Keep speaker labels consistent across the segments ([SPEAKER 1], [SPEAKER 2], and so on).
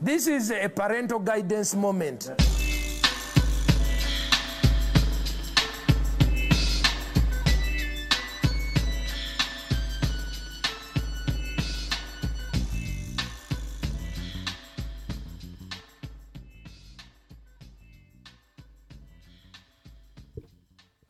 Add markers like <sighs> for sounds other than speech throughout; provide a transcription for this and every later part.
[SPEAKER 1] This is a parental guidance moment.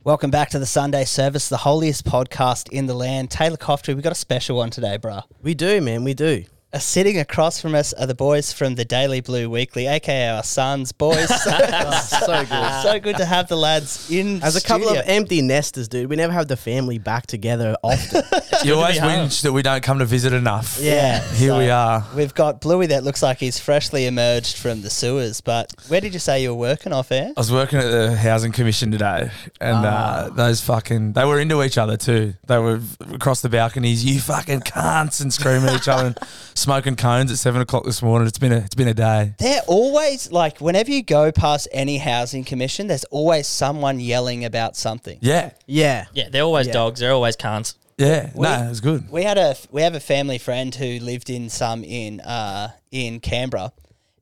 [SPEAKER 2] Welcome back to the Sunday service, the holiest podcast in the land. Taylor Coftree, we got a special one today, bruh.
[SPEAKER 3] We do, man. We do.
[SPEAKER 2] Uh, sitting across from us are the boys from the Daily Blue Weekly, aka our sons,
[SPEAKER 3] <laughs>
[SPEAKER 2] boys.
[SPEAKER 3] So good.
[SPEAKER 2] so good to have the lads in.
[SPEAKER 3] As a couple
[SPEAKER 2] studio.
[SPEAKER 3] of empty nesters, dude, we never have the family back together often.
[SPEAKER 4] You always
[SPEAKER 2] home.
[SPEAKER 4] whinge that we don't come to visit enough.
[SPEAKER 2] yeah,
[SPEAKER 4] Here we are.
[SPEAKER 2] We've got Bluey that looks like he's freshly emerged from the sewers. But where did you say you were working off air?
[SPEAKER 4] I was working at the housing commission today,
[SPEAKER 3] Ah.
[SPEAKER 4] and uh, those fucking they were into each other too. They were across the balconies, you fucking cunts, and screaming at each
[SPEAKER 3] <laughs>
[SPEAKER 4] other, and smoking cones at seven o'clock this morning. It's been a it's been a day.
[SPEAKER 2] They're always like, whenever you go past any housing commission, there's always someone yelling about something.
[SPEAKER 4] Yeah,
[SPEAKER 3] yeah.
[SPEAKER 5] Yeah, they're always
[SPEAKER 3] Yeah.
[SPEAKER 5] dogs. They're always cunts.
[SPEAKER 4] yeah. no, it was good.
[SPEAKER 2] we had a we have a family friend who lived in some in uh in Canberra,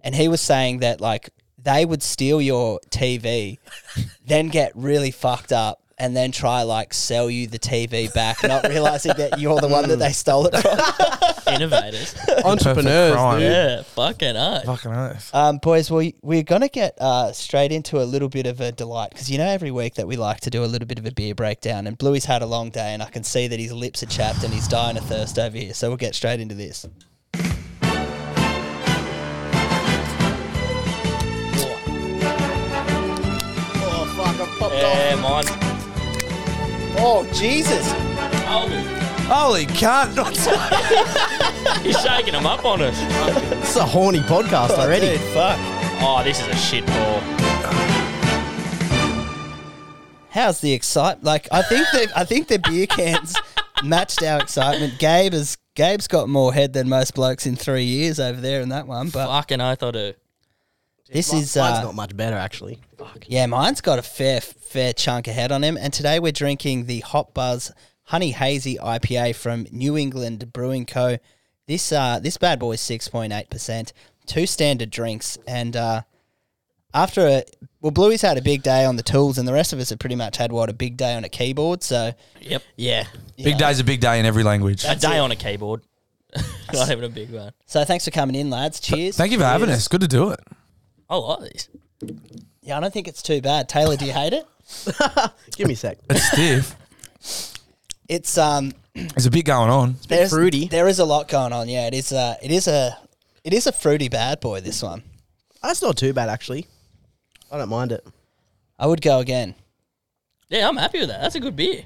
[SPEAKER 2] and he was saying that like they would steal your TV, <laughs> then get really fucked up. And then try like sell you the TV back, not realizing that you're the one that they stole it from.
[SPEAKER 5] Innovators.
[SPEAKER 4] Perfect crime.
[SPEAKER 3] Entrepreneurs, dude.
[SPEAKER 5] yeah, fucking up.
[SPEAKER 4] Fucking oath.
[SPEAKER 2] Um, boys, well, we're gonna get uh, straight into a little bit of a delight because you know every week that we like to do a little bit of a beer breakdown, and Bluey's had a long day, and I can see that his lips are chapped and he's dying of thirst over here. So we'll get straight into this. Oh fuck! I've popped
[SPEAKER 5] Yeah, mine's
[SPEAKER 2] Oh Jesus!
[SPEAKER 5] oh,
[SPEAKER 4] Holy cunt!
[SPEAKER 5] He's shaking them up on us.
[SPEAKER 3] This is a horny podcast already.
[SPEAKER 2] Dude, fuck!
[SPEAKER 5] Oh, this is a shit ball.
[SPEAKER 2] How's the excitement? Like I think the I think the beer cans matched our excitement. Gabe has Gabe's got more head than most blokes in three years over there in that one. But
[SPEAKER 5] Fucking oath I do.
[SPEAKER 2] this
[SPEAKER 3] Mi-
[SPEAKER 2] is
[SPEAKER 3] Mine's
[SPEAKER 2] uh,
[SPEAKER 3] not much better, actually.
[SPEAKER 2] yeah, mine's got a fair fair chunk of head on him. And today we're drinking the Hot Buzz Honey Hazy IPA from New England Brewing Co. This uh this bad boy's six point eight percent. Two standard drinks and. uh after a well, Bluey's had a big day on the tools, and the rest of us have pretty much had what a big day on a keyboard. So
[SPEAKER 5] Yep.
[SPEAKER 3] <laughs> Yeah.
[SPEAKER 4] Big day's a big day in every language.
[SPEAKER 5] A day on a keyboard. <laughs> Not having a big one.
[SPEAKER 2] So thanks for coming in, lads. Cheers.
[SPEAKER 4] Thank you for having us. Good to do it.
[SPEAKER 5] I like these.
[SPEAKER 2] Yeah, I don't think it's too bad. Taylor, do you hate it?
[SPEAKER 3] Give me a sec.
[SPEAKER 4] It's stiff.
[SPEAKER 2] It's um
[SPEAKER 4] There's a bit going on.
[SPEAKER 2] there's,
[SPEAKER 3] fruity.
[SPEAKER 2] There is a lot going on. Yeah, it is a it is a it is a fruity bad boy. This one,
[SPEAKER 3] That's not too bad, actually. I don't mind it.
[SPEAKER 2] I would go again.
[SPEAKER 5] Yeah, I'm happy with that. That's a good beer.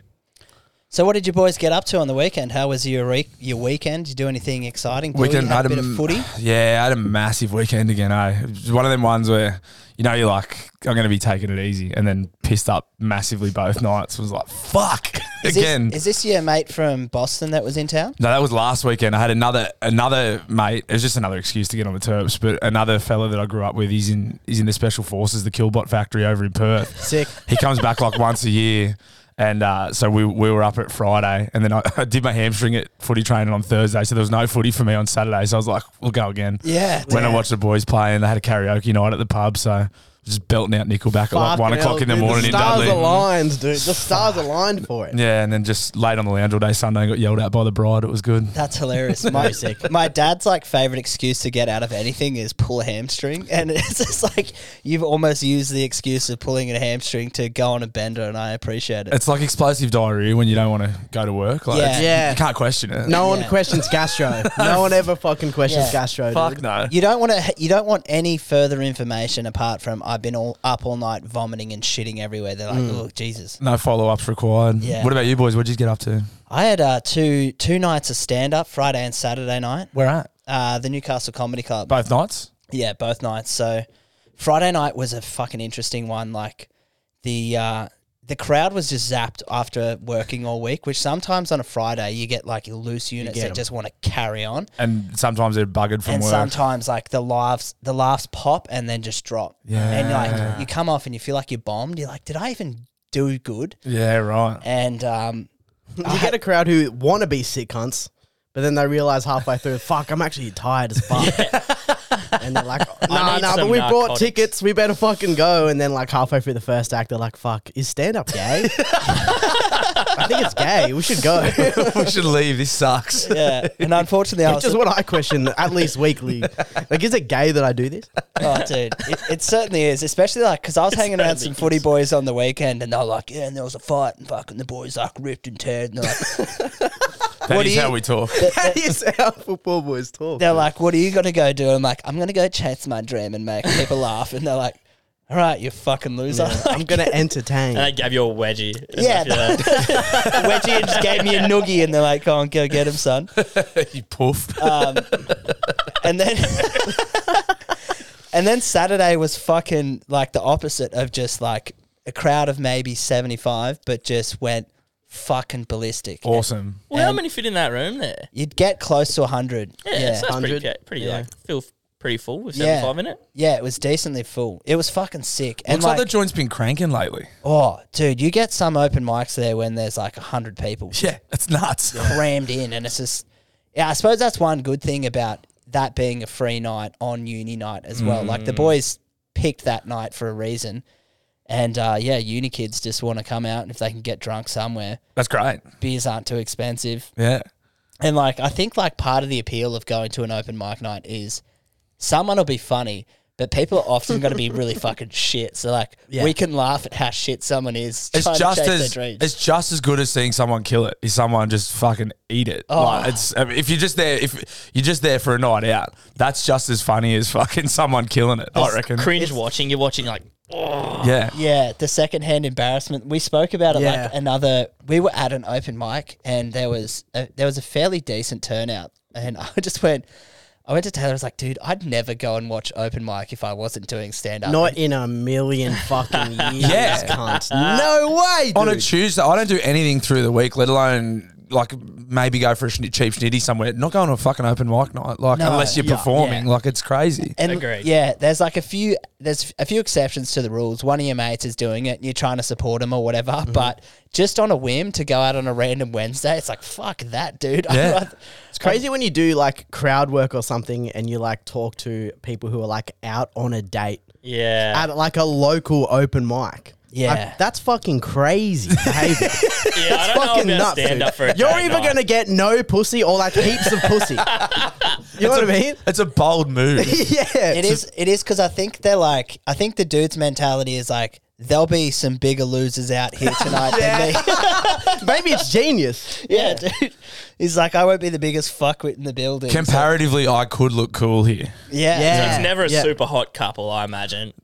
[SPEAKER 2] So, what did you boys get up to on the weekend? How was your re- your weekend? Did you do anything exciting? Bluey,
[SPEAKER 4] Weekend,
[SPEAKER 2] you had a
[SPEAKER 4] I
[SPEAKER 2] bit
[SPEAKER 4] had a
[SPEAKER 2] of
[SPEAKER 4] m- <sighs>
[SPEAKER 2] footy.
[SPEAKER 4] Yeah, I had a massive weekend again. Eh? It was one of them ones where you know you're like, I'm going to be taking it easy, and then pissed up massively both <laughs> nights. Was like, fuck
[SPEAKER 2] Is this-
[SPEAKER 4] again.
[SPEAKER 2] is this your mate from Boston that was in town?
[SPEAKER 4] no, that was last weekend. I had another another mate. It was just another excuse to get on the terps, but another fella that I grew up with. He's in he's in the special forces, the Killbot factory over in Perth.
[SPEAKER 3] Sick.
[SPEAKER 4] He comes back like once a year. And uh, so we, we were up at Friday, and then I, <laughs> I did my hamstring at footy training on Thursday. So there was no footy for me on Saturday. So I was like, we'll go again.
[SPEAKER 2] Yeah.
[SPEAKER 4] When I watched the boys play, and they had a karaoke night at the pub. So just belting out Nickelback at like one
[SPEAKER 3] Fucking
[SPEAKER 4] o'clock
[SPEAKER 3] hell,
[SPEAKER 4] in the
[SPEAKER 3] dude,
[SPEAKER 4] morning
[SPEAKER 3] The
[SPEAKER 4] in
[SPEAKER 3] stars
[SPEAKER 4] Dudley.
[SPEAKER 3] aligned, dude. The stars aligned for it.
[SPEAKER 4] Yeah, and then just laid on the lounge all day Sunday and got yelled at by the bride. It was good.
[SPEAKER 2] That's hilarious. My, my dad's like favorite excuse to get out of anything is pull a hamstring, <laughs> and it's just like you've almost used the excuse of pulling a hamstring to go on a bender, and I appreciate it.
[SPEAKER 4] <laughs> It's like explosive diarrhea when you don't want to go to work. Like,
[SPEAKER 2] Yeah.
[SPEAKER 4] it's-
[SPEAKER 3] Yeah.
[SPEAKER 4] You can't question it.
[SPEAKER 3] No
[SPEAKER 2] Yeah.
[SPEAKER 3] one questions gastro. No one ever fucking questions
[SPEAKER 2] Yeah.
[SPEAKER 3] gastro. Dude.
[SPEAKER 4] Fuck no.
[SPEAKER 2] you don't want to. You don't want any further information apart from I've been all up all night vomiting and shitting everywhere. They're like, oh Jesus!
[SPEAKER 4] No follow ups required.
[SPEAKER 2] Yeah.
[SPEAKER 4] What about you boys? What'd you get up to?
[SPEAKER 2] I had uh, two two nights of stand up, Friday and Saturday night.
[SPEAKER 4] Where at?
[SPEAKER 2] Uh, the Newcastle Comedy Club.
[SPEAKER 4] Both nights?
[SPEAKER 2] Yeah, both nights. So Friday night was a fucking interesting one. Like the uh, the crowd was just zapped after working all week, which sometimes on a Friday you get like loose units
[SPEAKER 3] get
[SPEAKER 2] that
[SPEAKER 3] 'em.
[SPEAKER 2] just want to carry on,
[SPEAKER 4] And sometimes they're buggered from
[SPEAKER 2] and
[SPEAKER 4] work.
[SPEAKER 2] sometimes like the laughs the laughs pop and then just drop.
[SPEAKER 4] Yeah.
[SPEAKER 2] and like you come off and you feel like you're bombed. You're like, did I even do good? <laughs>
[SPEAKER 4] yeah, right.
[SPEAKER 2] And um,
[SPEAKER 3] You get a crowd who want to be sick cunts, But then they realize halfway through, fuck, I'm actually tired as fuck. and they're <laughs> like, nah,
[SPEAKER 5] need
[SPEAKER 3] nah, but
[SPEAKER 5] some
[SPEAKER 3] we bought
[SPEAKER 5] narcotics."
[SPEAKER 3] tickets. We better fucking go. And then, like, halfway through the first act, they're like, fuck, is stand up gay? <laughs> I think it's gay. We should <laughs> go.
[SPEAKER 4] we should leave. This sucks.
[SPEAKER 2] Yeah, and unfortunately, I was
[SPEAKER 3] Which is what I question at least weekly. Like, is it gay that I do this?
[SPEAKER 2] Oh, dude, it, it certainly is, especially like because I was hanging around some footy boys on the weekend, and they're like, "Yeah," and there was a fight, and fucking the boys like ripped and teared, and they're like,
[SPEAKER 4] That is
[SPEAKER 2] What do you-
[SPEAKER 4] how we talk.
[SPEAKER 3] That is how football boys talk.
[SPEAKER 2] "They're like, what are you gonna go do?" I'm like, "I'm gonna go chase my dream and make people laugh," and they're like, "All right, you fucking loser." <laughs>
[SPEAKER 3] I'm going <laughs> to
[SPEAKER 5] And they
[SPEAKER 3] entertain.
[SPEAKER 5] gave you a wedgie.
[SPEAKER 2] Yeah. Wedgie and just gave me a noogie, and they're like, "Go on, go get him, son."
[SPEAKER 4] <laughs> you poof.
[SPEAKER 2] Um, and then <laughs> and then Saturday was fucking like the opposite of just like a crowd of maybe 75 but just went fucking ballistic.
[SPEAKER 4] awesome.
[SPEAKER 5] Well, how many fit in that room there?
[SPEAKER 2] You'd get close to 100.
[SPEAKER 5] Yeah, so that's pretty,
[SPEAKER 3] 100.
[SPEAKER 5] ca- pretty
[SPEAKER 3] Yeah.
[SPEAKER 5] like feel f- pretty full with
[SPEAKER 2] Yeah.
[SPEAKER 5] 75 in it.
[SPEAKER 2] Yeah, it was decently full. It was fucking sick. And
[SPEAKER 4] Looks like,
[SPEAKER 2] like,
[SPEAKER 4] the joint's been cranking lately.
[SPEAKER 2] oh, dude, you get some open mics there when there's like 100
[SPEAKER 4] <laughs>
[SPEAKER 2] people
[SPEAKER 4] Yeah, it's nuts.
[SPEAKER 2] crammed in and it's just yeah i suppose that's one good thing about that being a free night on uni night as well like the boys picked that night for a reason and uh, yeah uni kids just want to come out and if they can get drunk somewhere
[SPEAKER 4] That's great.
[SPEAKER 2] beers aren't too expensive
[SPEAKER 4] Yeah.
[SPEAKER 2] and like i think like part of the appeal of going to an open mic night is someone will be funny but people are often going to be
[SPEAKER 4] <laughs>
[SPEAKER 2] really fucking shit. So like, we can laugh at how shit someone is.
[SPEAKER 4] It's
[SPEAKER 2] trying
[SPEAKER 4] just
[SPEAKER 2] to chase
[SPEAKER 4] as
[SPEAKER 2] their dreams.
[SPEAKER 4] it's just as good as seeing someone kill it. Is someone just fucking eat it?
[SPEAKER 2] Oh.
[SPEAKER 4] Like it's I mean, if you're just there if you're just there for a night out, that's just as funny as fucking <laughs> someone killing it. I reckon.
[SPEAKER 5] Cringe watching. You're watching like
[SPEAKER 4] yeah.
[SPEAKER 2] Yeah, the secondhand embarrassment. We spoke about it
[SPEAKER 3] Yeah.
[SPEAKER 2] like another. We were at an open mic, and there was a, there was a fairly decent turnout, and <laughs> I just went. I went to Taylor. I was like, "Dude, I'd never go and watch open mic if I wasn't doing stand up."
[SPEAKER 3] Not in a million <laughs> fucking years,
[SPEAKER 4] Yeah.
[SPEAKER 3] cunt. No way, dude.
[SPEAKER 4] On a Tuesday, I don't do anything through the week, let alone like maybe go for a schni- cheap schnitty somewhere. Not going to a fucking open mic night, like
[SPEAKER 2] No,
[SPEAKER 4] unless you're
[SPEAKER 2] yeah,
[SPEAKER 4] performing.
[SPEAKER 2] yeah.
[SPEAKER 4] Like it's crazy.
[SPEAKER 2] and
[SPEAKER 5] Agreed.
[SPEAKER 2] yeah, there's like a few there's a few exceptions to the rules. One of your mates is doing it, and you're trying to support him or whatever. But just on a whim to go out on a random Wednesday, it's like fuck that, dude. <laughs> I'd
[SPEAKER 4] Yeah.
[SPEAKER 2] rather-
[SPEAKER 3] It's crazy when you do like crowd work or something and you like talk to people who are like out on a date
[SPEAKER 5] yeah,
[SPEAKER 3] at like a local open mic.
[SPEAKER 2] Yeah.
[SPEAKER 3] Like, that's fucking
[SPEAKER 5] <laughs>
[SPEAKER 3] crazy behavior.
[SPEAKER 5] yeah. I don't
[SPEAKER 3] fucking
[SPEAKER 5] know about
[SPEAKER 3] nuts.
[SPEAKER 5] stand up
[SPEAKER 3] dude.
[SPEAKER 5] for a
[SPEAKER 3] You're
[SPEAKER 5] day
[SPEAKER 3] either
[SPEAKER 5] night.
[SPEAKER 3] gonna get no pussy or like heaps of
[SPEAKER 5] <laughs>
[SPEAKER 3] pussy. you know what I mean? <laughs>
[SPEAKER 4] It's a
[SPEAKER 2] <laughs>
[SPEAKER 4] bold move.
[SPEAKER 3] yeah.
[SPEAKER 2] It is. It is because I think they're like. I think the dude's mentality is like there'll be some bigger losers out here tonight than me. <laughs>
[SPEAKER 3] Maybe it's genius.
[SPEAKER 2] yeah, dude. He's like, I won't be the biggest fuckwit in the building.
[SPEAKER 4] Comparatively, I could look cool here.
[SPEAKER 2] So- yeah.
[SPEAKER 3] Yeah.
[SPEAKER 5] It's never a
[SPEAKER 3] Yeah.
[SPEAKER 5] super hot couple, I imagine.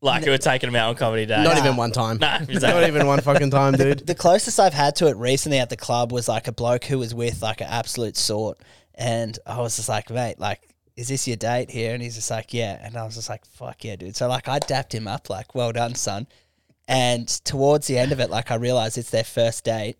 [SPEAKER 5] Like who are taking them out on comedy day.
[SPEAKER 3] Not even one time.
[SPEAKER 5] Nah, exactly.
[SPEAKER 3] Not even one fucking time,
[SPEAKER 5] <laughs>
[SPEAKER 3] dude.
[SPEAKER 2] The closest I've had to it recently at the club was like a bloke who was with like an absolute sort, and I was just like, mate, like. Is this your date here? And he's just like, yeah. And I was just like, fuck yeah, dude. So like, I dapped him up, like, well done, son. And towards the end of it, like I realized it's their first date,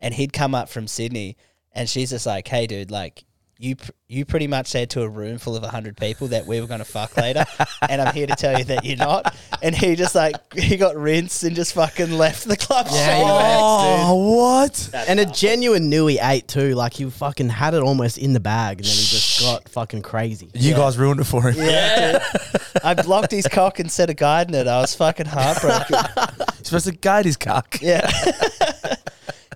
[SPEAKER 2] and he'd come up from Sydney, and she's just like, "Hey, dude, like you pr- you pretty much said to a room full of hundred people that we were gonna fuck later, and I'm here to tell you that you're not." And he just like <laughs> he got rinsed and just fucking left the club straight away.
[SPEAKER 4] Oh, what?
[SPEAKER 3] And a genuine Nui eight too. Like he fucking had it almost in the bag, and then he just got fucking crazy.
[SPEAKER 4] You guys ruined it for him.
[SPEAKER 2] I blocked his cock and set a guide in it. I was fucking heartbroken.
[SPEAKER 4] <laughs> He's supposed to guide his cock.
[SPEAKER 2] yeah. <laughs>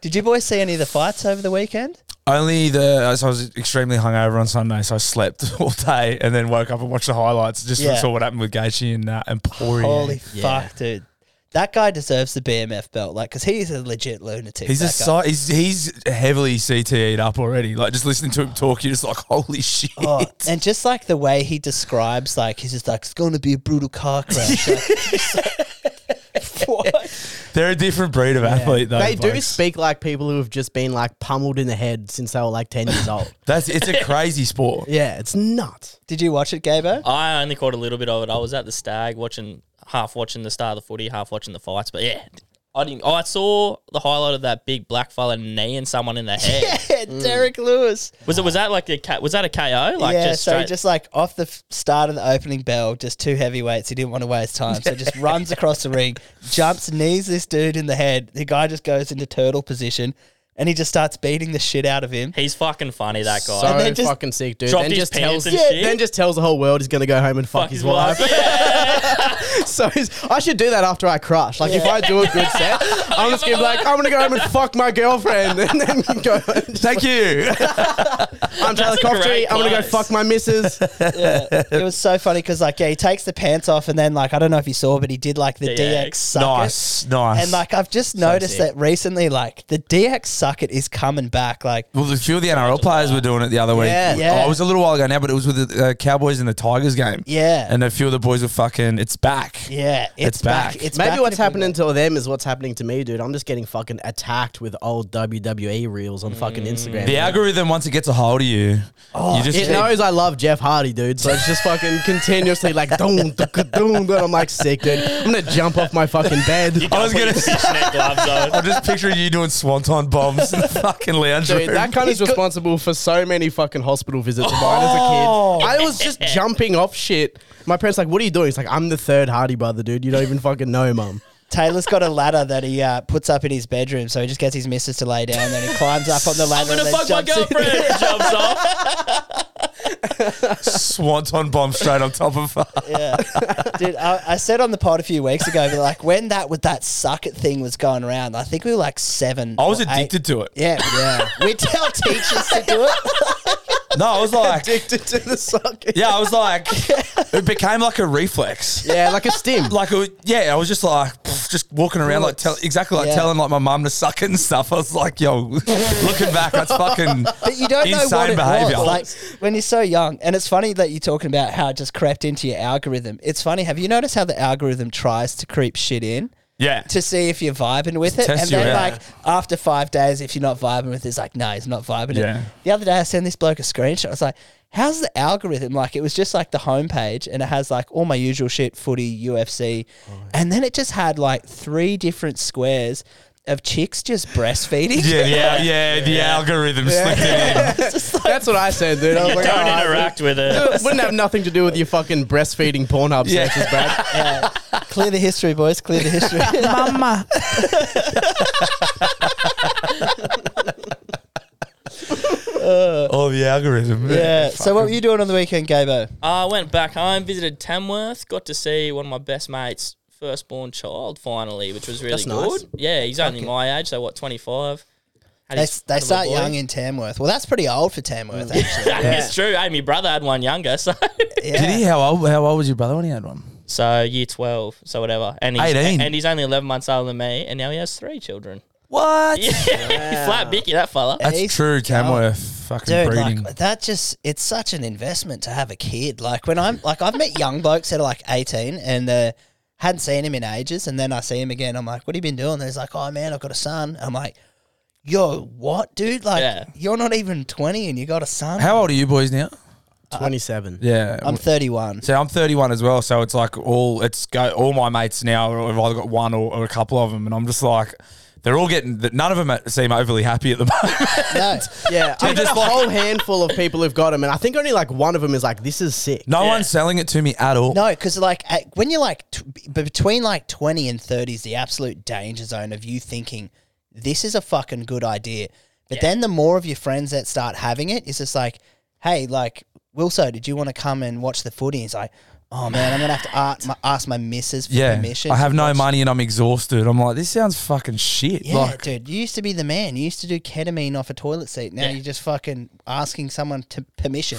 [SPEAKER 2] Did you boys see any of the fights over the weekend?
[SPEAKER 4] Only the so I was extremely hungover on Sunday, so I slept <laughs> all day and then woke up and watched the highlights. Just
[SPEAKER 2] Yeah.
[SPEAKER 4] saw what happened with Gaethje and uh, and Poirier.
[SPEAKER 2] Holy fuck, dude. That guy deserves the BMF belt, like, because he's a legit lunatic.
[SPEAKER 4] He's a
[SPEAKER 2] that guy.
[SPEAKER 4] si- he's he's heavily CTE'd up already. Like just listening to him talk, you're just like, holy <laughs> shit.
[SPEAKER 2] Oh, and just like the way he describes, like, he's just like, it's going to be a brutal car
[SPEAKER 5] <laughs>
[SPEAKER 2] crash. <laughs> Like, it's like, what?
[SPEAKER 4] They're a different breed of athlete though.
[SPEAKER 3] They do
[SPEAKER 4] blokes.
[SPEAKER 3] speak like people who have just been like pummeled in the head since they were like ten years old.
[SPEAKER 4] That's it's
[SPEAKER 2] <laughs>
[SPEAKER 4] a crazy
[SPEAKER 3] <laughs>
[SPEAKER 4] sport.
[SPEAKER 3] Yeah, it's nuts.
[SPEAKER 2] Did you watch it, Gabo?
[SPEAKER 5] I only caught a little bit of it. I was at the stag watching, half watching the start of the footy, half watching the fights. But yeah, I didn't. I saw the highlight of that big black fella kneeing someone in the head.
[SPEAKER 2] <laughs> Yeah, Derek Lewis.
[SPEAKER 5] Was it? Was that like a ca- Was that a KO? Mm. Like
[SPEAKER 2] yeah,
[SPEAKER 5] just
[SPEAKER 2] so he
[SPEAKER 5] straight.
[SPEAKER 2] just like off the f- start of the opening bell, just two heavyweights. He didn't want to waste time,
[SPEAKER 5] <laughs>
[SPEAKER 2] so just runs across the ring, jumps, knees this dude in the head. The guy just goes into turtle position, and he just starts beating the shit out of him.
[SPEAKER 5] He's fucking funny, that guy.
[SPEAKER 3] So
[SPEAKER 2] And then just
[SPEAKER 3] fucking sick, dude.
[SPEAKER 5] dropped
[SPEAKER 3] Then
[SPEAKER 5] his
[SPEAKER 3] just
[SPEAKER 5] pants
[SPEAKER 3] tells,
[SPEAKER 5] and shit.
[SPEAKER 3] then just tells the whole world he's gonna go home and fuck, his, wife.
[SPEAKER 5] <laughs>
[SPEAKER 3] <laughs> so he's, I should do that after I crush. Like if I do a good set, I'm just gonna be like, I'm gonna go home and fuck my girlfriend, <laughs> and then you go.
[SPEAKER 4] Thank you.
[SPEAKER 3] I'm Charlie
[SPEAKER 5] That's a
[SPEAKER 3] Coftree.
[SPEAKER 5] great
[SPEAKER 3] I'm gonna go
[SPEAKER 5] close.
[SPEAKER 3] fuck my missus. <laughs>
[SPEAKER 2] It was so funny because like yeah, he takes the pants off and then like I don't know if you saw, but he did like the DX,
[SPEAKER 5] DX.
[SPEAKER 2] suck it.
[SPEAKER 4] <laughs> nice, nice.
[SPEAKER 2] And like I've just noticed
[SPEAKER 3] sick.
[SPEAKER 2] that recently, like the DX suck it is coming back. Like
[SPEAKER 4] Well, a few of the NRL players were doing it the other week.
[SPEAKER 2] Yeah. Yeah.
[SPEAKER 4] Oh, it was a little while ago now, but it was with the uh, Cowboys and the Tigers game.
[SPEAKER 2] Yeah.
[SPEAKER 4] And a few of the boys were fucking, it's back.
[SPEAKER 2] yeah, it's,
[SPEAKER 4] It's
[SPEAKER 2] back.
[SPEAKER 4] back.
[SPEAKER 2] It's
[SPEAKER 3] Maybe
[SPEAKER 2] back
[SPEAKER 3] what's
[SPEAKER 2] in a good
[SPEAKER 3] happening
[SPEAKER 2] way.
[SPEAKER 3] to them is what's happening to me, dude. I'm just getting fucking attacked with old WWE reels on fucking
[SPEAKER 5] Mm.
[SPEAKER 3] Instagram.
[SPEAKER 4] The algorithm, once it gets a hold of you,
[SPEAKER 2] Oh,
[SPEAKER 4] you just
[SPEAKER 3] It knows I love Jeff Hardy, dude. So it's just fucking continuously like, <laughs> doom, doom, doom, doom. I'm like sick, dude. I'm gonna jump off my fucking bed.
[SPEAKER 4] I
[SPEAKER 3] <laughs>
[SPEAKER 4] was
[SPEAKER 5] <laughs>
[SPEAKER 4] gonna say,
[SPEAKER 5] Snake gloves on.
[SPEAKER 4] I'm just picturing you doing swanton bombs
[SPEAKER 2] <laughs>
[SPEAKER 4] in the fucking lounge
[SPEAKER 3] Dude,
[SPEAKER 4] room.
[SPEAKER 3] that cunt is responsible for so many fucking hospital visits of mine as
[SPEAKER 4] Oh.
[SPEAKER 3] a kid. I was just jumping off shit. My parents like, what are you doing? He's like, I'm the third Hardy brother, dude. You don't even fucking know,
[SPEAKER 4] <laughs>
[SPEAKER 3] mum.
[SPEAKER 2] <laughs> Taylor's got a ladder that he uh, puts up in his bedroom, so he just gets his missus to lay down, and then he climbs up on the
[SPEAKER 5] I'm
[SPEAKER 2] ladder
[SPEAKER 5] gonna
[SPEAKER 2] and then
[SPEAKER 5] fuck my
[SPEAKER 2] jumps in.
[SPEAKER 5] girlfriend.
[SPEAKER 3] <laughs>
[SPEAKER 5] Jumps off.
[SPEAKER 4] <laughs> swanton bomb straight on top of her.
[SPEAKER 2] Yeah. <laughs> Dude, I, I said on the pod a few weeks ago, but like when that with that suck it thing was going around, I think we were like seven.
[SPEAKER 4] I was
[SPEAKER 2] or eight.
[SPEAKER 4] addicted to it.
[SPEAKER 2] Yeah, yeah. we tell teachers to do it.
[SPEAKER 4] No,
[SPEAKER 2] <laughs>
[SPEAKER 4] I was like,
[SPEAKER 3] Addicted to the socket.
[SPEAKER 4] yeah, I was like, it became like a reflex.
[SPEAKER 3] Yeah, like a stim.
[SPEAKER 4] Like, it was, yeah, I was just like, pff, just walking around, like, tell, exactly like
[SPEAKER 2] Yeah.
[SPEAKER 4] telling like my mum to suck it and stuff. I was
[SPEAKER 2] <laughs>
[SPEAKER 4] like, yo, looking back, that's fucking
[SPEAKER 2] But you don't know what
[SPEAKER 4] insane
[SPEAKER 2] it
[SPEAKER 4] behavior.
[SPEAKER 2] was. Like when you're so young, and it's funny that you're talking about how it just crept into your algorithm. It's funny. Have you noticed how the algorithm tries to creep shit in?
[SPEAKER 4] yeah.
[SPEAKER 2] to see if you're vibing with it.
[SPEAKER 4] Test
[SPEAKER 2] and
[SPEAKER 4] you
[SPEAKER 2] then,
[SPEAKER 4] out.
[SPEAKER 2] like, after five days, if you're not vibing with it, it's like, no, he's not vibing
[SPEAKER 4] Yeah.
[SPEAKER 2] it. The other day, I sent this bloke a screenshot. I was like, how's the algorithm? Like, it was just like the homepage and it has like all my usual shit footy, UFC. And then it just had like three different squares of chicks just breastfeeding. <laughs>
[SPEAKER 4] Yeah, yeah, yeah, the algorithm slipped it in.
[SPEAKER 3] That's what I said, dude. I was like,
[SPEAKER 5] Don't
[SPEAKER 3] "Oh,
[SPEAKER 5] interact with it.
[SPEAKER 3] it <laughs> wouldn't have nothing to do with your fucking breastfeeding Pornhub
[SPEAKER 4] Yeah.
[SPEAKER 3] searches, Brad.
[SPEAKER 4] <laughs>
[SPEAKER 2] Clear the history, boys. Clear the <laughs> history.
[SPEAKER 4] Mama.
[SPEAKER 2] <laughs>
[SPEAKER 4] oh, the algorithm.
[SPEAKER 2] yeah. So, what were you doing on the weekend, Gabo?
[SPEAKER 5] I went back home, visited Tamworth, got to see one of my best mates' firstborn child finally, which was really
[SPEAKER 3] That's nice.
[SPEAKER 5] good. Yeah, he's only my age, so what, 25? Had
[SPEAKER 2] They,
[SPEAKER 5] his-
[SPEAKER 2] they
[SPEAKER 5] had a
[SPEAKER 2] start
[SPEAKER 5] little boy. <laughs>
[SPEAKER 2] young in Tamworth. Well, that's pretty old for Tamworth, actually.
[SPEAKER 5] it's true. Hey, my brother had one younger,
[SPEAKER 2] <laughs>
[SPEAKER 5] so
[SPEAKER 2] Yeah.
[SPEAKER 4] Did he? How old? How old was your brother when he had one?
[SPEAKER 5] so year 12, so whatever. And he's,
[SPEAKER 4] 18.
[SPEAKER 5] and he's only 11 months older than me, and now he has three children. <laughs>
[SPEAKER 4] What?
[SPEAKER 5] Flat Bicky, that fella.
[SPEAKER 4] That's
[SPEAKER 2] He's-
[SPEAKER 4] true. Tamworth fucking
[SPEAKER 2] Dude,
[SPEAKER 4] breeding.
[SPEAKER 2] like that just it's such an investment to have a kid. Like when I'm like I've met young blokes that are like eighteen and uh hadn't seen him in ages and then I see him again, I'm like, What have you been doing? And he's like, Oh man, I've got a son. I'm like, Yo, what, dude? Like
[SPEAKER 5] Yeah.
[SPEAKER 2] you're not even twenty and you got a son?
[SPEAKER 4] how old are you boys now?
[SPEAKER 3] 27.
[SPEAKER 4] Yeah.
[SPEAKER 2] I'm thirty one.
[SPEAKER 4] so I'm 31 as well, so it's like all it's go. All my mates now have either got one or, or a couple of them, and I'm just like, they're all getting. None of them seem overly happy at the <laughs> moment.
[SPEAKER 2] No.
[SPEAKER 3] Yeah, I've got
[SPEAKER 4] just
[SPEAKER 3] a whole handful of people who've got them, and I think only like one of them is like, this is sick.
[SPEAKER 4] No one's selling it to me at all.
[SPEAKER 2] No, because like at, when you're like t- b- between like twenty and thirty is the absolute danger zone of you thinking this is a fucking good idea. But then the more of your friends that start having it, it's just like, hey, like Wilso, did you want to come and watch the footy? And it's like, oh man, I'm gonna have to ask my, ask my missus for
[SPEAKER 4] yeah,
[SPEAKER 2] permission.
[SPEAKER 4] I have
[SPEAKER 2] to
[SPEAKER 4] no
[SPEAKER 2] watch-
[SPEAKER 4] money and I'm exhausted. I'm like, this sounds fucking shit.
[SPEAKER 2] Yeah, <laughs>
[SPEAKER 4] like,
[SPEAKER 2] dude, you used to be the man. You used to do ketamine off a toilet seat. Now you're just fucking asking someone to permission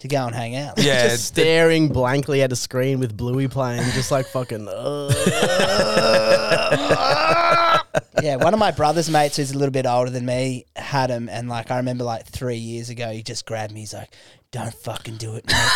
[SPEAKER 2] to go and hang out.
[SPEAKER 4] yeah,
[SPEAKER 3] just staring blankly at a screen with Bluey playing, just like fucking. <laughs>
[SPEAKER 2] yeah, one of my brother's mates who's a little bit older than me had him, and like I remember, like three years ago, he just grabbed me. He's like, "Don't fucking do it, mate.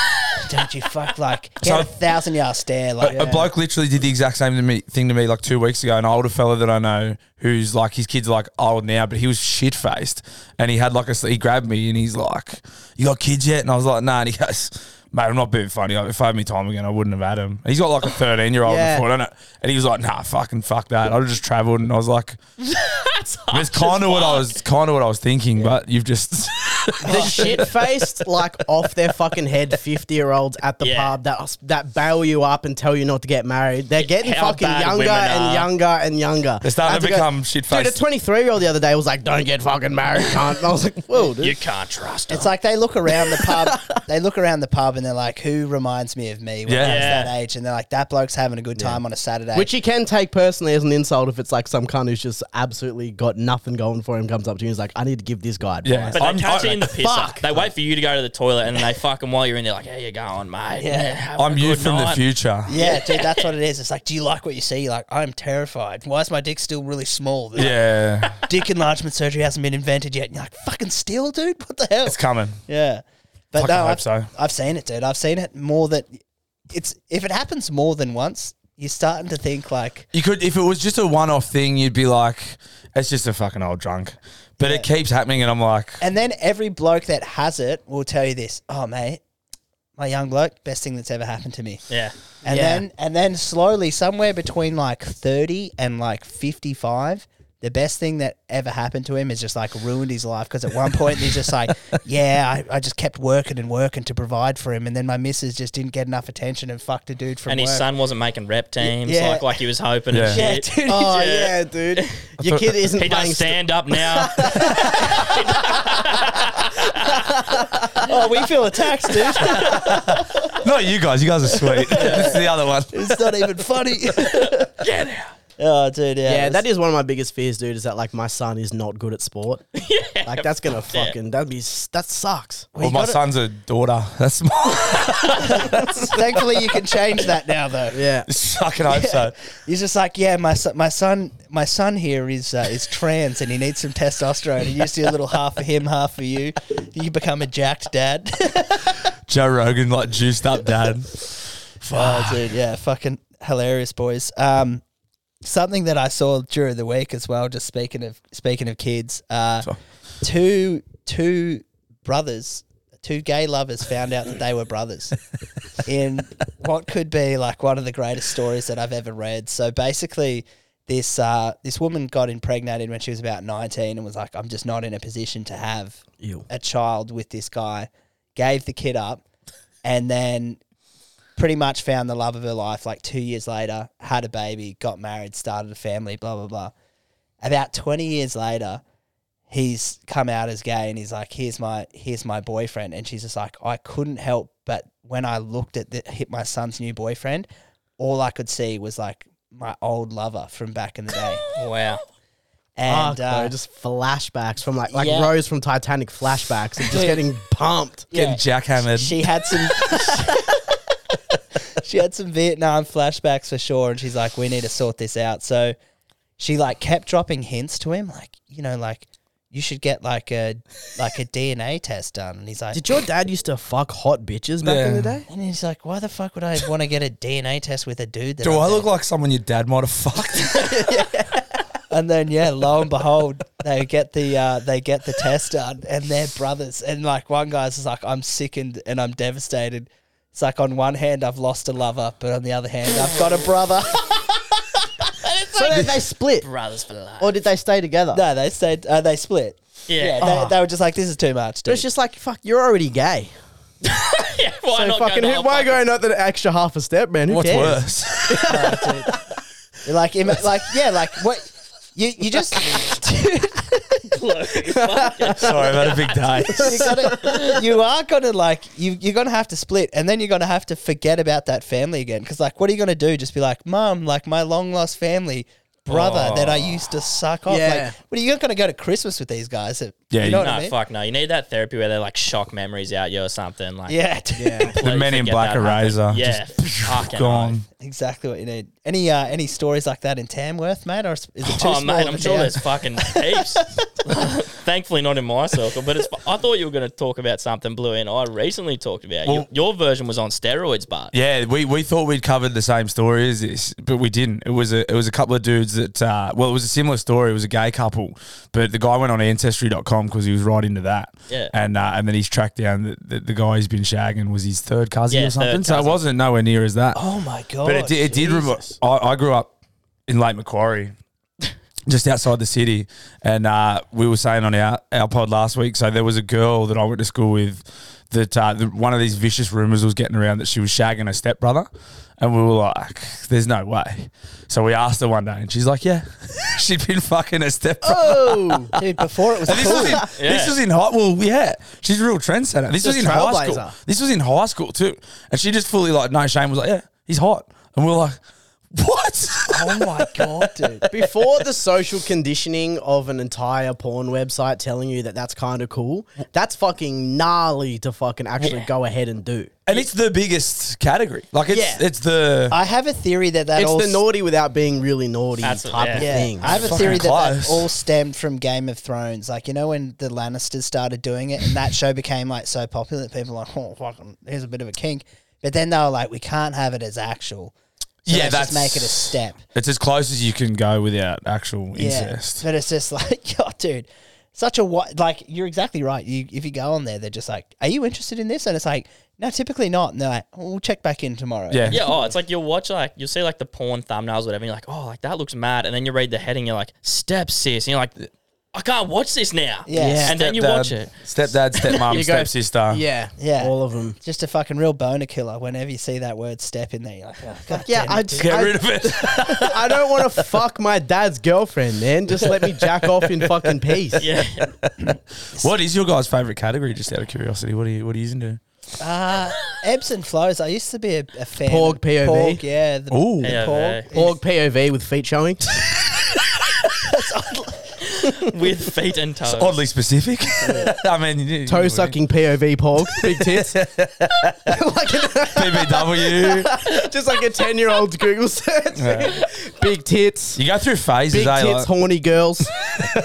[SPEAKER 2] Don't you fuck like." He had a
[SPEAKER 4] So-
[SPEAKER 2] thousand yard stare. Like,
[SPEAKER 4] A bloke literally did the exact same to me, thing to me like two weeks ago. An older fella that I know who's like his kids are like old now, but he was shit faced, and he <laughs> had like a he grabbed me and he's like, "You got kids yet?" And I was like, "Nah." And he goes, mate, I'm not being funny. If I had me time again, I wouldn't have had him. And he's got like a 13 year old
[SPEAKER 3] Yeah.
[SPEAKER 4] before, don't it? And he was like, nah, fucking fuck that. I'd have just travelled. And I was like, that's kind
[SPEAKER 5] <laughs>
[SPEAKER 4] of what I was, kind of what I was thinking. But you've just, <laughs>
[SPEAKER 3] the shit faced, like off their fucking head, fifty year olds at the
[SPEAKER 5] Yeah.
[SPEAKER 3] pub that that bail you up and tell you not to get married. They're getting
[SPEAKER 5] How
[SPEAKER 3] fucking
[SPEAKER 5] bad
[SPEAKER 3] younger
[SPEAKER 5] women
[SPEAKER 3] and
[SPEAKER 5] are.
[SPEAKER 3] younger and younger.
[SPEAKER 4] They're starting
[SPEAKER 3] I had
[SPEAKER 4] to
[SPEAKER 3] go-
[SPEAKER 4] become shit-faced.
[SPEAKER 3] Dude, a twenty three year old the other day was like, "Don't get fucking married, cunt." And I was like, "Whoa, dude."
[SPEAKER 5] You <laughs> can't trust him.
[SPEAKER 2] It's like they look around the
[SPEAKER 5] <laughs>
[SPEAKER 2] pub. they look around the pub and they're like, "Who reminds me of me when I was
[SPEAKER 5] Yeah.
[SPEAKER 2] that age?" And they're like, "That bloke's having a good time on a Saturday."
[SPEAKER 3] Which you can take personally as an insult if it's like some cunt who's just absolutely got nothing going for him comes up to you and is like, I need to give this guy advice.
[SPEAKER 4] Yeah.
[SPEAKER 5] But they
[SPEAKER 4] I'm-
[SPEAKER 5] catch
[SPEAKER 4] I-
[SPEAKER 5] you in the pisser.
[SPEAKER 3] Fuck.
[SPEAKER 5] They wait for you to go to the toilet and they fucking while you're in there like, "How you going, mate?"
[SPEAKER 2] Yeah.
[SPEAKER 5] have a
[SPEAKER 4] I'm you
[SPEAKER 5] good
[SPEAKER 4] from the
[SPEAKER 5] night."
[SPEAKER 4] future.
[SPEAKER 2] yeah, dude, that's what it is. It's like, do you like what you see? You're like, I'm terrified. Why is my dick still really small? They're like,
[SPEAKER 4] Yeah.
[SPEAKER 2] dick enlargement surgery hasn't been invented yet. And you're like, fucking still, dude. What the hell?
[SPEAKER 4] It's coming.
[SPEAKER 2] Yeah, but
[SPEAKER 4] Fucking
[SPEAKER 2] no,
[SPEAKER 4] hope
[SPEAKER 2] I've,
[SPEAKER 4] so.
[SPEAKER 2] I've seen it, dude. I've seen it more that it's if it happens more than once, you're starting to think like,
[SPEAKER 4] You could, if it was just a one off thing, you'd be like, it's just a fucking old drunk. But it keeps happening. And I'm <laughs> like,
[SPEAKER 2] and then every bloke that has it will tell you this. Oh, mate, my young bloke, best thing that's ever happened to me.
[SPEAKER 5] Yeah.
[SPEAKER 2] And
[SPEAKER 3] Yeah.
[SPEAKER 2] then and then slowly, somewhere between like thirty and like fifty five. The best thing that ever happened to him is just like ruined his life because at
[SPEAKER 4] <laughs>
[SPEAKER 2] one point he's just like, yeah, I, I just kept working and working to provide for him, and then my missus just didn't get enough attention and fucked a dude from
[SPEAKER 5] And his
[SPEAKER 2] work.
[SPEAKER 5] son wasn't making rep teams
[SPEAKER 2] Yeah.
[SPEAKER 5] like like he was hoping
[SPEAKER 4] Yeah.
[SPEAKER 5] and
[SPEAKER 2] yeah,
[SPEAKER 5] shit.
[SPEAKER 2] dude,
[SPEAKER 3] Oh,
[SPEAKER 2] yeah. <laughs>
[SPEAKER 3] yeah, dude. Your
[SPEAKER 5] <laughs>
[SPEAKER 3] kid isn't
[SPEAKER 5] He
[SPEAKER 3] playing
[SPEAKER 5] does stand up now.
[SPEAKER 2] Oh, we feel attacked, dude.
[SPEAKER 4] not you guys. You guys are sweet. <laughs> this is the other one.
[SPEAKER 2] it's not even funny. Oh, dude, yeah.
[SPEAKER 3] Yeah,
[SPEAKER 2] that's-
[SPEAKER 3] that is one of my biggest fears, dude. Is that like my son is not good at sport? yeah, like that's gonna fucking that'd be s- that sucks.
[SPEAKER 4] Well,
[SPEAKER 3] <laughs>
[SPEAKER 4] my son's a daughter. That's my <laughs>
[SPEAKER 2] Thankfully, you can change that now, <laughs> though.
[SPEAKER 3] Yeah,
[SPEAKER 4] fucking hope so.
[SPEAKER 2] He's just like, yeah, my son, my son, my son here is uh, is trans and he needs some testosterone. And you just do a little half for him, half for you. You become a jacked dad. <laughs>
[SPEAKER 4] Joe Rogan, like juiced up <laughs> dad.
[SPEAKER 2] oh, dude, yeah, fucking hilarious, boys. Um, something that I saw during the week as well. Just speaking of speaking of kids, uh, two two brothers, two gay lovers, found out that they were brothers in what could be like one of the greatest stories that I've ever read. So basically. This uh, this woman got impregnated when she was about nineteen and was like, "I'm just not in a position to have
[SPEAKER 3] Ew.
[SPEAKER 2] a child with this guy." Gave the kid up, and then pretty much found the love of her life like two years later, had a baby, got married, started a family, blah, blah, blah. About 20 years later, he's come out as gay and he's like, here's my, here's my boyfriend. And she's just like, I couldn't help. But when I looked at the, hit my son's new boyfriend, all I could see was like my old lover from back in the day.
[SPEAKER 5] wow.
[SPEAKER 2] And,
[SPEAKER 3] Fuck,
[SPEAKER 2] uh,
[SPEAKER 3] bro, just flashbacks from like like
[SPEAKER 2] yeah.
[SPEAKER 3] Rose from Titanic flashbacks and just getting pumped.
[SPEAKER 2] yeah.
[SPEAKER 4] Getting jackhammered.
[SPEAKER 2] She had some. <laughs> she had some Vietnam flashbacks for sure, and she's like, "We need to sort this out." So she like kept dropping hints to him, like you know, like you should get like a like a DNA test done, and he's like,
[SPEAKER 3] Did your dad used to fuck hot bitches back in the
[SPEAKER 4] Yeah.
[SPEAKER 3] day?
[SPEAKER 2] and he's like, "Why the fuck would I want to get a DNA test with a dude?" That
[SPEAKER 4] Do
[SPEAKER 2] I've
[SPEAKER 4] I
[SPEAKER 2] never
[SPEAKER 4] look like someone your dad might have <laughs> fucked?
[SPEAKER 2] And then yeah, lo and behold, they get the uh, they get the test done, and they're brothers. And like one guy's just like, I'm sickened and I'm devastated. It's like on one hand I've lost a lover, but on the other hand I've got a brother.
[SPEAKER 3] So did they split
[SPEAKER 5] Brothers for life.
[SPEAKER 3] or did they stay together?
[SPEAKER 2] no, they said uh, they split.
[SPEAKER 5] Yeah. Oh,
[SPEAKER 2] Yeah, they, they were just like, this is too much.
[SPEAKER 3] But
[SPEAKER 2] Dude.
[SPEAKER 3] it's just like fuck, you're already gay.
[SPEAKER 5] Yeah, why
[SPEAKER 3] So
[SPEAKER 5] not
[SPEAKER 3] fucking
[SPEAKER 5] go the
[SPEAKER 3] who,
[SPEAKER 5] whole
[SPEAKER 3] why
[SPEAKER 5] fucking-
[SPEAKER 3] going up the extra half a step, man? Who
[SPEAKER 4] What's
[SPEAKER 3] cares?
[SPEAKER 4] <laughs> worse?
[SPEAKER 2] like, im- like yeah, like what you you just <laughs> dude,
[SPEAKER 4] Sorry, I've had a big <laughs> day.
[SPEAKER 2] you, gotta, you are gonna like you you're gonna have to split, and then you're gonna have to forget about that family again. Because like, what are you gonna do? Just be like, mum, like my long lost family. Brother that I used to suck off.
[SPEAKER 3] Yeah.
[SPEAKER 2] Like, what are you not going to go to Christmas with these guys?
[SPEAKER 4] Yeah,
[SPEAKER 2] you
[SPEAKER 4] you-
[SPEAKER 2] know what
[SPEAKER 5] No,
[SPEAKER 2] I mean.
[SPEAKER 5] fuck no. You need that therapy where they like shock memories out you or something. Like
[SPEAKER 2] Yeah, <laughs> dude.
[SPEAKER 5] completely
[SPEAKER 4] The Men in
[SPEAKER 5] forget
[SPEAKER 4] Black
[SPEAKER 5] that happened.
[SPEAKER 4] eraser.
[SPEAKER 5] Yeah, fucking
[SPEAKER 4] Gone.
[SPEAKER 5] oath.
[SPEAKER 2] exactly what you need. Any uh, any stories like that in Tamworth, mate? Or is it too small
[SPEAKER 5] Oh mate,
[SPEAKER 2] of
[SPEAKER 5] I'm
[SPEAKER 2] a
[SPEAKER 5] sure
[SPEAKER 2] town?
[SPEAKER 5] there's fucking
[SPEAKER 2] <laughs>
[SPEAKER 5] heaps. Thankfully, not in my circle. But it's, I thought you were going to talk about something blue, and I recently talked about. your,
[SPEAKER 4] Well-
[SPEAKER 5] your version was on steroids, but
[SPEAKER 4] Yeah, we, we thought we'd covered the same story as this, but we didn't. It was a it was a couple of dudes that uh, well, it was a similar story. It was a gay couple, but the guy went on ancestry.com because he was right into that.
[SPEAKER 5] Yeah.
[SPEAKER 4] and uh, and then he's tracked down the, the, the guy he's been shagging was his third cousin
[SPEAKER 5] Yeah,
[SPEAKER 4] or
[SPEAKER 5] third
[SPEAKER 4] something. So it
[SPEAKER 5] cousin.
[SPEAKER 4] wasn't nowhere near as that.
[SPEAKER 2] Oh my god!
[SPEAKER 4] But it did, it did remi-
[SPEAKER 2] Jesus.
[SPEAKER 4] I, I grew up in Lake Macquarie, just outside the city, and uh, we were saying on our, our pod last week. So there was a girl that I went to school with that uh, the, one of these vicious rumors was getting around that she was shagging her stepbrother, and we were like, "There's no way." So we asked her one day, and she's like, "Yeah, <laughs> she'd been fucking her stepbrother."
[SPEAKER 3] Oh,
[SPEAKER 2] dude. Before
[SPEAKER 4] <laughs>
[SPEAKER 2] it was
[SPEAKER 4] And this
[SPEAKER 2] cool.
[SPEAKER 4] was in this was in high. Well, yeah, she's a real trendsetter. This was
[SPEAKER 3] a
[SPEAKER 4] in high
[SPEAKER 3] trailblazer.
[SPEAKER 4] school. This was in high school too, and she just fully like no shame was like, yeah, he's hot, and we are like, <laughs> what?
[SPEAKER 2] oh my
[SPEAKER 4] <laughs>
[SPEAKER 2] god, dude.
[SPEAKER 3] before the social conditioning of an entire porn website telling you that that's kind of cool, that's fucking gnarly to fucking actually go ahead and do.
[SPEAKER 4] and it's the biggest category. Like it's
[SPEAKER 3] Yeah.
[SPEAKER 4] it's the
[SPEAKER 2] I have a theory that that
[SPEAKER 3] it's
[SPEAKER 2] all
[SPEAKER 3] the naughty without being really naughty
[SPEAKER 5] That's what-
[SPEAKER 3] type
[SPEAKER 5] yeah.
[SPEAKER 3] of
[SPEAKER 2] Yeah,
[SPEAKER 3] thing.
[SPEAKER 2] I have a
[SPEAKER 4] Fucking
[SPEAKER 2] theory that that
[SPEAKER 4] close.
[SPEAKER 2] all stemmed from Game of Thrones. Like you know when the Lannisters started doing it, and that show became like so popular that people were like, oh, fucking, here's a bit of a kink. But then they were like, we can't have it as actual. So
[SPEAKER 4] Yeah,
[SPEAKER 2] let's just
[SPEAKER 4] that's-
[SPEAKER 2] make it a step.
[SPEAKER 4] it's as close as you can go without actual
[SPEAKER 2] Yeah,
[SPEAKER 4] incest.
[SPEAKER 2] but it's just <laughs> like, God, dude, such a what? Like you're exactly right. You if you go on there, they're just like, are you interested in this? And it's like, no, typically not. And they're like, "Well, we'll check back in tomorrow.
[SPEAKER 4] Yeah.
[SPEAKER 5] Yeah, oh, it's like you'll watch like you'll see like the porn thumbnails, or whatever. And you're like, oh, like that looks mad, and then you read the heading, you're like, step sis, and you're like, I can't watch this now.
[SPEAKER 2] Yeah. Yeah.
[SPEAKER 5] and then you watch it.
[SPEAKER 2] <laughs>
[SPEAKER 4] Stepdad, stepmom,
[SPEAKER 3] You go-
[SPEAKER 4] stepsister.
[SPEAKER 3] yeah,
[SPEAKER 2] Yeah.
[SPEAKER 3] all of them.
[SPEAKER 2] Just a fucking real boner killer. Whenever you see that word "step" in there, you're like, oh, God
[SPEAKER 3] <laughs> Yeah,
[SPEAKER 2] damn
[SPEAKER 3] I,
[SPEAKER 2] it,
[SPEAKER 3] just,
[SPEAKER 4] Get
[SPEAKER 3] I,
[SPEAKER 4] rid of
[SPEAKER 2] <laughs>
[SPEAKER 4] it.
[SPEAKER 3] I don't want to fuck my dad's girlfriend, man. Just let me jack off in fucking peace.
[SPEAKER 5] Yeah,
[SPEAKER 4] what is your guy's favorite category? Just out of curiosity, what are you what are you into?
[SPEAKER 2] Uh, ebbs and flows. I used to be a, a fan.
[SPEAKER 3] Porg
[SPEAKER 2] of
[SPEAKER 3] POV?
[SPEAKER 2] Porg, yeah. The,
[SPEAKER 4] Ooh.
[SPEAKER 2] the
[SPEAKER 3] <laughs>
[SPEAKER 5] Yeah,
[SPEAKER 2] porg.
[SPEAKER 3] Org POV with feet showing.
[SPEAKER 5] with feet and toes.
[SPEAKER 4] Oddly specific. <laughs> I mean, you-
[SPEAKER 3] Toe sucking POV porg. Big tits. <laughs> like an,
[SPEAKER 4] BBW.
[SPEAKER 3] just like a 10 year old's Google search. Big tits.
[SPEAKER 4] You go through phases,
[SPEAKER 3] Big
[SPEAKER 4] eh?
[SPEAKER 3] tits,
[SPEAKER 4] like-
[SPEAKER 3] horny girls.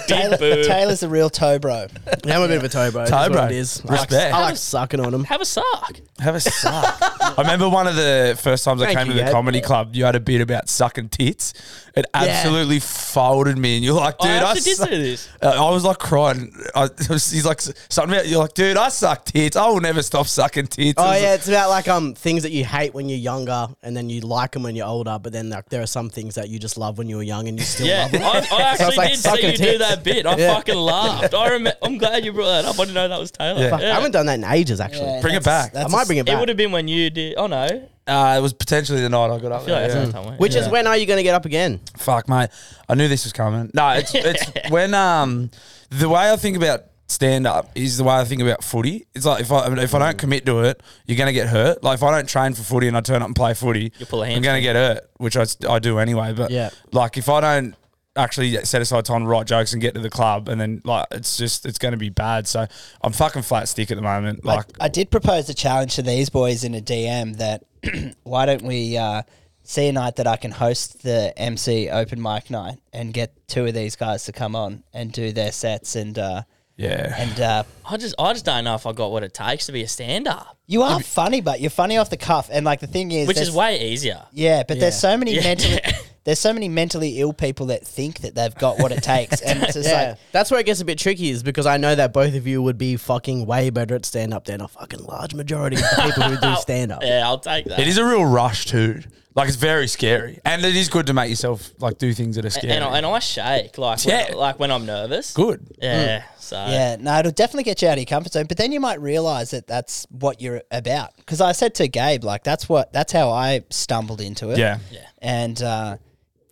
[SPEAKER 5] Big boob.
[SPEAKER 2] Taylor's a real toe bro.
[SPEAKER 3] Yeah, I'm a bit of a toe bro.
[SPEAKER 4] Toe
[SPEAKER 3] Toe
[SPEAKER 4] bro.
[SPEAKER 3] bro. It is. I like,
[SPEAKER 4] Respect.
[SPEAKER 3] I like sucking on them.
[SPEAKER 5] Have a sock.
[SPEAKER 4] Have a suck. I remember one of the first times I
[SPEAKER 3] Thank
[SPEAKER 4] came
[SPEAKER 3] you,
[SPEAKER 4] to the
[SPEAKER 3] Ed.
[SPEAKER 4] comedy club, you had a bit about sucking tits. It absolutely folded me, and you're like, dude,
[SPEAKER 5] I
[SPEAKER 4] I,
[SPEAKER 5] actually did
[SPEAKER 4] suck.
[SPEAKER 5] say this.
[SPEAKER 4] Uh, I was like crying. I, he's like something about you're like, dude, I suck tits. I will never stop sucking tits.
[SPEAKER 3] Oh
[SPEAKER 4] It was
[SPEAKER 3] yeah,
[SPEAKER 4] like-
[SPEAKER 3] it's about like um things that you hate when you're younger, and then you like them when you're older. But then like there are some things that you just love when you were young, and you still
[SPEAKER 5] Yeah,
[SPEAKER 3] love them.
[SPEAKER 5] I,
[SPEAKER 3] <laughs>
[SPEAKER 5] I
[SPEAKER 3] Sounds
[SPEAKER 5] actually
[SPEAKER 3] like
[SPEAKER 5] did see
[SPEAKER 3] sucking
[SPEAKER 5] you do
[SPEAKER 3] tits.
[SPEAKER 5] that bit.
[SPEAKER 3] <laughs>
[SPEAKER 5] I
[SPEAKER 3] Yeah.
[SPEAKER 5] fucking laughed. I rem- I'm glad you brought that up. I didn't know that was
[SPEAKER 4] <laughs>
[SPEAKER 5] Taylor.
[SPEAKER 4] Yeah.
[SPEAKER 3] Fuck, I haven't done that in ages actually.
[SPEAKER 2] Yeah,
[SPEAKER 4] Bring it
[SPEAKER 2] that's-
[SPEAKER 4] back.
[SPEAKER 3] I
[SPEAKER 2] that's
[SPEAKER 3] might
[SPEAKER 2] a-
[SPEAKER 3] bring it
[SPEAKER 5] It
[SPEAKER 3] back.
[SPEAKER 5] would have been when you did. Oh no, I feel
[SPEAKER 4] Uh, it was potentially the night I got up.
[SPEAKER 5] like
[SPEAKER 4] there,
[SPEAKER 5] that's
[SPEAKER 4] yeah.
[SPEAKER 5] not
[SPEAKER 3] Which is when are you going to get up again?
[SPEAKER 4] Fuck, mate. I knew this was coming. No, it's
[SPEAKER 5] <laughs>
[SPEAKER 4] it's when um the way I think about stand up is the way I think about footy. It's like if I if I
[SPEAKER 5] Mm.
[SPEAKER 4] don't commit to it, you're gonna get hurt. Like if I don't train for footy and I turn up and play footy,
[SPEAKER 5] You'll pull a
[SPEAKER 4] I'm gonna
[SPEAKER 5] hamstring.
[SPEAKER 4] get hurt, which I, s- I do anyway. But
[SPEAKER 3] Yeah.
[SPEAKER 4] like if I don't actually set aside time to write jokes and get to the club, and then like it's just it's gonna be bad. So I'm fucking flat stick at the moment. Like
[SPEAKER 2] I did propose a challenge to these boys in a DM that <clears throat> why don't we uh, see a night that I can host the MC open mic night and get two of these guys to come on and do their sets and uh,
[SPEAKER 4] yeah,
[SPEAKER 2] and uh,
[SPEAKER 5] I just I just don't know if I got what it takes to be a stand up,
[SPEAKER 2] you are funny, but you're funny off the cuff. And like the thing is,
[SPEAKER 5] which is
[SPEAKER 2] there's-
[SPEAKER 5] way easier.
[SPEAKER 2] Yeah, but there's
[SPEAKER 3] Yeah.
[SPEAKER 2] so many
[SPEAKER 5] Yeah.
[SPEAKER 2] mentally there's so many mentally ill people that think that they've got what it takes, and
[SPEAKER 3] <laughs>
[SPEAKER 2] it's just like
[SPEAKER 3] that's where it gets a bit tricky, is because I know that both of you would be fucking way better at stand up than a fucking large majority of the people who
[SPEAKER 4] <laughs>
[SPEAKER 3] do stand up.
[SPEAKER 5] Yeah, I'll take that.
[SPEAKER 4] it is a real rush too. Like it's very scary, and it is good to make yourself like do things that are scary.
[SPEAKER 5] and, I, and I shake like
[SPEAKER 4] Yeah.
[SPEAKER 5] when, like when I'm nervous.
[SPEAKER 4] good.
[SPEAKER 5] Yeah. So
[SPEAKER 2] yeah, no, it'll definitely get you out of your comfort zone. But then you might realize that that's what you're about. Because I said to Gabe, like that's what that's how I stumbled into it.
[SPEAKER 4] Yeah.
[SPEAKER 5] Yeah.
[SPEAKER 2] and uh,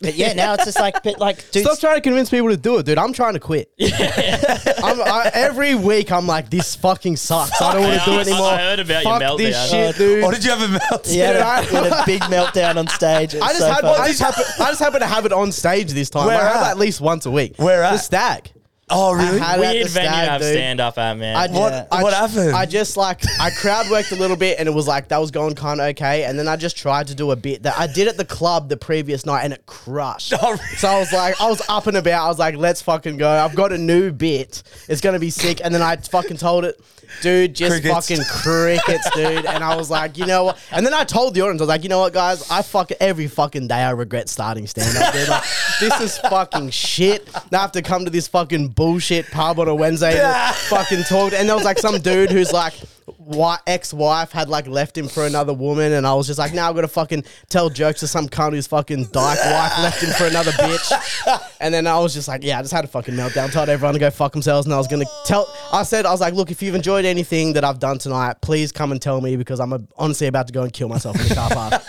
[SPEAKER 2] but yeah, now it's just like, but like, dude,
[SPEAKER 3] Stop trying to convince people to do it, dude. I'm trying to quit. <laughs> I'm, I, every week, I'm like, this fucking sucks. I don't want to
[SPEAKER 5] Fuck,
[SPEAKER 3] do
[SPEAKER 5] I-
[SPEAKER 3] it anymore.
[SPEAKER 5] I heard about your
[SPEAKER 3] Fuck this
[SPEAKER 5] meltdown.
[SPEAKER 3] shit, dude.
[SPEAKER 4] Oh, did you have a melt?
[SPEAKER 2] yeah,
[SPEAKER 3] dude,
[SPEAKER 2] I
[SPEAKER 3] I-
[SPEAKER 2] had a big meltdown on
[SPEAKER 3] <laughs>
[SPEAKER 2] stage.
[SPEAKER 3] I just, had, I, just happen, I just happen to have it on stage this time.
[SPEAKER 4] Where
[SPEAKER 3] I have
[SPEAKER 4] at?
[SPEAKER 3] it at least once a week.
[SPEAKER 4] Where
[SPEAKER 3] the
[SPEAKER 4] at?
[SPEAKER 3] The stag.
[SPEAKER 4] Oh, really?
[SPEAKER 3] I had it at
[SPEAKER 5] Weird
[SPEAKER 3] the
[SPEAKER 5] venue
[SPEAKER 3] stag,
[SPEAKER 5] to have
[SPEAKER 3] dude.
[SPEAKER 5] stand up at, man.
[SPEAKER 3] I
[SPEAKER 4] What-
[SPEAKER 3] ju- I
[SPEAKER 4] what
[SPEAKER 3] ju-
[SPEAKER 4] happened?
[SPEAKER 3] I just like <laughs> I crowd worked a little bit and it was like that was going kind of okay, and then I just tried to do a bit that I did at the club the previous night and it crushed.
[SPEAKER 4] <laughs> Oh, really?
[SPEAKER 3] So I was like, I was up and about. I was like, let's fucking go. I've got a new bit. It's gonna be sick. And then I fucking told it, dude, just
[SPEAKER 4] Crickets.
[SPEAKER 3] fucking crickets, dude. And I was like, you know what? And then I told the audience, I was like, you know what, guys? I fuck every fucking day. I regret starting stand up, dude. Like, this is fucking shit. Now I have to come to this fucking bullshit pub on a Wednesday and fucking talk. And there was like some dude who's like. Why ex-wife had like left him for another woman, and I was just like, now I've got to fucking tell jokes to some cunt who's fucking dyke wife left him for another bitch. And then I was just like, yeah, I just had a fucking meltdown. Told everyone to go fuck themselves, and I was gonna tell. I said, I was like, look, if you've enjoyed anything that I've done tonight, please come and tell me because I'm uh, honestly about to go and kill myself in the car park.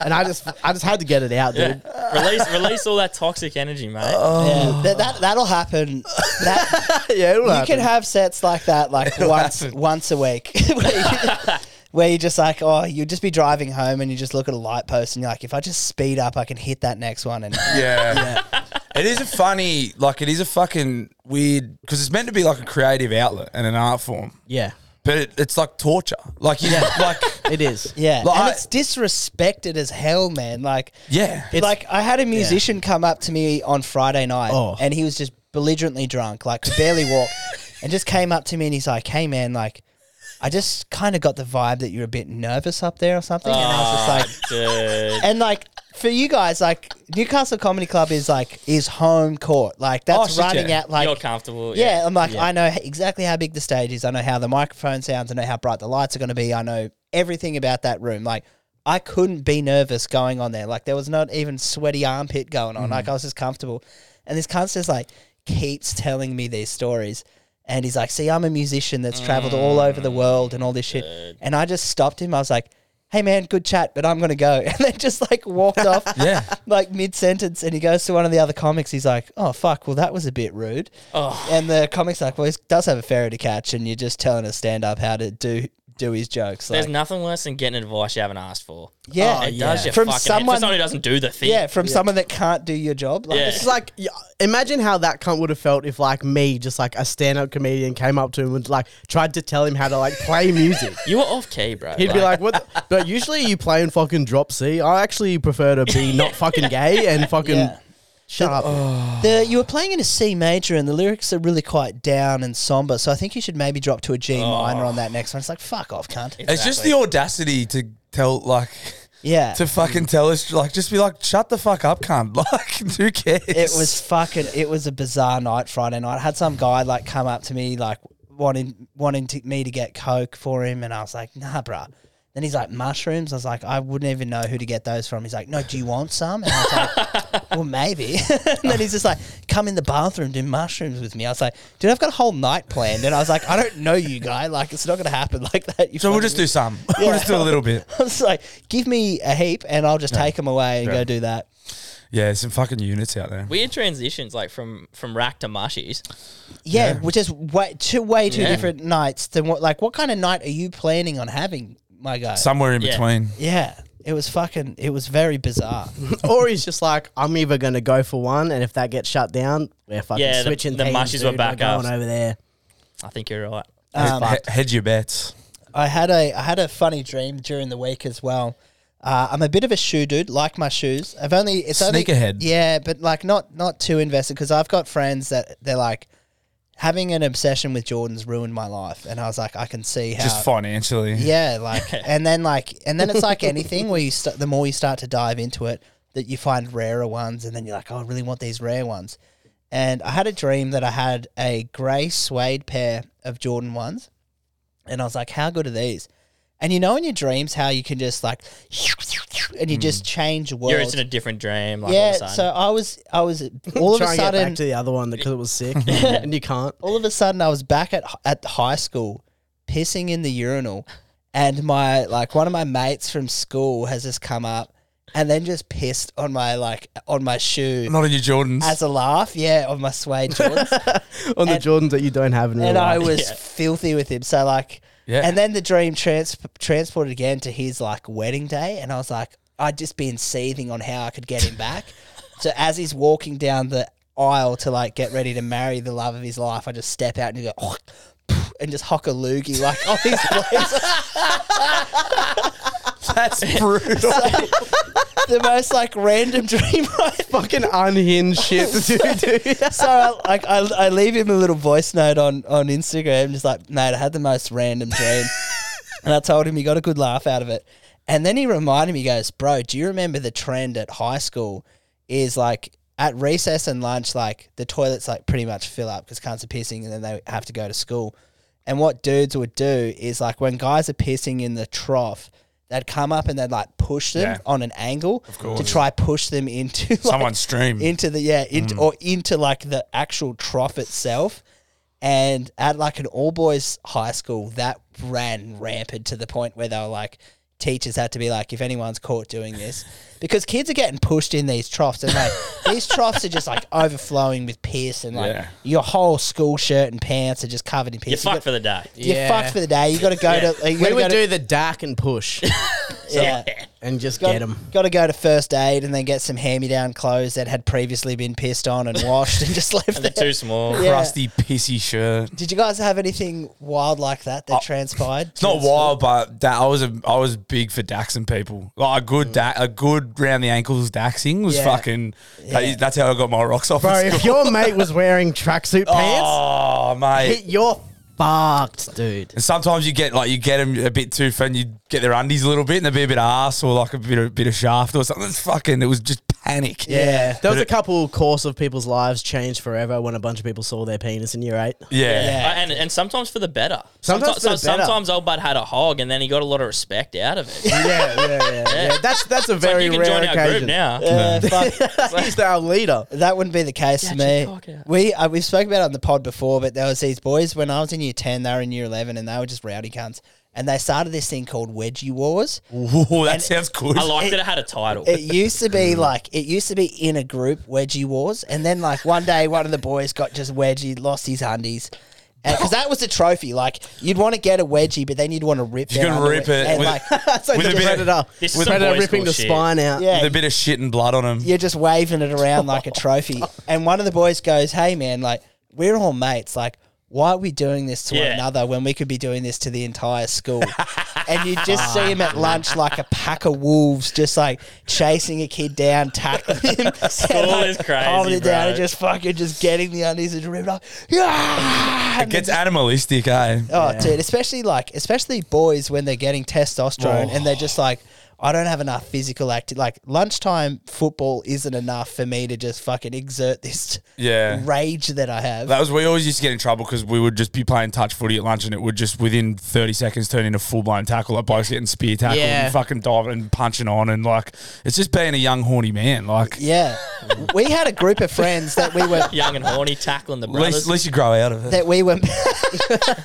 [SPEAKER 3] and I just, I just had to get it out, dude.
[SPEAKER 5] <laughs>
[SPEAKER 2] <laughs>
[SPEAKER 5] Yeah. release, release all that toxic energy, mate.
[SPEAKER 2] Yeah, that, that that'll happen. That,
[SPEAKER 3] Yeah, it
[SPEAKER 2] you can have sets like that, like once once a week, <laughs> where, you, where you're just like, oh, you just be driving home and you just look at a light post and you're like, if I just speed up, I can hit that next one. And
[SPEAKER 4] Yeah. It is a funny, like, it is a fucking weird, because it's meant to be like a creative outlet and an art form,
[SPEAKER 3] yeah,
[SPEAKER 4] but it, it's like torture. Like, you, like,
[SPEAKER 3] it is.
[SPEAKER 2] yeah,
[SPEAKER 4] Like,
[SPEAKER 2] and
[SPEAKER 4] I-
[SPEAKER 2] it's disrespected as hell, man. Like,
[SPEAKER 4] yeah.
[SPEAKER 2] It's, like I had a musician come up to me on Friday night,
[SPEAKER 3] Oh.
[SPEAKER 2] and he was just belligerently drunk, like could barely walk, and just came up to me and he's like, "Hey, man, like." I just kind of got the vibe that you're a bit nervous up there or something, and I was just like,
[SPEAKER 5] Dude.
[SPEAKER 2] and like for you guys, like Newcastle Comedy Club is like is home court. Like that's
[SPEAKER 4] Oh, shit,
[SPEAKER 2] running
[SPEAKER 4] yeah.
[SPEAKER 2] at like
[SPEAKER 5] You're comfortable.
[SPEAKER 2] yeah, I'm like I know h- exactly how big the stage is. I know how the microphone sounds. I know how bright the lights are going to be. I know everything about that room. Like I couldn't be nervous going on there. Like there was not even sweaty armpit going on. Like I was just comfortable. And this cunt just like keeps telling me these stories. And he's like, "See, I'm a musician that's traveled all over the world and all this shit." And I just stopped him. I was like, "Hey, man, good chat, but I'm gonna go." <laughs> And then just like walked <laughs> off,
[SPEAKER 4] Yeah.
[SPEAKER 2] like mid sentence. And he goes to one of the other comics. He's like, "Oh fuck, well that was a bit rude." And the comic's like, well, he does have a ferry to catch, and you're just telling a stand up how to do do his jokes.
[SPEAKER 5] There's
[SPEAKER 2] Like,
[SPEAKER 5] nothing worse than getting advice you haven't asked for. Oh,
[SPEAKER 2] yeah,
[SPEAKER 5] it does you
[SPEAKER 2] from
[SPEAKER 5] fucking
[SPEAKER 2] someone,
[SPEAKER 5] head. For someone who doesn't do the thing.
[SPEAKER 2] yeah, from someone that can't do your job. Like,
[SPEAKER 5] Yeah.
[SPEAKER 2] this
[SPEAKER 3] It's
[SPEAKER 2] is-
[SPEAKER 3] like, y- imagine how that cunt would have felt if, like, me, just like a stand-up comedian, came up to him and like tried to tell him how to like play music.
[SPEAKER 5] You were off key, bro.
[SPEAKER 3] He'd be like, "What?" The? But usually you play in fucking drop C. I actually prefer to be not fucking gay and fucking
[SPEAKER 2] Yeah. Oh.
[SPEAKER 3] shut up.
[SPEAKER 2] the, you were playing in a C major, and the lyrics are really quite down and somber. So I think you should maybe drop to a G minor on that next one. It's like, fuck off, cunt.
[SPEAKER 4] It's just the audacity to tell, like,
[SPEAKER 2] yeah,
[SPEAKER 4] to fucking tell us, like, just be like, shut the fuck up, cunt. <laughs> Like, who cares?
[SPEAKER 2] it was fucking it was a bizarre night friday night I had some guy like come up to me like wanting wanting to, me to get coke for him and i was like nah bruh then he's like mushrooms i was like i wouldn't even know who to get those from he's like no do you want some and i was
[SPEAKER 4] <laughs>
[SPEAKER 2] like well maybe <laughs> and then he's just like come in the bathroom do mushrooms with me i was like dude i've got a whole night planned and i was like i don't know you guy like it's not gonna happen <laughs> like that you
[SPEAKER 4] So we'll
[SPEAKER 2] fucking-
[SPEAKER 4] just do some. <laughs> We'll just do a little bit.
[SPEAKER 2] I was like give me a heap and i'll just take 'em take them away and go do that
[SPEAKER 4] Yeah, some fucking units out there.
[SPEAKER 5] weird transitions, like from from rack to mushies.
[SPEAKER 2] Yeah, which is way two way two
[SPEAKER 5] Yeah.
[SPEAKER 2] different nights than what like what kind of night are you planning on having, my guy?
[SPEAKER 4] Somewhere in
[SPEAKER 5] Yeah.
[SPEAKER 4] between.
[SPEAKER 2] yeah. It was fucking it was very bizarre.
[SPEAKER 3] or he's just like, "I'm either gonna go for one, and if that gets shut down, we're fucking
[SPEAKER 5] Yeah, the-
[SPEAKER 3] switching."
[SPEAKER 5] the
[SPEAKER 3] teams,
[SPEAKER 5] mushies were
[SPEAKER 3] dude.
[SPEAKER 5] back
[SPEAKER 3] we're going
[SPEAKER 5] up.
[SPEAKER 3] over there.
[SPEAKER 5] I think you're right.
[SPEAKER 2] Um,
[SPEAKER 4] He- hedge your bets.
[SPEAKER 2] I had a I had a funny dream during the week as well. Uh, I'm a bit of a shoe dude, like my shoes. I've only it's only
[SPEAKER 4] Sneakerhead.
[SPEAKER 2] Yeah, but like not not too invested because I've got friends that they're like having an obsession with Jordans ruined my life, and I was like, I can see how
[SPEAKER 4] Just financially.
[SPEAKER 2] Uh,
[SPEAKER 3] <laughs>
[SPEAKER 2] Yeah, like, and then like, and then it's like anything where you st- the more you start to dive into it, that you find rarer ones, and then you're like, oh, I really want these rare ones. And I had a dream that I had a grey suede pair of Jordan ones, and I was like, how good are these? And you know in your dreams how you can just like, and you
[SPEAKER 3] Hmm.
[SPEAKER 2] just change worlds.
[SPEAKER 5] You're just in a different dream. Like, all of
[SPEAKER 2] yeah,
[SPEAKER 5] a sudden.
[SPEAKER 2] so I was, I was <laughs> all of
[SPEAKER 3] Try
[SPEAKER 2] a
[SPEAKER 3] and get
[SPEAKER 2] sudden,
[SPEAKER 3] back to the other one because it
[SPEAKER 2] <laughs>
[SPEAKER 3] was sick, and you can't.
[SPEAKER 2] all of a sudden I was back at at high school, pissing in the urinal, and my like one of my mates from school has just come up and then just pissed on my like on my shoe
[SPEAKER 4] Not in your Jordans.
[SPEAKER 2] as a laugh, yeah, on my suede shorts,
[SPEAKER 3] On the
[SPEAKER 2] And-
[SPEAKER 3] Jordans that you don't have in real
[SPEAKER 2] and I
[SPEAKER 3] life.
[SPEAKER 2] was
[SPEAKER 5] Yeah.
[SPEAKER 2] filthy with him. So like,
[SPEAKER 4] Yeah.
[SPEAKER 2] and then the dream trans- transported again to his like wedding day, and I
[SPEAKER 4] <laughs>
[SPEAKER 2] was like, I'd just been seething on how I could get him back. so as he's walking down the aisle to like get ready to marry the love of his life, I just step out and go oh, and just hock a loogie like oh these
[SPEAKER 4] <laughs>
[SPEAKER 2] blokes <laughs>
[SPEAKER 4] That's brutal.
[SPEAKER 2] the most like random dream <laughs> right
[SPEAKER 3] <laughs> Fucking unhinged shit to
[SPEAKER 2] <laughs>
[SPEAKER 3] do, dude.
[SPEAKER 2] so I, like I, I leave him a little voice note on on Instagram, just like mate, I had the most random
[SPEAKER 4] <laughs>
[SPEAKER 2] dream, and I told him he got a good laugh out of it, and then he reminded me, he goes, bro, do you remember the trend at high school is like at recess and lunch, like the toilets like pretty much fill up because cunts are pissing, and then they have to go to school, and what dudes would do is like when guys are pissing in the trough. They'd come up and they'd like push them
[SPEAKER 4] Yeah.
[SPEAKER 2] on an angle to
[SPEAKER 4] course.
[SPEAKER 2] try push them into <laughs> like,
[SPEAKER 4] Someone's stream.
[SPEAKER 2] into the yeah into, or into like the actual trough itself and at like an all boys high school that ran rampant to the point where they were like teachers had to be like if anyone's caught doing this because kids are getting pushed in these troughs and like these troughs are just like overflowing with piss and like
[SPEAKER 4] Yeah.
[SPEAKER 2] your whole school shirt and pants are just covered in piss
[SPEAKER 5] You're
[SPEAKER 2] You
[SPEAKER 5] fucked
[SPEAKER 2] got-
[SPEAKER 5] for the day.
[SPEAKER 2] you're
[SPEAKER 3] Yeah.
[SPEAKER 2] fucked for the day you got to go to you
[SPEAKER 3] We
[SPEAKER 2] gotta go
[SPEAKER 3] would
[SPEAKER 2] to,
[SPEAKER 3] do the DAC and push
[SPEAKER 2] yeah
[SPEAKER 3] and just
[SPEAKER 2] Got,
[SPEAKER 3] get them.
[SPEAKER 2] Got to go to first aid and then get some hand-me-down clothes that had previously been pissed on and washed and just <laughs> left
[SPEAKER 5] And they're
[SPEAKER 2] there.
[SPEAKER 5] too small.
[SPEAKER 2] <laughs> Yeah.
[SPEAKER 4] Crusty, pissy shirt.
[SPEAKER 2] Did you guys have anything wild like that that transpired?
[SPEAKER 4] Oh, It's not wild, but da- I was a, I was big for daxing people. Like a good da- a good round the ankles daxing was
[SPEAKER 2] Mm. Yeah.
[SPEAKER 4] fucking. that- that's how I got my rocks off. <laughs>
[SPEAKER 3] Bro,
[SPEAKER 2] <laughs>
[SPEAKER 4] at
[SPEAKER 3] if
[SPEAKER 4] school.
[SPEAKER 3] your mate was wearing tracksuit pants,
[SPEAKER 4] oh mate.
[SPEAKER 3] hit you're fucked, dude.
[SPEAKER 4] And sometimes you get like you get them a bit too thin. You get their undies a little bit, and they'd be a bit of ass or like a bit of bit of shaft or something. It's fucking. It was just panic.
[SPEAKER 2] Yeah.
[SPEAKER 3] There was
[SPEAKER 4] But
[SPEAKER 3] a
[SPEAKER 4] it-
[SPEAKER 3] couple course of people's lives changed forever when a bunch of people saw their penis in year eight.
[SPEAKER 4] yeah. <laughs>
[SPEAKER 2] Yeah.
[SPEAKER 5] Uh, and, and sometimes for the better.
[SPEAKER 3] Sometimes for the
[SPEAKER 5] so-
[SPEAKER 3] better.
[SPEAKER 5] sometimes old bud had a hog, and then he got a lot of respect out of it.
[SPEAKER 3] Yeah, yeah, yeah. yeah. That's that's a very
[SPEAKER 5] you can
[SPEAKER 3] rare
[SPEAKER 5] join our
[SPEAKER 3] occasion.
[SPEAKER 5] group now.
[SPEAKER 2] Yeah,
[SPEAKER 5] <laughs>
[SPEAKER 2] fuck.
[SPEAKER 3] He's our leader.
[SPEAKER 2] that wouldn't be the case for
[SPEAKER 5] Yeah,
[SPEAKER 2] me.
[SPEAKER 5] check it out.
[SPEAKER 2] We uh, we've spoken about it on the pod before, but there was these boys when I was in year ten, they were in year eleven, and they were just rowdy cunts. And they started this thing called wedgie wars.
[SPEAKER 4] Ooh, that sounds good.
[SPEAKER 5] I liked that it had a title.
[SPEAKER 2] It used to
[SPEAKER 4] <laughs>
[SPEAKER 2] be like it used to be in a group wedgie wars, and then like one day one of the boys got just wedgie, lost his undies. Because that was the trophy. Like you'd want to get a wedgie, but then you'd want to rip.
[SPEAKER 4] You
[SPEAKER 2] their
[SPEAKER 4] can
[SPEAKER 2] underwe-
[SPEAKER 4] rip it
[SPEAKER 2] and,
[SPEAKER 4] with-
[SPEAKER 2] like <laughs>
[SPEAKER 3] That's like
[SPEAKER 4] With
[SPEAKER 3] the
[SPEAKER 4] a bit of-
[SPEAKER 3] predator.
[SPEAKER 5] This is
[SPEAKER 3] With
[SPEAKER 5] some
[SPEAKER 3] predator
[SPEAKER 5] boys'
[SPEAKER 3] ripping
[SPEAKER 5] school
[SPEAKER 3] the
[SPEAKER 5] shit.
[SPEAKER 3] spine out.
[SPEAKER 2] yeah,
[SPEAKER 4] With a bit of shit and blood on
[SPEAKER 5] Mm.
[SPEAKER 4] them.
[SPEAKER 2] you're just waving it around like a
[SPEAKER 5] <laughs>
[SPEAKER 2] trophy. And one of the boys goes, "Hey man, like we're all mates. Like why are we doing this to one
[SPEAKER 5] Yeah.
[SPEAKER 2] another when we could be doing this to the entire
[SPEAKER 5] <laughs>
[SPEAKER 2] school?" and you just see him at lunch like a pack of wolves, just like chasing a kid down, tackling
[SPEAKER 5] <laughs>
[SPEAKER 2] him, and,
[SPEAKER 5] is crazy,
[SPEAKER 2] holding it down,
[SPEAKER 5] bro.
[SPEAKER 2] and just fucking just getting the undies and ripped off. Yeah,
[SPEAKER 4] It gets animalistic, eh?
[SPEAKER 2] Oh, dude, especially like, especially boys when they're getting testosterone and they're
[SPEAKER 4] Oh.
[SPEAKER 2] just like, I don't have enough physical activity. Like lunchtime football isn't enough for me to just fucking exert this
[SPEAKER 4] Yeah.
[SPEAKER 2] rage that I have.
[SPEAKER 4] That was we always used to get in trouble because we would just be playing touch footy at lunch and it would just within thirty seconds turn into full blown tackle. Like blokes getting spear tackled
[SPEAKER 3] Yeah.
[SPEAKER 4] and fucking diving and punching on and like it's just being a young horny man. Like
[SPEAKER 2] yeah, we had a group of friends that we
[SPEAKER 4] <laughs>
[SPEAKER 2] were
[SPEAKER 5] Young and horny, tackling the
[SPEAKER 4] at least,
[SPEAKER 5] brothers.
[SPEAKER 4] at least you grow out of it.
[SPEAKER 2] that we were. <laughs>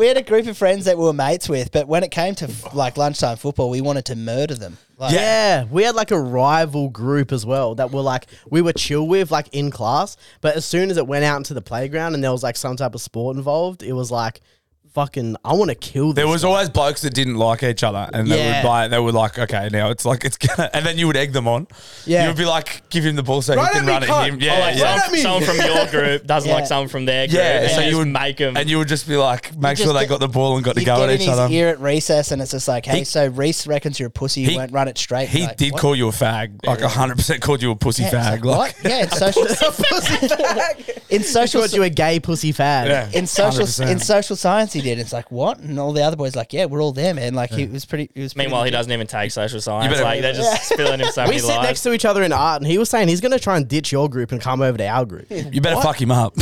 [SPEAKER 2] we had a group of friends that we were mates with, but when it came to like lunchtime football, we wanted to murder them. Like,
[SPEAKER 3] Yeah, we had like a rival group as well that were like we were chill with like in class, but as soon as it went out into the playground and there was like some type of sport involved, it was like fucking I want to kill this.
[SPEAKER 4] There was always blokes that didn't like each other, and they
[SPEAKER 3] Yeah.
[SPEAKER 4] would like they were like, okay, now it's like it's gonna, and then you would egg them on.
[SPEAKER 3] Yeah.
[SPEAKER 4] you would be like, give him the ball so
[SPEAKER 3] Right
[SPEAKER 4] he
[SPEAKER 3] at
[SPEAKER 4] can
[SPEAKER 3] me,
[SPEAKER 4] run
[SPEAKER 3] cunt.
[SPEAKER 4] at him. Yeah,
[SPEAKER 5] Oh, like
[SPEAKER 4] yeah.
[SPEAKER 5] someone, someone from your
[SPEAKER 3] <laughs>
[SPEAKER 5] group doesn't
[SPEAKER 2] Yeah.
[SPEAKER 5] like someone from their group.
[SPEAKER 4] Yeah, so you
[SPEAKER 5] just
[SPEAKER 4] would
[SPEAKER 5] make them.
[SPEAKER 4] and you would just be like, make
[SPEAKER 2] just
[SPEAKER 4] sure they
[SPEAKER 2] get-
[SPEAKER 4] got the ball and got to
[SPEAKER 2] You
[SPEAKER 4] go
[SPEAKER 2] get
[SPEAKER 4] at
[SPEAKER 2] in
[SPEAKER 4] each
[SPEAKER 2] his
[SPEAKER 4] other.
[SPEAKER 2] ear at recess, and it's just like, hey,
[SPEAKER 4] He-
[SPEAKER 2] so Reese reckons you're a pussy. You
[SPEAKER 4] He-
[SPEAKER 2] won't run it straight.
[SPEAKER 4] He
[SPEAKER 2] Like,
[SPEAKER 4] did
[SPEAKER 2] what?
[SPEAKER 4] call you a fag, like hundred percent called you a pussy
[SPEAKER 2] Yeah,
[SPEAKER 4] fag.
[SPEAKER 2] it's what?
[SPEAKER 4] like,
[SPEAKER 2] Yeah, it's social. in
[SPEAKER 3] I
[SPEAKER 2] social,
[SPEAKER 3] thought you were a gay pussy fag.
[SPEAKER 4] Yeah.
[SPEAKER 2] in social,
[SPEAKER 4] 100%.
[SPEAKER 2] in social science, he did. It's like what, and all the other boys like, yeah, we're all there, man. Like he was pretty. He was pretty
[SPEAKER 5] Meanwhile, he doesn't even take social science.
[SPEAKER 4] better-
[SPEAKER 5] like they're just spilling him so
[SPEAKER 3] We
[SPEAKER 5] many
[SPEAKER 3] sit next
[SPEAKER 5] lies.
[SPEAKER 3] to each other in art, and he was saying he's going to try and ditch your group and come over to
[SPEAKER 2] <laughs>
[SPEAKER 3] our group.
[SPEAKER 4] you better fuck him up.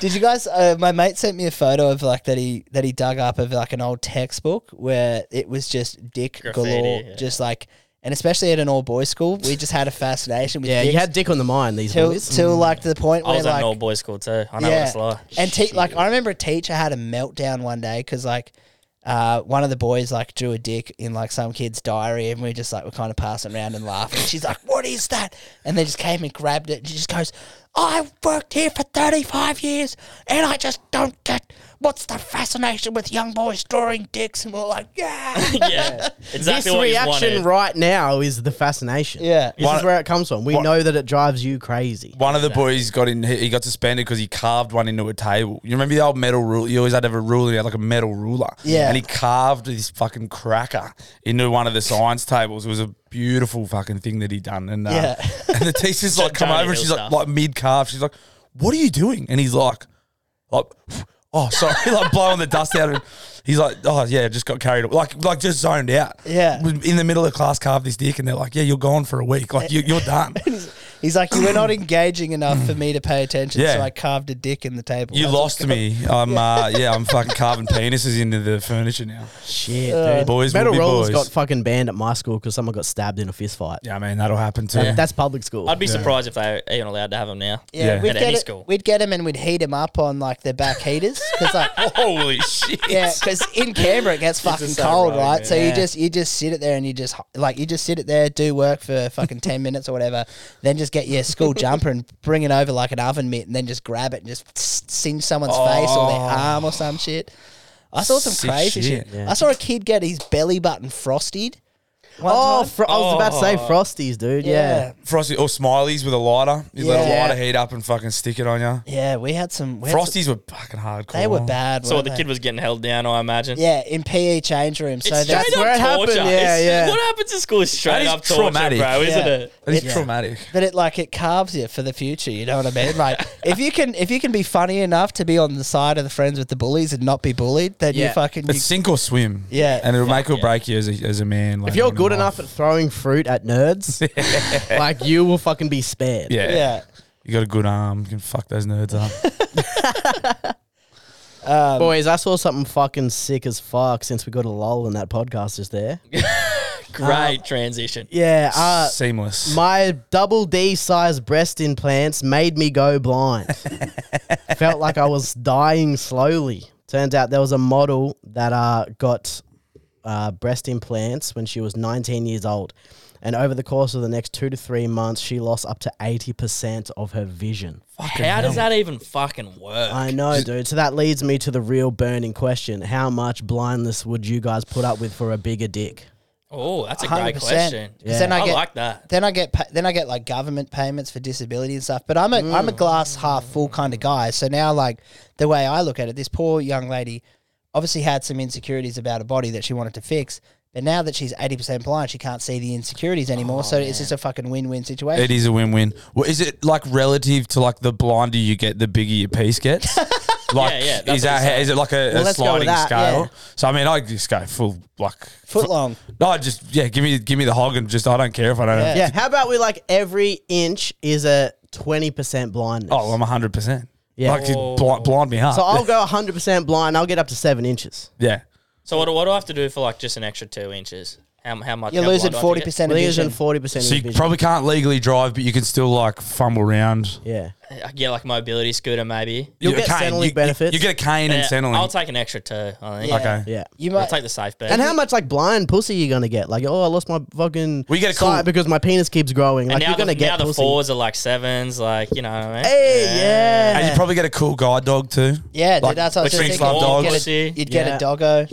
[SPEAKER 2] Did you guys? Uh, my mate sent me a photo of like that he that he dug up of like an old textbook where it was just dick
[SPEAKER 5] Graffiti,
[SPEAKER 2] galore,
[SPEAKER 5] yeah.
[SPEAKER 2] just like, and especially at an all boys school, we just had a fascination with
[SPEAKER 3] Yeah,
[SPEAKER 2] dicks
[SPEAKER 3] you had dick on the mind. These
[SPEAKER 2] till
[SPEAKER 3] boys.
[SPEAKER 2] till like to the point
[SPEAKER 5] Mm. I
[SPEAKER 2] where
[SPEAKER 5] was at
[SPEAKER 2] like
[SPEAKER 5] an all boys school too. I know what it's like. <laughs>
[SPEAKER 2] And te- like I remember a teacher had a meltdown one day because like uh, one of the boys like drew a dick in like some kid's diary, and we just like were kind of passing around and laughing. She's like, "What is that?" And they just came and grabbed it. And she just goes, I worked here for 35 years and I just don't get what's the fascination with young boys drawing dicks. And we're like, yeah.
[SPEAKER 4] <laughs>
[SPEAKER 5] yeah, exactly
[SPEAKER 3] this
[SPEAKER 5] what you
[SPEAKER 3] reaction
[SPEAKER 5] wanted.
[SPEAKER 3] right now is the fascination.
[SPEAKER 2] Yeah.
[SPEAKER 3] This
[SPEAKER 4] Why-
[SPEAKER 3] is where it comes from. We
[SPEAKER 4] why-
[SPEAKER 3] know that it drives you crazy.
[SPEAKER 4] One of the boys got in. He he got suspended because he carved one into a table. You remember the old metal rule? You always had to have a ruler, you had like a metal ruler.
[SPEAKER 2] Yeah.
[SPEAKER 4] And he carved this fucking cracker into one of the science tables. It was a beautiful fucking thing that he done. And uh,
[SPEAKER 2] Yeah.
[SPEAKER 4] <laughs> and the teacher's
[SPEAKER 2] <laughs>
[SPEAKER 4] like come
[SPEAKER 5] Johnny
[SPEAKER 4] over and
[SPEAKER 5] Hill
[SPEAKER 4] she's
[SPEAKER 5] stuff.
[SPEAKER 4] like like mid carve. She's like, "What are you doing?" And he's like, like. <laughs> Oh, sorry, <laughs> like blowing the dust out of him. He's like, oh yeah, just got carried, like, like just zoned out.
[SPEAKER 2] Yeah.
[SPEAKER 4] in the middle of class, carved this dick, and they're like, yeah, you're gone for a week, like
[SPEAKER 2] Eh.
[SPEAKER 4] you,
[SPEAKER 2] <laughs>
[SPEAKER 4] you're done.
[SPEAKER 2] He's like, you were not engaging enough for me to pay attention,
[SPEAKER 4] Yeah.
[SPEAKER 2] so I carved a dick in the table.
[SPEAKER 4] You
[SPEAKER 2] That's
[SPEAKER 4] lost me. I'm uh, yeah, I'm fucking carving penises into the furniture now.
[SPEAKER 3] Shit, dude.
[SPEAKER 4] Boys will
[SPEAKER 3] Metal
[SPEAKER 4] be
[SPEAKER 3] rollers
[SPEAKER 4] boys.
[SPEAKER 3] got fucking banned at my school because someone got stabbed in a fist fight.
[SPEAKER 4] Yeah, I mean that'll happen too.
[SPEAKER 3] That's public school.
[SPEAKER 5] I'd be surprised if they ain't allowed to have them now.
[SPEAKER 2] Yeah,
[SPEAKER 4] Yeah.
[SPEAKER 2] We'd,
[SPEAKER 5] At
[SPEAKER 2] get
[SPEAKER 5] any
[SPEAKER 2] it-
[SPEAKER 5] school.
[SPEAKER 2] we'd get him and we'd heat him up on like the back heaters because
[SPEAKER 5] <laughs>
[SPEAKER 2] like
[SPEAKER 4] Holy shit!
[SPEAKER 2] yeah, 'cause in Canberra it gets fucking
[SPEAKER 5] so
[SPEAKER 2] cold,
[SPEAKER 5] rogue,
[SPEAKER 2] right?
[SPEAKER 5] man.
[SPEAKER 2] So you
[SPEAKER 5] Yeah.
[SPEAKER 2] just you just sit it there and you just like you just sit it there, do work for fucking ten minutes or whatever, then just get your
[SPEAKER 5] <laughs>
[SPEAKER 2] school jumper and bring it over like an oven mitt and then just grab it and just singe someone's face or
[SPEAKER 5] Oh.
[SPEAKER 2] their arm or some shit. I saw some
[SPEAKER 4] Sick
[SPEAKER 2] crazy shit.
[SPEAKER 4] shit.
[SPEAKER 2] I saw a kid get his belly button frosted. one
[SPEAKER 3] Oh,
[SPEAKER 2] time.
[SPEAKER 3] fro- I was about to say Frosties, dude. Yeah.
[SPEAKER 4] Frosty or Smileys with a lighter. You let
[SPEAKER 2] Yeah.
[SPEAKER 4] a lighter heat up and fucking stick it on you.
[SPEAKER 2] Yeah, we had some we had some-
[SPEAKER 4] Frosties Oh. were fucking hardcore.
[SPEAKER 2] They were bad.
[SPEAKER 5] So
[SPEAKER 2] weren't
[SPEAKER 5] the
[SPEAKER 2] they?
[SPEAKER 5] kid was getting held down, I imagine.
[SPEAKER 2] Yeah, in PE change room. So
[SPEAKER 5] It's
[SPEAKER 2] that's
[SPEAKER 5] straight
[SPEAKER 3] where
[SPEAKER 5] up
[SPEAKER 3] it happened,
[SPEAKER 5] torture.
[SPEAKER 3] yeah,
[SPEAKER 5] It's-
[SPEAKER 3] yeah.
[SPEAKER 5] What happens in school is straight
[SPEAKER 4] That is
[SPEAKER 5] up torture,
[SPEAKER 4] traumatic.
[SPEAKER 5] bro, Oh, isn't
[SPEAKER 2] Yeah.
[SPEAKER 5] it?
[SPEAKER 4] That is
[SPEAKER 2] It's-
[SPEAKER 4] traumatic.
[SPEAKER 2] but it like it carves you for the future. You know what I mean?
[SPEAKER 4] <laughs>
[SPEAKER 2] Like if you can if you can be funny enough to be on the side of the friends with the bullies and not be bullied, then you
[SPEAKER 3] Yeah.
[SPEAKER 2] fucking you,
[SPEAKER 4] It's sink or swim.
[SPEAKER 2] Yeah.
[SPEAKER 4] and it'll make or break you as a, as a man.
[SPEAKER 3] If you're good enough at throwing fruit at nerds, <laughs> like you will fucking be spared.
[SPEAKER 2] <laughs>
[SPEAKER 4] yeah,
[SPEAKER 2] yeah.
[SPEAKER 4] you got a good arm. You can fuck those nerds up.
[SPEAKER 2] <laughs>
[SPEAKER 3] Boys, I saw something fucking sick as fuck since we got a lol in that podcast is there.
[SPEAKER 5] Great transition.
[SPEAKER 3] Yeah, uh,
[SPEAKER 4] Seamless.
[SPEAKER 3] <laughs> my double D sized breast implants made me go blind. Felt like I was dying slowly. Turns out there was a model that uh, got uh, breast implants when she was 19 years old. And over the course of the next two to three months, she lost up to 80% of her vision.
[SPEAKER 5] How does that even fucking work?
[SPEAKER 3] I know, dude. So that leads me to the real burning question How much blindness would you guys put up with for a bigger dick?
[SPEAKER 5] oh, that's a great
[SPEAKER 2] 100%.
[SPEAKER 5] question.
[SPEAKER 2] 'Cause Then I,
[SPEAKER 5] I
[SPEAKER 2] get,
[SPEAKER 5] like that.
[SPEAKER 2] Then I get pa- then I get like government payments for disability and stuff. But I'm a am a glass half full kind of guy. So now like the way I look at it, this poor young lady obviously had some insecurities about her body that she wanted to fix. But now that she's eighty percent blind, she can't see the insecurities anymore. so it's just a fucking win win situation.
[SPEAKER 4] It is a win-win. Well, is it like relative to like the blinder you get, the bigger your
[SPEAKER 3] <laughs>
[SPEAKER 4] piece gets? Like,
[SPEAKER 5] Yeah, yeah, that's
[SPEAKER 4] is
[SPEAKER 5] what
[SPEAKER 4] that
[SPEAKER 5] he's saying.
[SPEAKER 4] is it like a, a
[SPEAKER 3] let's go with
[SPEAKER 4] sliding
[SPEAKER 3] that,
[SPEAKER 4] scale?
[SPEAKER 3] yeah.
[SPEAKER 4] So I mean, I just go full like
[SPEAKER 2] Foot long.
[SPEAKER 4] No, I just yeah, give me give me the hog and just I don't care if I don't. Have,
[SPEAKER 3] Yeah. How about we like every inch is a 20% blindness?
[SPEAKER 4] Oh, I'm hundred percent.
[SPEAKER 3] Yeah. Oh.
[SPEAKER 4] Yeah, like it blind, blind me up.
[SPEAKER 3] So I'll go 100% blind. I'll get up to seven inches.
[SPEAKER 4] yeah,
[SPEAKER 5] So what, do- what do I have to do for like just an extra two inches? How, how much?
[SPEAKER 2] You're
[SPEAKER 5] how
[SPEAKER 2] losing
[SPEAKER 5] blind do I have to
[SPEAKER 2] forty
[SPEAKER 5] get?
[SPEAKER 2] percent of
[SPEAKER 3] Losing
[SPEAKER 2] vision.
[SPEAKER 3] 40%
[SPEAKER 4] so
[SPEAKER 3] of
[SPEAKER 4] you
[SPEAKER 3] vision.
[SPEAKER 4] probably can't legally drive, but you can still like fumble around.
[SPEAKER 3] yeah.
[SPEAKER 5] I get Uh, like a mobility scooter maybe.
[SPEAKER 3] You'll
[SPEAKER 4] You- a
[SPEAKER 3] get
[SPEAKER 4] cane.
[SPEAKER 3] Centrelink
[SPEAKER 4] You- you-
[SPEAKER 3] benefits.
[SPEAKER 4] You, get a cane and
[SPEAKER 5] Yeah,
[SPEAKER 4] Centrelink.
[SPEAKER 5] I'll take an extra two. I think.
[SPEAKER 2] Yeah.
[SPEAKER 4] okay.
[SPEAKER 3] Yeah.
[SPEAKER 2] You
[SPEAKER 5] I'll
[SPEAKER 2] might
[SPEAKER 5] take the safe bet.
[SPEAKER 3] And how much like blind pussy you gonna get? Like, oh, I lost my fucking
[SPEAKER 4] We get a
[SPEAKER 3] sight
[SPEAKER 4] cool-
[SPEAKER 3] because my penis keeps growing. Like,
[SPEAKER 5] And
[SPEAKER 3] you're
[SPEAKER 5] now,
[SPEAKER 3] gonna
[SPEAKER 5] the,
[SPEAKER 3] get
[SPEAKER 5] now the
[SPEAKER 3] pussy.
[SPEAKER 5] fours are like sevens, like you know what I mean.
[SPEAKER 3] Hey, yeah.
[SPEAKER 4] And you probably get a cool guide dog too.
[SPEAKER 2] Yeah,
[SPEAKER 4] Like,
[SPEAKER 2] dude, that's what I was
[SPEAKER 4] which
[SPEAKER 2] just
[SPEAKER 4] means
[SPEAKER 2] thinking.
[SPEAKER 4] love
[SPEAKER 2] You'd
[SPEAKER 5] dogs.
[SPEAKER 2] get a, you'd get a
[SPEAKER 3] Yeah.
[SPEAKER 2] doggo.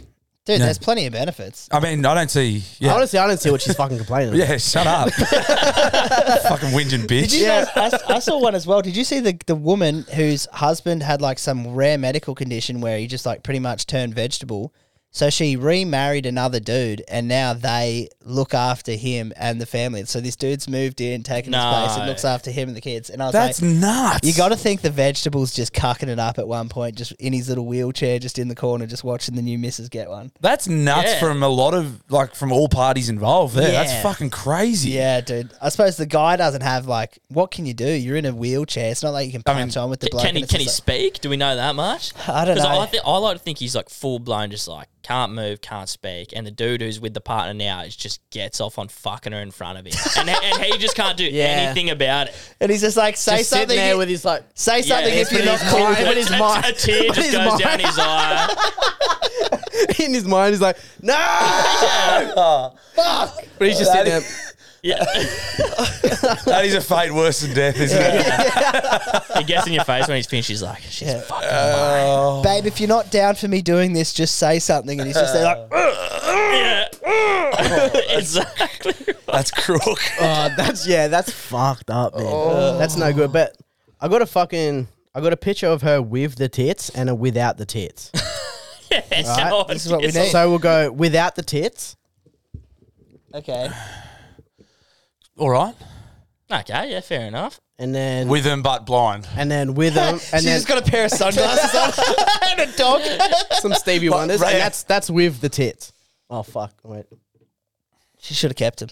[SPEAKER 2] Dude, there's plenty of benefits.
[SPEAKER 4] I mean, I don't see. Yeah,
[SPEAKER 3] Honestly, I don't see what she's fucking complaining.
[SPEAKER 4] <laughs>
[SPEAKER 3] about.
[SPEAKER 4] yeah. Shut up, fucking whinging bitch.
[SPEAKER 2] Did you guys, I, I saw one as well. Did you see the, the woman whose husband had like some rare medical condition where he just like pretty much turned vegetable? So she remarried another dude and now they look after him and the family. So this dude's moved in, taken his place, and
[SPEAKER 5] No.
[SPEAKER 2] looks after him and the kids. And I was
[SPEAKER 4] That's
[SPEAKER 2] like,
[SPEAKER 4] nuts.
[SPEAKER 2] you got to think the vegetables just cucking it up at one point, just in his little wheelchair, just in the corner, just watching the new missus get one.
[SPEAKER 4] That's nuts
[SPEAKER 5] Yeah.
[SPEAKER 4] from a lot of like from all parties involved. There,
[SPEAKER 2] Yeah.
[SPEAKER 4] that's fucking crazy.
[SPEAKER 2] Yeah, dude. I suppose the guy doesn't have like what can you do? You're in a wheelchair. It's not like you can
[SPEAKER 4] I mean,
[SPEAKER 2] punch on with the bloke.
[SPEAKER 5] Can
[SPEAKER 2] and
[SPEAKER 5] he
[SPEAKER 2] it's
[SPEAKER 5] can he
[SPEAKER 2] just
[SPEAKER 5] speak? Do we know that much?
[SPEAKER 2] I don't
[SPEAKER 5] 'Cause
[SPEAKER 2] know.
[SPEAKER 5] I, thi- I like to think he's like full blown, just like can't move, can't speak, and the dude who's with the partner now is just gets off on fucking her in
[SPEAKER 2] <laughs>
[SPEAKER 5] front of him, and, he- and he just can't do anything about it.
[SPEAKER 2] like- and he's just like say
[SPEAKER 3] Just sitting
[SPEAKER 2] something.
[SPEAKER 3] there
[SPEAKER 2] you-
[SPEAKER 3] with his like.
[SPEAKER 2] say something
[SPEAKER 5] Yeah,
[SPEAKER 2] if you're not
[SPEAKER 5] but his
[SPEAKER 2] cool.
[SPEAKER 3] <laughs>
[SPEAKER 5] mind-
[SPEAKER 3] but his
[SPEAKER 5] a- a-
[SPEAKER 3] mind-
[SPEAKER 5] <laughs> a tear
[SPEAKER 3] but
[SPEAKER 5] just
[SPEAKER 3] his
[SPEAKER 5] goes
[SPEAKER 3] mind-
[SPEAKER 5] down his
[SPEAKER 2] <laughs>
[SPEAKER 5] eye.
[SPEAKER 3] in his mind, he's like, no. Fuck. But he's just sitting there.
[SPEAKER 5] Yeah.
[SPEAKER 4] That is a fate worse than death, isn't it?
[SPEAKER 5] he gets in your face when he's finished. He's like, she's fucking.
[SPEAKER 2] Oh. Babe, if you're not down for me doing this, just say something. And he's just there like, <laughs>
[SPEAKER 5] Yeah. <laughs> exactly.
[SPEAKER 4] That's crook.
[SPEAKER 5] <laughs>
[SPEAKER 3] Uh, that's yeah, that's fucked up, man. Oh. That's no good. But I got a fucking, I got a picture of her with the tits and a without the tits.
[SPEAKER 5] Yes,
[SPEAKER 3] Alright,
[SPEAKER 5] oh,
[SPEAKER 2] this is what we
[SPEAKER 5] yes.
[SPEAKER 2] need.
[SPEAKER 3] so we'll go without the tits.
[SPEAKER 2] okay.
[SPEAKER 4] All right.
[SPEAKER 5] Okay, yeah, fair enough.
[SPEAKER 3] And then,
[SPEAKER 4] With him, but blind.
[SPEAKER 3] and then with them, and
[SPEAKER 2] She's
[SPEAKER 3] then
[SPEAKER 2] just got a pair of sunglasses
[SPEAKER 5] <laughs>
[SPEAKER 2] on and a <laughs> dog.
[SPEAKER 3] some Stevie Wonders,
[SPEAKER 4] right-
[SPEAKER 3] and that's that's with the tits. Oh fuck! Wait,
[SPEAKER 2] She should have kept him.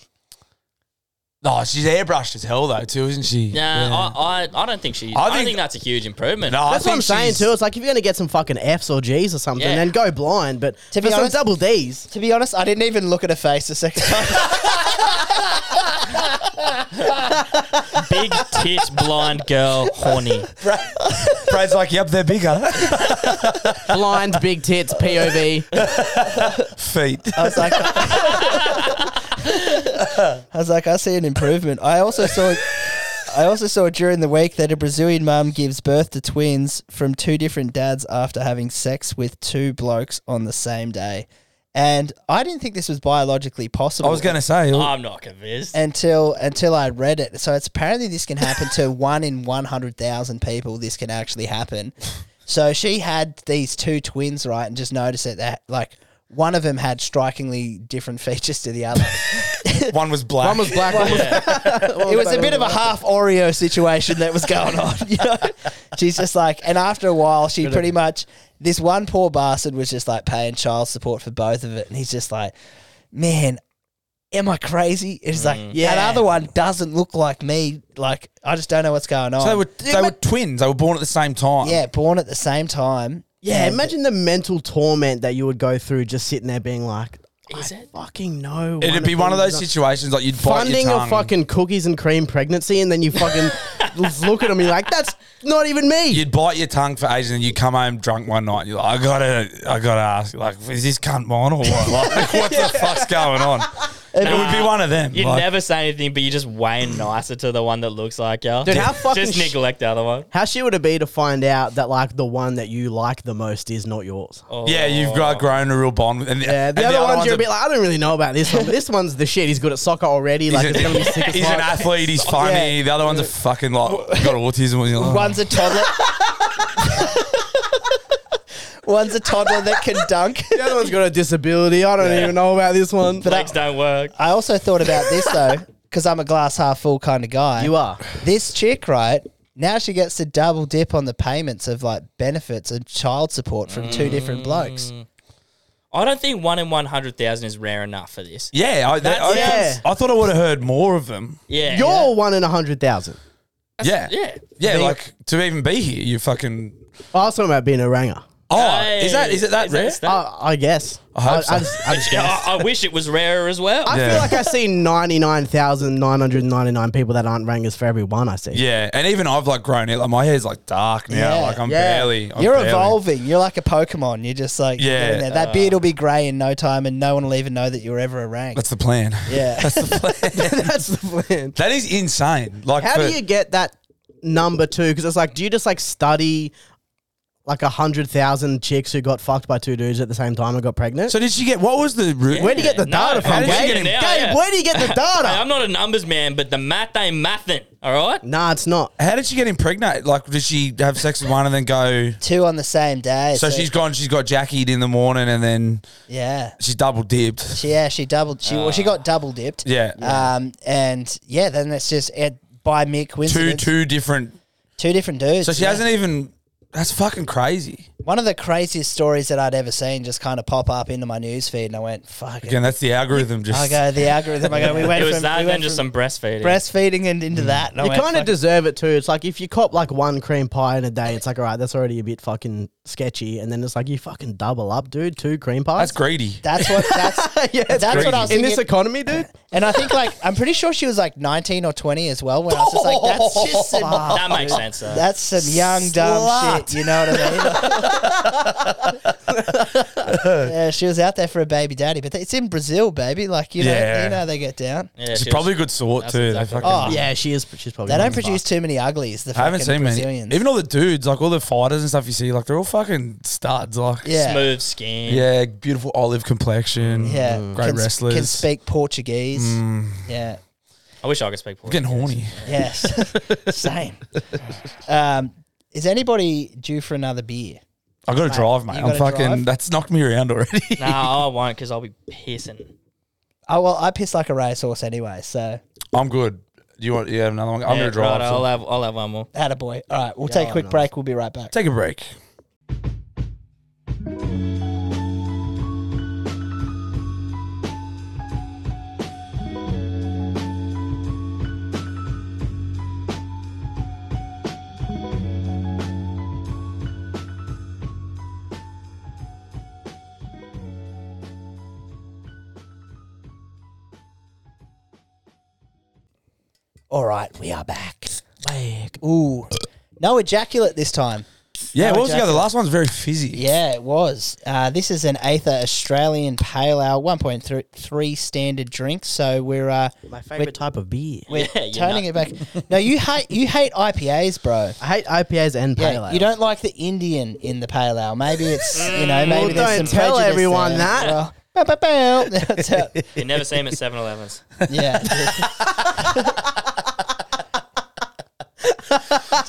[SPEAKER 4] No, Oh, she's airbrushed as hell though, too, isn't she?
[SPEAKER 5] Yeah, I, I, I don't think she. I,
[SPEAKER 4] I
[SPEAKER 5] don't
[SPEAKER 4] think-
[SPEAKER 5] think that's a huge improvement.
[SPEAKER 4] No, I
[SPEAKER 3] that's what
[SPEAKER 4] think
[SPEAKER 3] I'm saying
[SPEAKER 4] she's-
[SPEAKER 3] too. It's like if you're gonna get some fucking Fs or Gs or something,
[SPEAKER 5] Yeah.
[SPEAKER 3] then go blind. But
[SPEAKER 2] To
[SPEAKER 3] to
[SPEAKER 2] be
[SPEAKER 3] be some
[SPEAKER 2] honest-
[SPEAKER 3] double Ds.
[SPEAKER 2] To be honest, I didn't even look at her face the second time.
[SPEAKER 3] <laughs>
[SPEAKER 5] Big tit blind girl, horny.
[SPEAKER 4] Brad's like, yep, they're bigger.
[SPEAKER 3] blind big tits POV.
[SPEAKER 4] Feet.
[SPEAKER 2] I was like, I was like, I see an improvement. I also saw, I also saw during the week that a Brazilian mum gives birth to twins from two different dads after having sex with two blokes on the same day, and I didn't think this was biologically
[SPEAKER 4] I
[SPEAKER 2] possible.
[SPEAKER 4] was going to say,
[SPEAKER 5] I'm not convinced.
[SPEAKER 2] until until I read it. So it's apparently this can happen to one in one hundred thousand people. This can actually happen. So she had these two twins, right, and just noticed that that like one of them had strikingly different <laughs> features to the other.
[SPEAKER 4] one was black.
[SPEAKER 3] One was black. One was
[SPEAKER 2] it was a bit of a half Oreo situation that was going on. You know, she's just like, and after a while, she pretty much this one poor bastard was just like paying child support for both of it, and he's just like, man. Am I crazy? It's like yeah. that other one doesn't look like me. Like I just don't know what's going on.
[SPEAKER 4] So they were, they were twins. They were born at the same
[SPEAKER 2] <laughs>
[SPEAKER 4] time.
[SPEAKER 2] yeah, born at the same time.
[SPEAKER 3] <laughs> Yeah,
[SPEAKER 2] And-
[SPEAKER 3] imagine the mental torment that you would go through just sitting there being like,
[SPEAKER 5] Is
[SPEAKER 3] I
[SPEAKER 5] it?
[SPEAKER 3] fucking know.
[SPEAKER 4] It'd be one of those
[SPEAKER 3] them's not-
[SPEAKER 4] situations like you'd bite
[SPEAKER 3] Funding
[SPEAKER 4] your
[SPEAKER 3] a
[SPEAKER 4] tongue.
[SPEAKER 3] fucking cookies and cream pregnancy, and then you fucking look at them and you're like, that's not even me.
[SPEAKER 4] You'd bite your tongue for ages, and then you come home drunk one night. You're like, I gotta, I gotta ask. Like, is this cunt mine or what? Like, <laughs> what the fuck's going on? it would be one of them.
[SPEAKER 5] You
[SPEAKER 4] like-
[SPEAKER 5] never say anything, but you're just way nicer to the one that looks like you.
[SPEAKER 3] Dude, how fucking
[SPEAKER 5] Just
[SPEAKER 3] sh-
[SPEAKER 5] neglect the other one.
[SPEAKER 3] How shit would it be to find out that like the one that you like the most is not yours?
[SPEAKER 5] Oh,
[SPEAKER 4] yeah, you've got grown a real bond. with- And
[SPEAKER 3] Yeah,
[SPEAKER 4] and
[SPEAKER 3] the other, ones you're a
[SPEAKER 4] are-
[SPEAKER 3] bit like, I don't really know about this one. but this one's the shit. He's good at soccer already. Like,
[SPEAKER 4] he's,
[SPEAKER 3] it's
[SPEAKER 4] an,
[SPEAKER 3] gonna be
[SPEAKER 4] <laughs>
[SPEAKER 3] sick as
[SPEAKER 4] he's an
[SPEAKER 3] fuck.
[SPEAKER 4] athlete. He's funny. The other one's a fucking like got autism. You're like,
[SPEAKER 2] One's a toddler. <laughs> One's a toddler that can dunk.
[SPEAKER 3] The other one's got a disability. I don't even know about this one. But uh,
[SPEAKER 5] Legs don't work.
[SPEAKER 2] I also thought about
[SPEAKER 4] <laughs>
[SPEAKER 2] this though, because I'm a glass half full kind of guy.
[SPEAKER 3] you are.
[SPEAKER 2] This chick, right? Now she gets to double dip on the payments of like benefits and child support from two different blokes.
[SPEAKER 4] Mm.
[SPEAKER 5] I don't think one in 100,000 is rare enough for this.
[SPEAKER 4] yeah, I, that, I,
[SPEAKER 3] yeah.
[SPEAKER 4] I thought I would have heard more of them.
[SPEAKER 5] Yeah.
[SPEAKER 3] You're one in a hundred thousand.
[SPEAKER 4] yeah,
[SPEAKER 5] yeah.
[SPEAKER 4] yeah.
[SPEAKER 3] Being-
[SPEAKER 4] Like to even be here, you fucking.
[SPEAKER 3] I was talking about being a ranger.
[SPEAKER 4] Oh, is that is it that rare?
[SPEAKER 5] that-
[SPEAKER 3] I, I guess. I,
[SPEAKER 4] hope so.
[SPEAKER 3] just- I just
[SPEAKER 5] Yeah,
[SPEAKER 3] guess.
[SPEAKER 5] I, I wish it was rarer as well.
[SPEAKER 3] I
[SPEAKER 4] Yeah.
[SPEAKER 3] feel like I see 99,999 people that aren't rangers for every one I see.
[SPEAKER 4] yeah, and even I've like grown it. Like my hair's like dark now.
[SPEAKER 2] Yeah.
[SPEAKER 4] Like I'm
[SPEAKER 3] Yeah.
[SPEAKER 4] barely. I'm
[SPEAKER 2] You're
[SPEAKER 4] barely-
[SPEAKER 2] evolving. You're like a Pokemon. You're just like you're
[SPEAKER 4] Yeah.
[SPEAKER 2] doing that. That beard will be grey in no time, and no one will even know that you were ever a rank.
[SPEAKER 4] That's the plan.
[SPEAKER 2] yeah,
[SPEAKER 3] <laughs>
[SPEAKER 2] <laughs>
[SPEAKER 3] That's the plan.
[SPEAKER 4] <laughs> That is insane. Like,
[SPEAKER 3] How
[SPEAKER 4] for-
[SPEAKER 3] do you get that number two? Because it's like, do you just like study like a 100,000 chicks who got fucked by two dudes at the same time and got pregnant?
[SPEAKER 4] So did she get? What was the root?
[SPEAKER 3] where do you get the
[SPEAKER 5] No,
[SPEAKER 3] data
[SPEAKER 5] how
[SPEAKER 3] from,
[SPEAKER 4] did you
[SPEAKER 3] Gabe?
[SPEAKER 4] get it
[SPEAKER 5] now?
[SPEAKER 3] Gabe,
[SPEAKER 5] Yeah.
[SPEAKER 3] where do you get the
[SPEAKER 5] Hey,
[SPEAKER 3] data?
[SPEAKER 5] I'm not a numbers man, but the math ain't mathing, all right?
[SPEAKER 3] nah, it's not.
[SPEAKER 4] How did she get impregnated? Like, did she have sex with one and then go?
[SPEAKER 2] two on the same day.
[SPEAKER 4] So she's gone. She's got Jackie in the morning, and then
[SPEAKER 2] yeah.
[SPEAKER 4] she's double dipped.
[SPEAKER 2] She, yeah, she doubled. She well, she got double dipped.
[SPEAKER 4] Yeah.
[SPEAKER 2] Um, and yeah, then it's just it, by mere
[SPEAKER 4] Two
[SPEAKER 2] coincidence, two,
[SPEAKER 4] two different.
[SPEAKER 2] different dudes.
[SPEAKER 4] So she
[SPEAKER 2] yeah.
[SPEAKER 4] hasn't even. That's fucking crazy.
[SPEAKER 2] One of the craziest stories that I'd ever seen just kind of pop up into my news feed, and I went, "Fuck it."
[SPEAKER 4] Again, that's the algorithm. Just
[SPEAKER 2] I go
[SPEAKER 5] <laughs>
[SPEAKER 2] the algorithm. I go. We went
[SPEAKER 5] It was
[SPEAKER 2] from,
[SPEAKER 5] that
[SPEAKER 2] we
[SPEAKER 5] and
[SPEAKER 2] went
[SPEAKER 5] then just
[SPEAKER 2] from
[SPEAKER 5] some Mm. breastfeeding.
[SPEAKER 2] breastfeeding and into that. And I
[SPEAKER 3] You
[SPEAKER 2] went,
[SPEAKER 3] kind of
[SPEAKER 2] "Fuck
[SPEAKER 3] deserve it too. It's like if you cop like one cream pie in a day, it's like, all right, that's already a bit fucking sketchy. And then it's like, you fucking double up, dude, two cream pies.
[SPEAKER 4] that's greedy.
[SPEAKER 2] That's what. That's
[SPEAKER 3] <laughs> yeah,
[SPEAKER 2] that's what I was
[SPEAKER 3] In this
[SPEAKER 2] thinking.
[SPEAKER 3] economy, dude?
[SPEAKER 2] and I think like I'm pretty sure she was like 19 or 20 as well. When I was
[SPEAKER 3] <laughs>
[SPEAKER 5] <laughs>
[SPEAKER 2] just like, that's just some,
[SPEAKER 5] That makes sense, though.
[SPEAKER 2] that's some young dumb shit.
[SPEAKER 4] Slut. <laughs>
[SPEAKER 2] You know what I mean? Yeah, she was out there for a baby daddy, but it's in Brazil, baby. Like you know,
[SPEAKER 4] Yeah.
[SPEAKER 2] you know they get down.
[SPEAKER 5] Yeah,
[SPEAKER 4] She's
[SPEAKER 5] she was-
[SPEAKER 4] probably a good sort
[SPEAKER 5] That's
[SPEAKER 4] too.
[SPEAKER 5] exactly-
[SPEAKER 4] They fucking,
[SPEAKER 2] Oh,
[SPEAKER 3] yeah, she is. She's probably.
[SPEAKER 2] They don't
[SPEAKER 3] one of the
[SPEAKER 2] produce
[SPEAKER 3] best.
[SPEAKER 2] too many uglies. The
[SPEAKER 4] I haven't
[SPEAKER 2] fucking
[SPEAKER 4] seen
[SPEAKER 2] Brazilians.
[SPEAKER 4] many. Even all the dudes, like all the fighters and stuff you see, like they're all fucking studs. Like
[SPEAKER 2] yeah,
[SPEAKER 5] smooth skin.
[SPEAKER 4] yeah, beautiful olive complexion.
[SPEAKER 2] yeah,
[SPEAKER 4] Mm, great
[SPEAKER 2] can, s-
[SPEAKER 4] wrestlers.
[SPEAKER 2] can speak Portuguese. Yeah.
[SPEAKER 5] I wish I could speak
[SPEAKER 4] Getting
[SPEAKER 5] Portuguese.
[SPEAKER 4] horny.
[SPEAKER 2] Yes. <laughs> Same. Um, is anybody due for another beer?
[SPEAKER 4] I got to drive, mate.
[SPEAKER 2] you
[SPEAKER 4] I'm
[SPEAKER 2] gotta
[SPEAKER 4] fucking.
[SPEAKER 2] drive?
[SPEAKER 4] That's knocked me around already. <laughs>
[SPEAKER 5] Nah, I won't because I'll be pissing.
[SPEAKER 2] Oh well, I piss like a racehorse anyway, so
[SPEAKER 4] I'm good. Do you want? You have another one? I'm
[SPEAKER 5] Yeah,
[SPEAKER 4] gonna drive.
[SPEAKER 5] Right,
[SPEAKER 4] so-
[SPEAKER 5] I'll uh, have I'll have one more.
[SPEAKER 2] attaboy. All right, we'll take a quick break. We'll be right back.
[SPEAKER 4] Take a break.
[SPEAKER 2] All right, we are back. Ooh, no ejaculate this time.
[SPEAKER 4] Yeah,
[SPEAKER 2] Oh,
[SPEAKER 4] what was the
[SPEAKER 2] Jack-
[SPEAKER 4] other? The last one's very fizzy.
[SPEAKER 2] Yeah, it was. Uh, this is an Aether Australian Pale Ale, one point three standard drink. So we're uh,
[SPEAKER 3] My favorite type of beer.
[SPEAKER 2] we're
[SPEAKER 5] Yeah, you're
[SPEAKER 2] turning it back. No, you hate you hate IPAs, bro.
[SPEAKER 3] I hate IPAs and
[SPEAKER 2] Yeah,
[SPEAKER 3] pale ale.
[SPEAKER 2] you don't like the Indian in the pale ale. Maybe it's you know maybe
[SPEAKER 3] Mm. Well,
[SPEAKER 2] there's
[SPEAKER 3] don't
[SPEAKER 2] some
[SPEAKER 3] tell
[SPEAKER 2] prejudice
[SPEAKER 3] everyone
[SPEAKER 2] there.
[SPEAKER 3] that.
[SPEAKER 2] Well, bow, bow, bow. <laughs> That's it.
[SPEAKER 5] You never see him at 7-Elevens.
[SPEAKER 2] Yeah.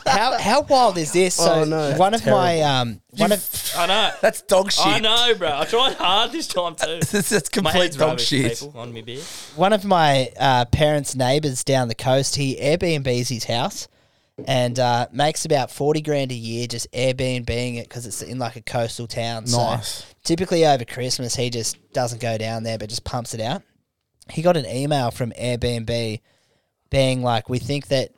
[SPEAKER 2] how how wild is this? So
[SPEAKER 3] Oh, no.
[SPEAKER 2] one of my um one of
[SPEAKER 5] I know.
[SPEAKER 4] <laughs> That's dog shit.
[SPEAKER 5] I know, bro. I tried hard this
[SPEAKER 4] <laughs>
[SPEAKER 5] time too.
[SPEAKER 4] That's, that's
[SPEAKER 5] My
[SPEAKER 4] complete
[SPEAKER 5] head's
[SPEAKER 4] dog
[SPEAKER 5] rubbish,
[SPEAKER 4] shit.
[SPEAKER 5] people, on me beer.
[SPEAKER 4] <laughs>
[SPEAKER 2] one of my uh, parents' neighbors down the coast, he Airbnbs his house and uh, makes about forty grand a year just Airbnbing it because it's in like a coastal town.
[SPEAKER 4] Nice.
[SPEAKER 2] So typically over Christmas, he just doesn't go down there, but just pumps it out. He got an email from Airbnb being like, "We think that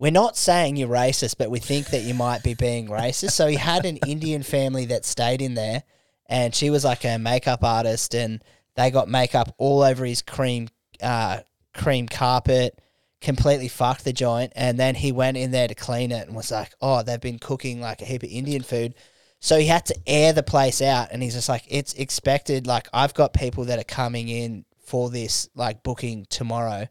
[SPEAKER 2] we're not saying you're racist, but we think that you might be being racist. So he had an Indian family that stayed in there, and she was like a makeup artist, and they got makeup all over his cream, uh, cream carpet, completely fucked the joint. And then he went in there to clean it and was like, "Oh, they've been cooking like a heap of Indian food." So he had to air the place out, and he's just like, "It's expected. Like I've got people that are coming in for this, like booking tomorrow."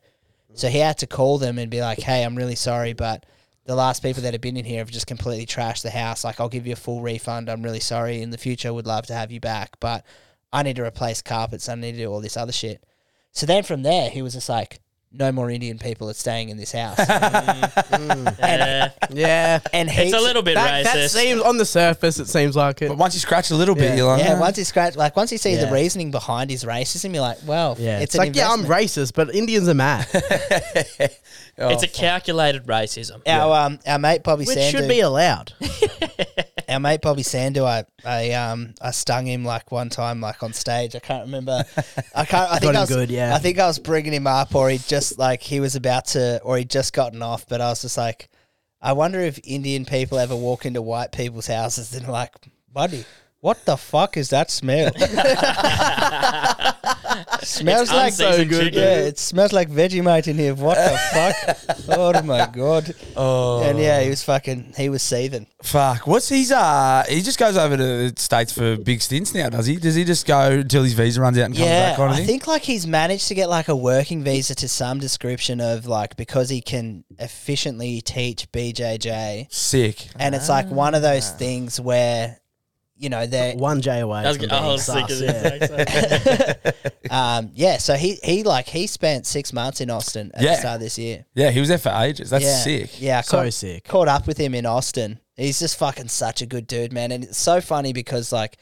[SPEAKER 2] So he had to call them and be like, "Hey, I'm really sorry, but the last people that have been in here have just completely trashed the house. Like, I'll give you a full refund. I'm really sorry. In the future, would love to have you back, but I need to replace carpets. I need to do all this other shit." So then from there, he was just like, "No more Indian people are staying in this
[SPEAKER 3] <laughs>
[SPEAKER 2] house."
[SPEAKER 5] Yeah.
[SPEAKER 3] Yeah,
[SPEAKER 2] and he,
[SPEAKER 5] It's a little bit
[SPEAKER 3] that, that
[SPEAKER 5] racist.
[SPEAKER 3] seems on the surface. It seems like it.
[SPEAKER 4] But once you scratch a little bit, you're like,
[SPEAKER 2] yeah.
[SPEAKER 4] "Ah."
[SPEAKER 2] Once he scratch, like once you see
[SPEAKER 3] Yeah.
[SPEAKER 2] the reasoning behind his racism, you're like, "Well,
[SPEAKER 3] Yeah, it's,
[SPEAKER 2] an
[SPEAKER 3] like yeah, I'm
[SPEAKER 2] investment."
[SPEAKER 3] racist, but Indians are mad,
[SPEAKER 4] Oh,
[SPEAKER 5] it's a calculated racism.
[SPEAKER 2] Our um, our mate Bobby
[SPEAKER 3] which
[SPEAKER 2] Sandu,
[SPEAKER 3] should be allowed.
[SPEAKER 2] our mate Bobby Sandu, I, I um I stung him like one time like on stage. I can't remember. I
[SPEAKER 3] <laughs>
[SPEAKER 2] can't. I think
[SPEAKER 3] him
[SPEAKER 2] I was,
[SPEAKER 3] good, yeah.
[SPEAKER 2] I think I was bringing him up, or he just like he was about to, or he just gotten off. But I was just like, I wonder if Indian people ever walk into white people's houses and like, buddy. What the fuck is that
[SPEAKER 5] <laughs>
[SPEAKER 2] smell? smells like
[SPEAKER 5] unseasoned So good. chicken.
[SPEAKER 2] Yeah, it smells like Vegemite in here. What
[SPEAKER 5] <laughs>
[SPEAKER 2] the fuck? Oh my god! Oh, and yeah, he was fucking. He was seething.
[SPEAKER 4] fuck. What's he's uh? He just goes over to the states for big stints now, does he? Does he just go until his visa runs out and comes back? eh? Kind of
[SPEAKER 2] I
[SPEAKER 4] thing.
[SPEAKER 2] think like he's managed to get like a working visa to some description of like because he can efficiently teach BJJ,
[SPEAKER 4] Sick.
[SPEAKER 2] and it's like one of
[SPEAKER 4] Ah.
[SPEAKER 2] those things where, you know, they're
[SPEAKER 3] One J away.
[SPEAKER 5] I was
[SPEAKER 3] from
[SPEAKER 5] getting, I
[SPEAKER 3] being
[SPEAKER 5] was sick
[SPEAKER 3] sus,
[SPEAKER 5] of
[SPEAKER 3] yeah.
[SPEAKER 5] <laughs> this.
[SPEAKER 2] um yeah. So he he like he spent six months in Austin at the
[SPEAKER 4] Yeah.
[SPEAKER 2] start of this year.
[SPEAKER 4] Yeah, he was there for ages. That's
[SPEAKER 2] yeah,
[SPEAKER 4] sick.
[SPEAKER 2] Yeah, I
[SPEAKER 3] So
[SPEAKER 2] caught,
[SPEAKER 3] sick.
[SPEAKER 2] Caught up with him in Austin. He's just fucking such a good dude, man, and it's so funny because like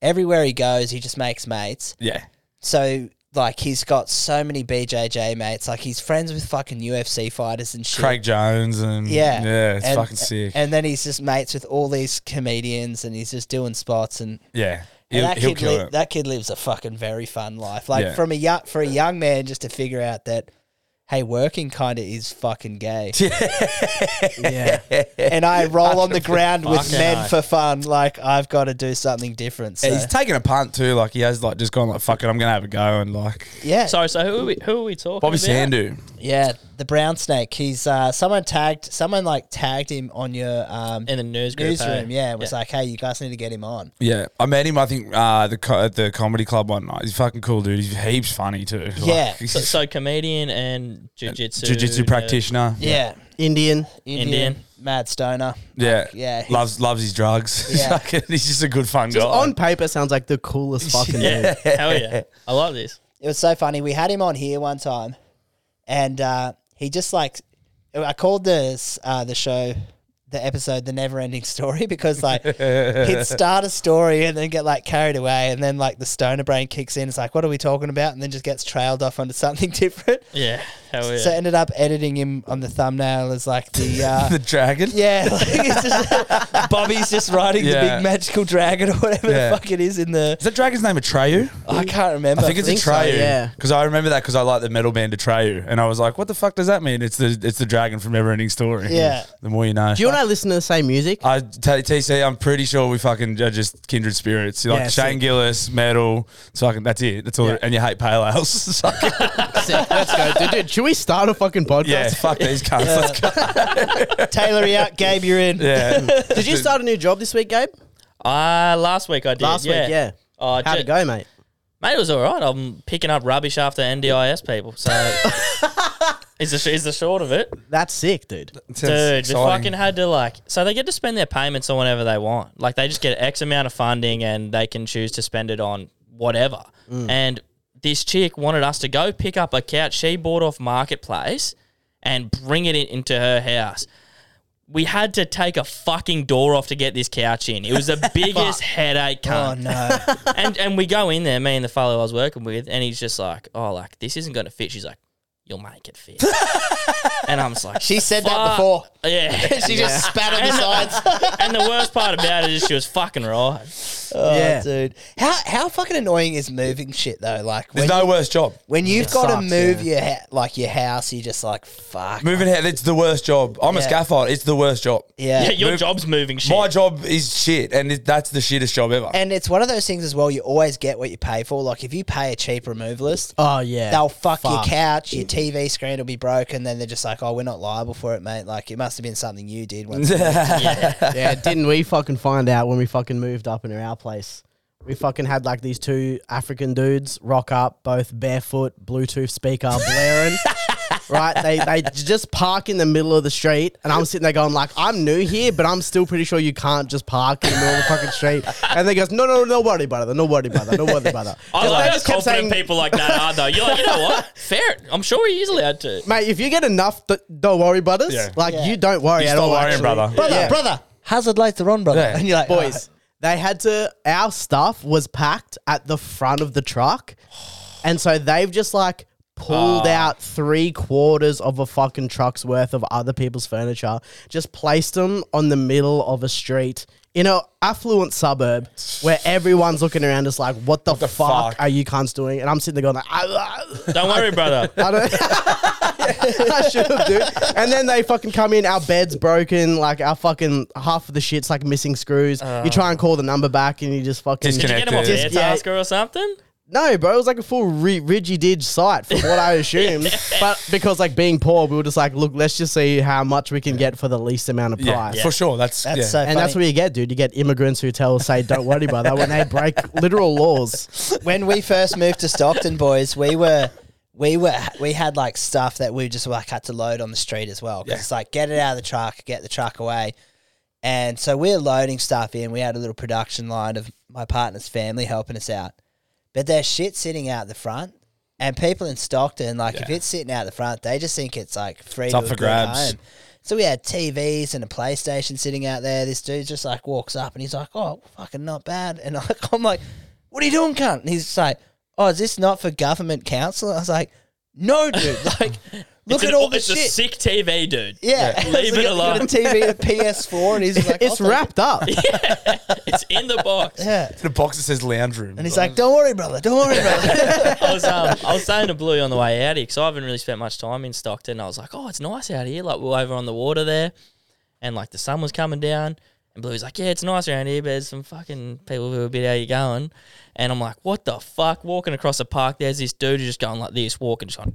[SPEAKER 2] everywhere he goes, he just makes mates.
[SPEAKER 4] Yeah.
[SPEAKER 2] so like he's got so many BJJ mates. Like he's friends with fucking UFC fighters and shit.
[SPEAKER 4] Craig Jones and
[SPEAKER 2] Yeah,
[SPEAKER 4] yeah, it's
[SPEAKER 2] And-
[SPEAKER 4] fucking sick.
[SPEAKER 2] And then he's just mates with all these comedians, and he's just doing spots. And, and
[SPEAKER 4] yeah, he'll,
[SPEAKER 2] that
[SPEAKER 4] he'll
[SPEAKER 2] kid
[SPEAKER 4] kill
[SPEAKER 2] li-
[SPEAKER 4] it.
[SPEAKER 2] that kid lives a fucking very fun life. Like
[SPEAKER 4] Yeah.
[SPEAKER 2] from a young for a young man just to figure out that. Hey, working kind of is fucking
[SPEAKER 4] <laughs>
[SPEAKER 2] gay,
[SPEAKER 3] Yeah,
[SPEAKER 2] <laughs> and I roll on the ground with
[SPEAKER 5] Fucking
[SPEAKER 2] men
[SPEAKER 5] hell.
[SPEAKER 2] for fun. Like I've got to do something different. So,
[SPEAKER 4] Yeah, he's taking a punt too. Like he has like just gone like fuck it, I'm gonna have a go and like
[SPEAKER 2] yeah,
[SPEAKER 5] Sorry, so who are we, who are we talking
[SPEAKER 4] Bobby
[SPEAKER 5] about?
[SPEAKER 4] Sandu.
[SPEAKER 2] Yeah, the brown snake. He's uh, someone tagged someone like tagged him on your um,
[SPEAKER 5] in the news group. eh? hey?
[SPEAKER 2] newsroom. Yeah, it was like, hey, you guys need to get him on.
[SPEAKER 4] Yeah, I met him. I think uh, the co- at the comedy club one night. He's a fucking cool, dude. He's heaps funny too. Like,
[SPEAKER 2] Yeah.
[SPEAKER 4] <laughs> he's
[SPEAKER 5] so, so comedian and jujitsu,
[SPEAKER 4] jiu-jitsu
[SPEAKER 5] nerd.
[SPEAKER 4] practitioner.
[SPEAKER 2] Yeah,
[SPEAKER 3] Indian.
[SPEAKER 2] Indian,
[SPEAKER 5] Indian.
[SPEAKER 2] mad stoner.
[SPEAKER 4] Yeah,
[SPEAKER 2] yeah, he's-
[SPEAKER 4] loves loves his drugs. <laughs> He's
[SPEAKER 2] Yeah.
[SPEAKER 4] fucking- he's just a good fun guy.
[SPEAKER 3] On paper, sounds like the coolest fucking dude.
[SPEAKER 5] Yeah, hell yeah, I love this.
[SPEAKER 2] It was so funny. We had him on here one time, and uh, he just like I called the uh, the show the episode the never ending story <laughs> because like he'd start a story and then get like carried away and then like the stoner brain kicks in. It's like what are we talking about? And then just gets trailed off onto something <laughs> different.
[SPEAKER 5] Yeah, hell yeah.
[SPEAKER 2] So ended up editing him on the thumbnail as like the. Uh,
[SPEAKER 4] <laughs> <laughs> the dragon.
[SPEAKER 2] Yeah, like it's
[SPEAKER 4] <laughs>
[SPEAKER 2] just, Bobby's just riding the
[SPEAKER 4] Yeah.
[SPEAKER 2] big magical dragon or whatever
[SPEAKER 4] Yeah.
[SPEAKER 2] the fuck it is in the.
[SPEAKER 4] Is that dragon's name Atreyu?
[SPEAKER 2] I can't remember.
[SPEAKER 4] I think it's <laughs>
[SPEAKER 3] think so,
[SPEAKER 4] Atreyu.
[SPEAKER 3] yeah.
[SPEAKER 4] Because I remember that because I like the metal band Atreyu, and I was like, "What the fuck does that mean?" It's the it's the dragon from Neverending Story.
[SPEAKER 2] Yeah.
[SPEAKER 4] <laughs> The more you know.
[SPEAKER 3] Do you and I listen to the same music?
[SPEAKER 4] <laughs> I t- TC, I'm pretty sure we fucking are just kindred spirits. You're like
[SPEAKER 3] Yeah,
[SPEAKER 4] Shane
[SPEAKER 3] sick.
[SPEAKER 4] Gillis, metal. It's fucking that's it. That's all. And you hate pale ales. <laughs> It's like,
[SPEAKER 3] Sick. Let's go, dude, dude. Should we start a fucking podcast?
[SPEAKER 4] yeah, fuck these cunts. Let's go.
[SPEAKER 3] <laughs>
[SPEAKER 2] Taylor you out, Gabe, you're in.
[SPEAKER 4] <laughs> Yeah.
[SPEAKER 3] Did you start a new job this week, Gabe?
[SPEAKER 5] Uh, last week I did.
[SPEAKER 3] Last
[SPEAKER 5] yeah.
[SPEAKER 3] week, yeah.
[SPEAKER 5] Oh,
[SPEAKER 3] How'd
[SPEAKER 5] ju-
[SPEAKER 3] it go, mate?
[SPEAKER 5] Mate, it was all right. I'm picking up rubbish after NDIS people.
[SPEAKER 3] <laughs>
[SPEAKER 5] So, is the sh- is the short of it,
[SPEAKER 3] That's sick, dude.
[SPEAKER 5] dude? We
[SPEAKER 4] exciting.
[SPEAKER 5] fucking had to like. So they get to spend their payments on whatever they want. Like they just get X amount of funding and they can choose to spend it on whatever. And this chick wanted us to go pick up a couch she bought off marketplace and bring it in, into her house. We had to take a fucking door off to get this couch in. It was the biggest headache. Cunt
[SPEAKER 2] Oh
[SPEAKER 4] <laughs>
[SPEAKER 2] no.
[SPEAKER 5] and and we go in there, me and the fellow I was working with, and he's just like, "Oh, like this isn't going to fit." She's like, "You'll make
[SPEAKER 2] <laughs>
[SPEAKER 5] it fit," and I'm just like,
[SPEAKER 2] She said that
[SPEAKER 5] "Fuck."
[SPEAKER 2] before.
[SPEAKER 5] Yeah,
[SPEAKER 2] <laughs> She just spat on the sides.
[SPEAKER 5] <laughs> and the worst part about it is she was fucking right.
[SPEAKER 2] Oh,
[SPEAKER 3] Yeah.
[SPEAKER 2] dude. How how fucking annoying is moving shit though? Like when,
[SPEAKER 4] There's no worse job.
[SPEAKER 2] when you've got to
[SPEAKER 3] sucks,
[SPEAKER 2] move your ha- like your house, you're just like fuck.
[SPEAKER 4] Moving head, it's the worst job. I'm a
[SPEAKER 2] Yeah.
[SPEAKER 4] scaffold. It's the worst job.
[SPEAKER 2] Yeah.
[SPEAKER 4] <laughs>
[SPEAKER 5] Yeah, your
[SPEAKER 4] Move-
[SPEAKER 5] job's moving shit.
[SPEAKER 4] My job is shit, and it, that's the shittest job ever.
[SPEAKER 2] And it's one of those things as well. You always get what you pay for. Like if you pay a cheap removalist,
[SPEAKER 3] Oh, yeah.
[SPEAKER 2] they'll fuck, your couch, your TV screen will be broken. Then they're just like, oh, we're not liable for it, mate. Like it must have been something you did. Once
[SPEAKER 3] yeah, didn't we fucking find out when we fucking moved up into our place? We fucking had like these two African dudes rock up, both barefoot, Bluetooth speaker
[SPEAKER 5] <laughs>
[SPEAKER 3] blaring. right? They they j- just park in the middle of the street, and I'm sitting there going like, I'm new here, but I'm still pretty sure you can't just park in the middle of the fucking street. And they goes, No, no, no worry, brother, no worry, brother, no worry, brother.
[SPEAKER 5] <laughs> I
[SPEAKER 3] Just-
[SPEAKER 5] like
[SPEAKER 3] they
[SPEAKER 5] how
[SPEAKER 3] just kept
[SPEAKER 5] confident people like that are though. You're like, you
[SPEAKER 2] <laughs>
[SPEAKER 5] know what? Fair. I'm sure he is allowed to.
[SPEAKER 3] Mate, if you get enough, th- don't worry, brothers.
[SPEAKER 4] Yeah.
[SPEAKER 3] Like
[SPEAKER 2] Yeah.
[SPEAKER 3] you don't worry
[SPEAKER 4] You
[SPEAKER 3] at
[SPEAKER 4] stop
[SPEAKER 3] all,
[SPEAKER 4] worrying,
[SPEAKER 3] actually.
[SPEAKER 4] brother.
[SPEAKER 2] brother,
[SPEAKER 3] Yeah.
[SPEAKER 2] brother, hazard later on, brother.
[SPEAKER 4] Yeah.
[SPEAKER 2] And you're like,
[SPEAKER 3] boys. uh, They had to. Our stuff was packed at the front of the truck, and so they've just like pulled out three quarters of a fucking truck's worth of other people's furniture, just placed them on the middle of a street in a affluent suburb where everyone's looking around, just like, "What the, fuck,
[SPEAKER 4] fuck?
[SPEAKER 3] are you cunts doing?" And I'm sitting there going, like, "Ah, ah,
[SPEAKER 5] Don't worry,
[SPEAKER 2] <laughs>
[SPEAKER 5] brother.
[SPEAKER 3] I don't. <laughs> I should have, dude. And then they fucking come in. Our bed's broken. Like our fucking half of the shit's like missing screws. you try and call the number back, and you just fucking
[SPEAKER 4] Disconnect.
[SPEAKER 5] Get him off
[SPEAKER 4] Connected.
[SPEAKER 5] Airtasker or something.
[SPEAKER 3] No, bro, it was like a full ri- ridgy didge site from what
[SPEAKER 4] <laughs>
[SPEAKER 3] I assumed. But because like being poor, we were just like, look, let's just see how much we can get for the least amount of
[SPEAKER 4] yeah,
[SPEAKER 3] price.
[SPEAKER 4] for sure. That's,
[SPEAKER 2] That's
[SPEAKER 4] yeah.
[SPEAKER 2] so
[SPEAKER 3] And that's
[SPEAKER 2] funny.
[SPEAKER 3] what you get, dude. You get immigrants who tell say, "Don't worry about that," when they
[SPEAKER 4] <laughs>
[SPEAKER 3] break literal laws.
[SPEAKER 2] "Oh." when we first moved to Stockton, boys, we were we were we had like stuff that we just like had to load on the street as well. 'Cause It's like get it out of the truck, get the truck away, and so we're loading stuff in. We had a little production line of my partner's family helping us out, but there's shit sitting out the front. And people in Stockton, like if it's sitting out the front, they just think it's like free
[SPEAKER 4] It's
[SPEAKER 2] to
[SPEAKER 4] up
[SPEAKER 2] a
[SPEAKER 4] for
[SPEAKER 2] good
[SPEAKER 4] grabs.
[SPEAKER 2] home. So we had TVs and a PlayStation sitting out there. This dude just like walks up and he's like, "Oh, fucking not bad." And <laughs> like, I'm like, "What are you doing, cunt?" And he's just like, "Oh, is this not for government council?" I was like, "No, dude. <laughs> Like, look
[SPEAKER 5] <laughs> It's
[SPEAKER 2] at
[SPEAKER 5] an-
[SPEAKER 2] all the
[SPEAKER 5] it's
[SPEAKER 2] shit."
[SPEAKER 5] a sick TV, dude.
[SPEAKER 2] <laughs> yeah, And I was
[SPEAKER 5] Leave
[SPEAKER 2] like,
[SPEAKER 5] it
[SPEAKER 2] "Look at
[SPEAKER 5] alone.
[SPEAKER 2] the TV,
[SPEAKER 5] <laughs>
[SPEAKER 2] the PS4, and he's just like,
[SPEAKER 3] It's
[SPEAKER 2] "I'll take
[SPEAKER 3] wrapped
[SPEAKER 4] <laughs>
[SPEAKER 3] up.
[SPEAKER 5] It's in the box.
[SPEAKER 2] it." Yeah.
[SPEAKER 4] The box that says lounge room.
[SPEAKER 2] And he's like, "Don't worry, brother. Don't worry,
[SPEAKER 5] <laughs>
[SPEAKER 2] brother."
[SPEAKER 5] I was um, I was saying to Bluey on the way out here because I haven't really spent much time in Stockton. I was like, oh, it's nice out here. Like we we're over on the water there, and like the sun was coming down. And Bluey's like, yeah, it's nice around here, but there's some fucking people who are a bit how you going. And I'm like, what the fuck? Walking across the park, there's this dude who's just going like this, walking, just going.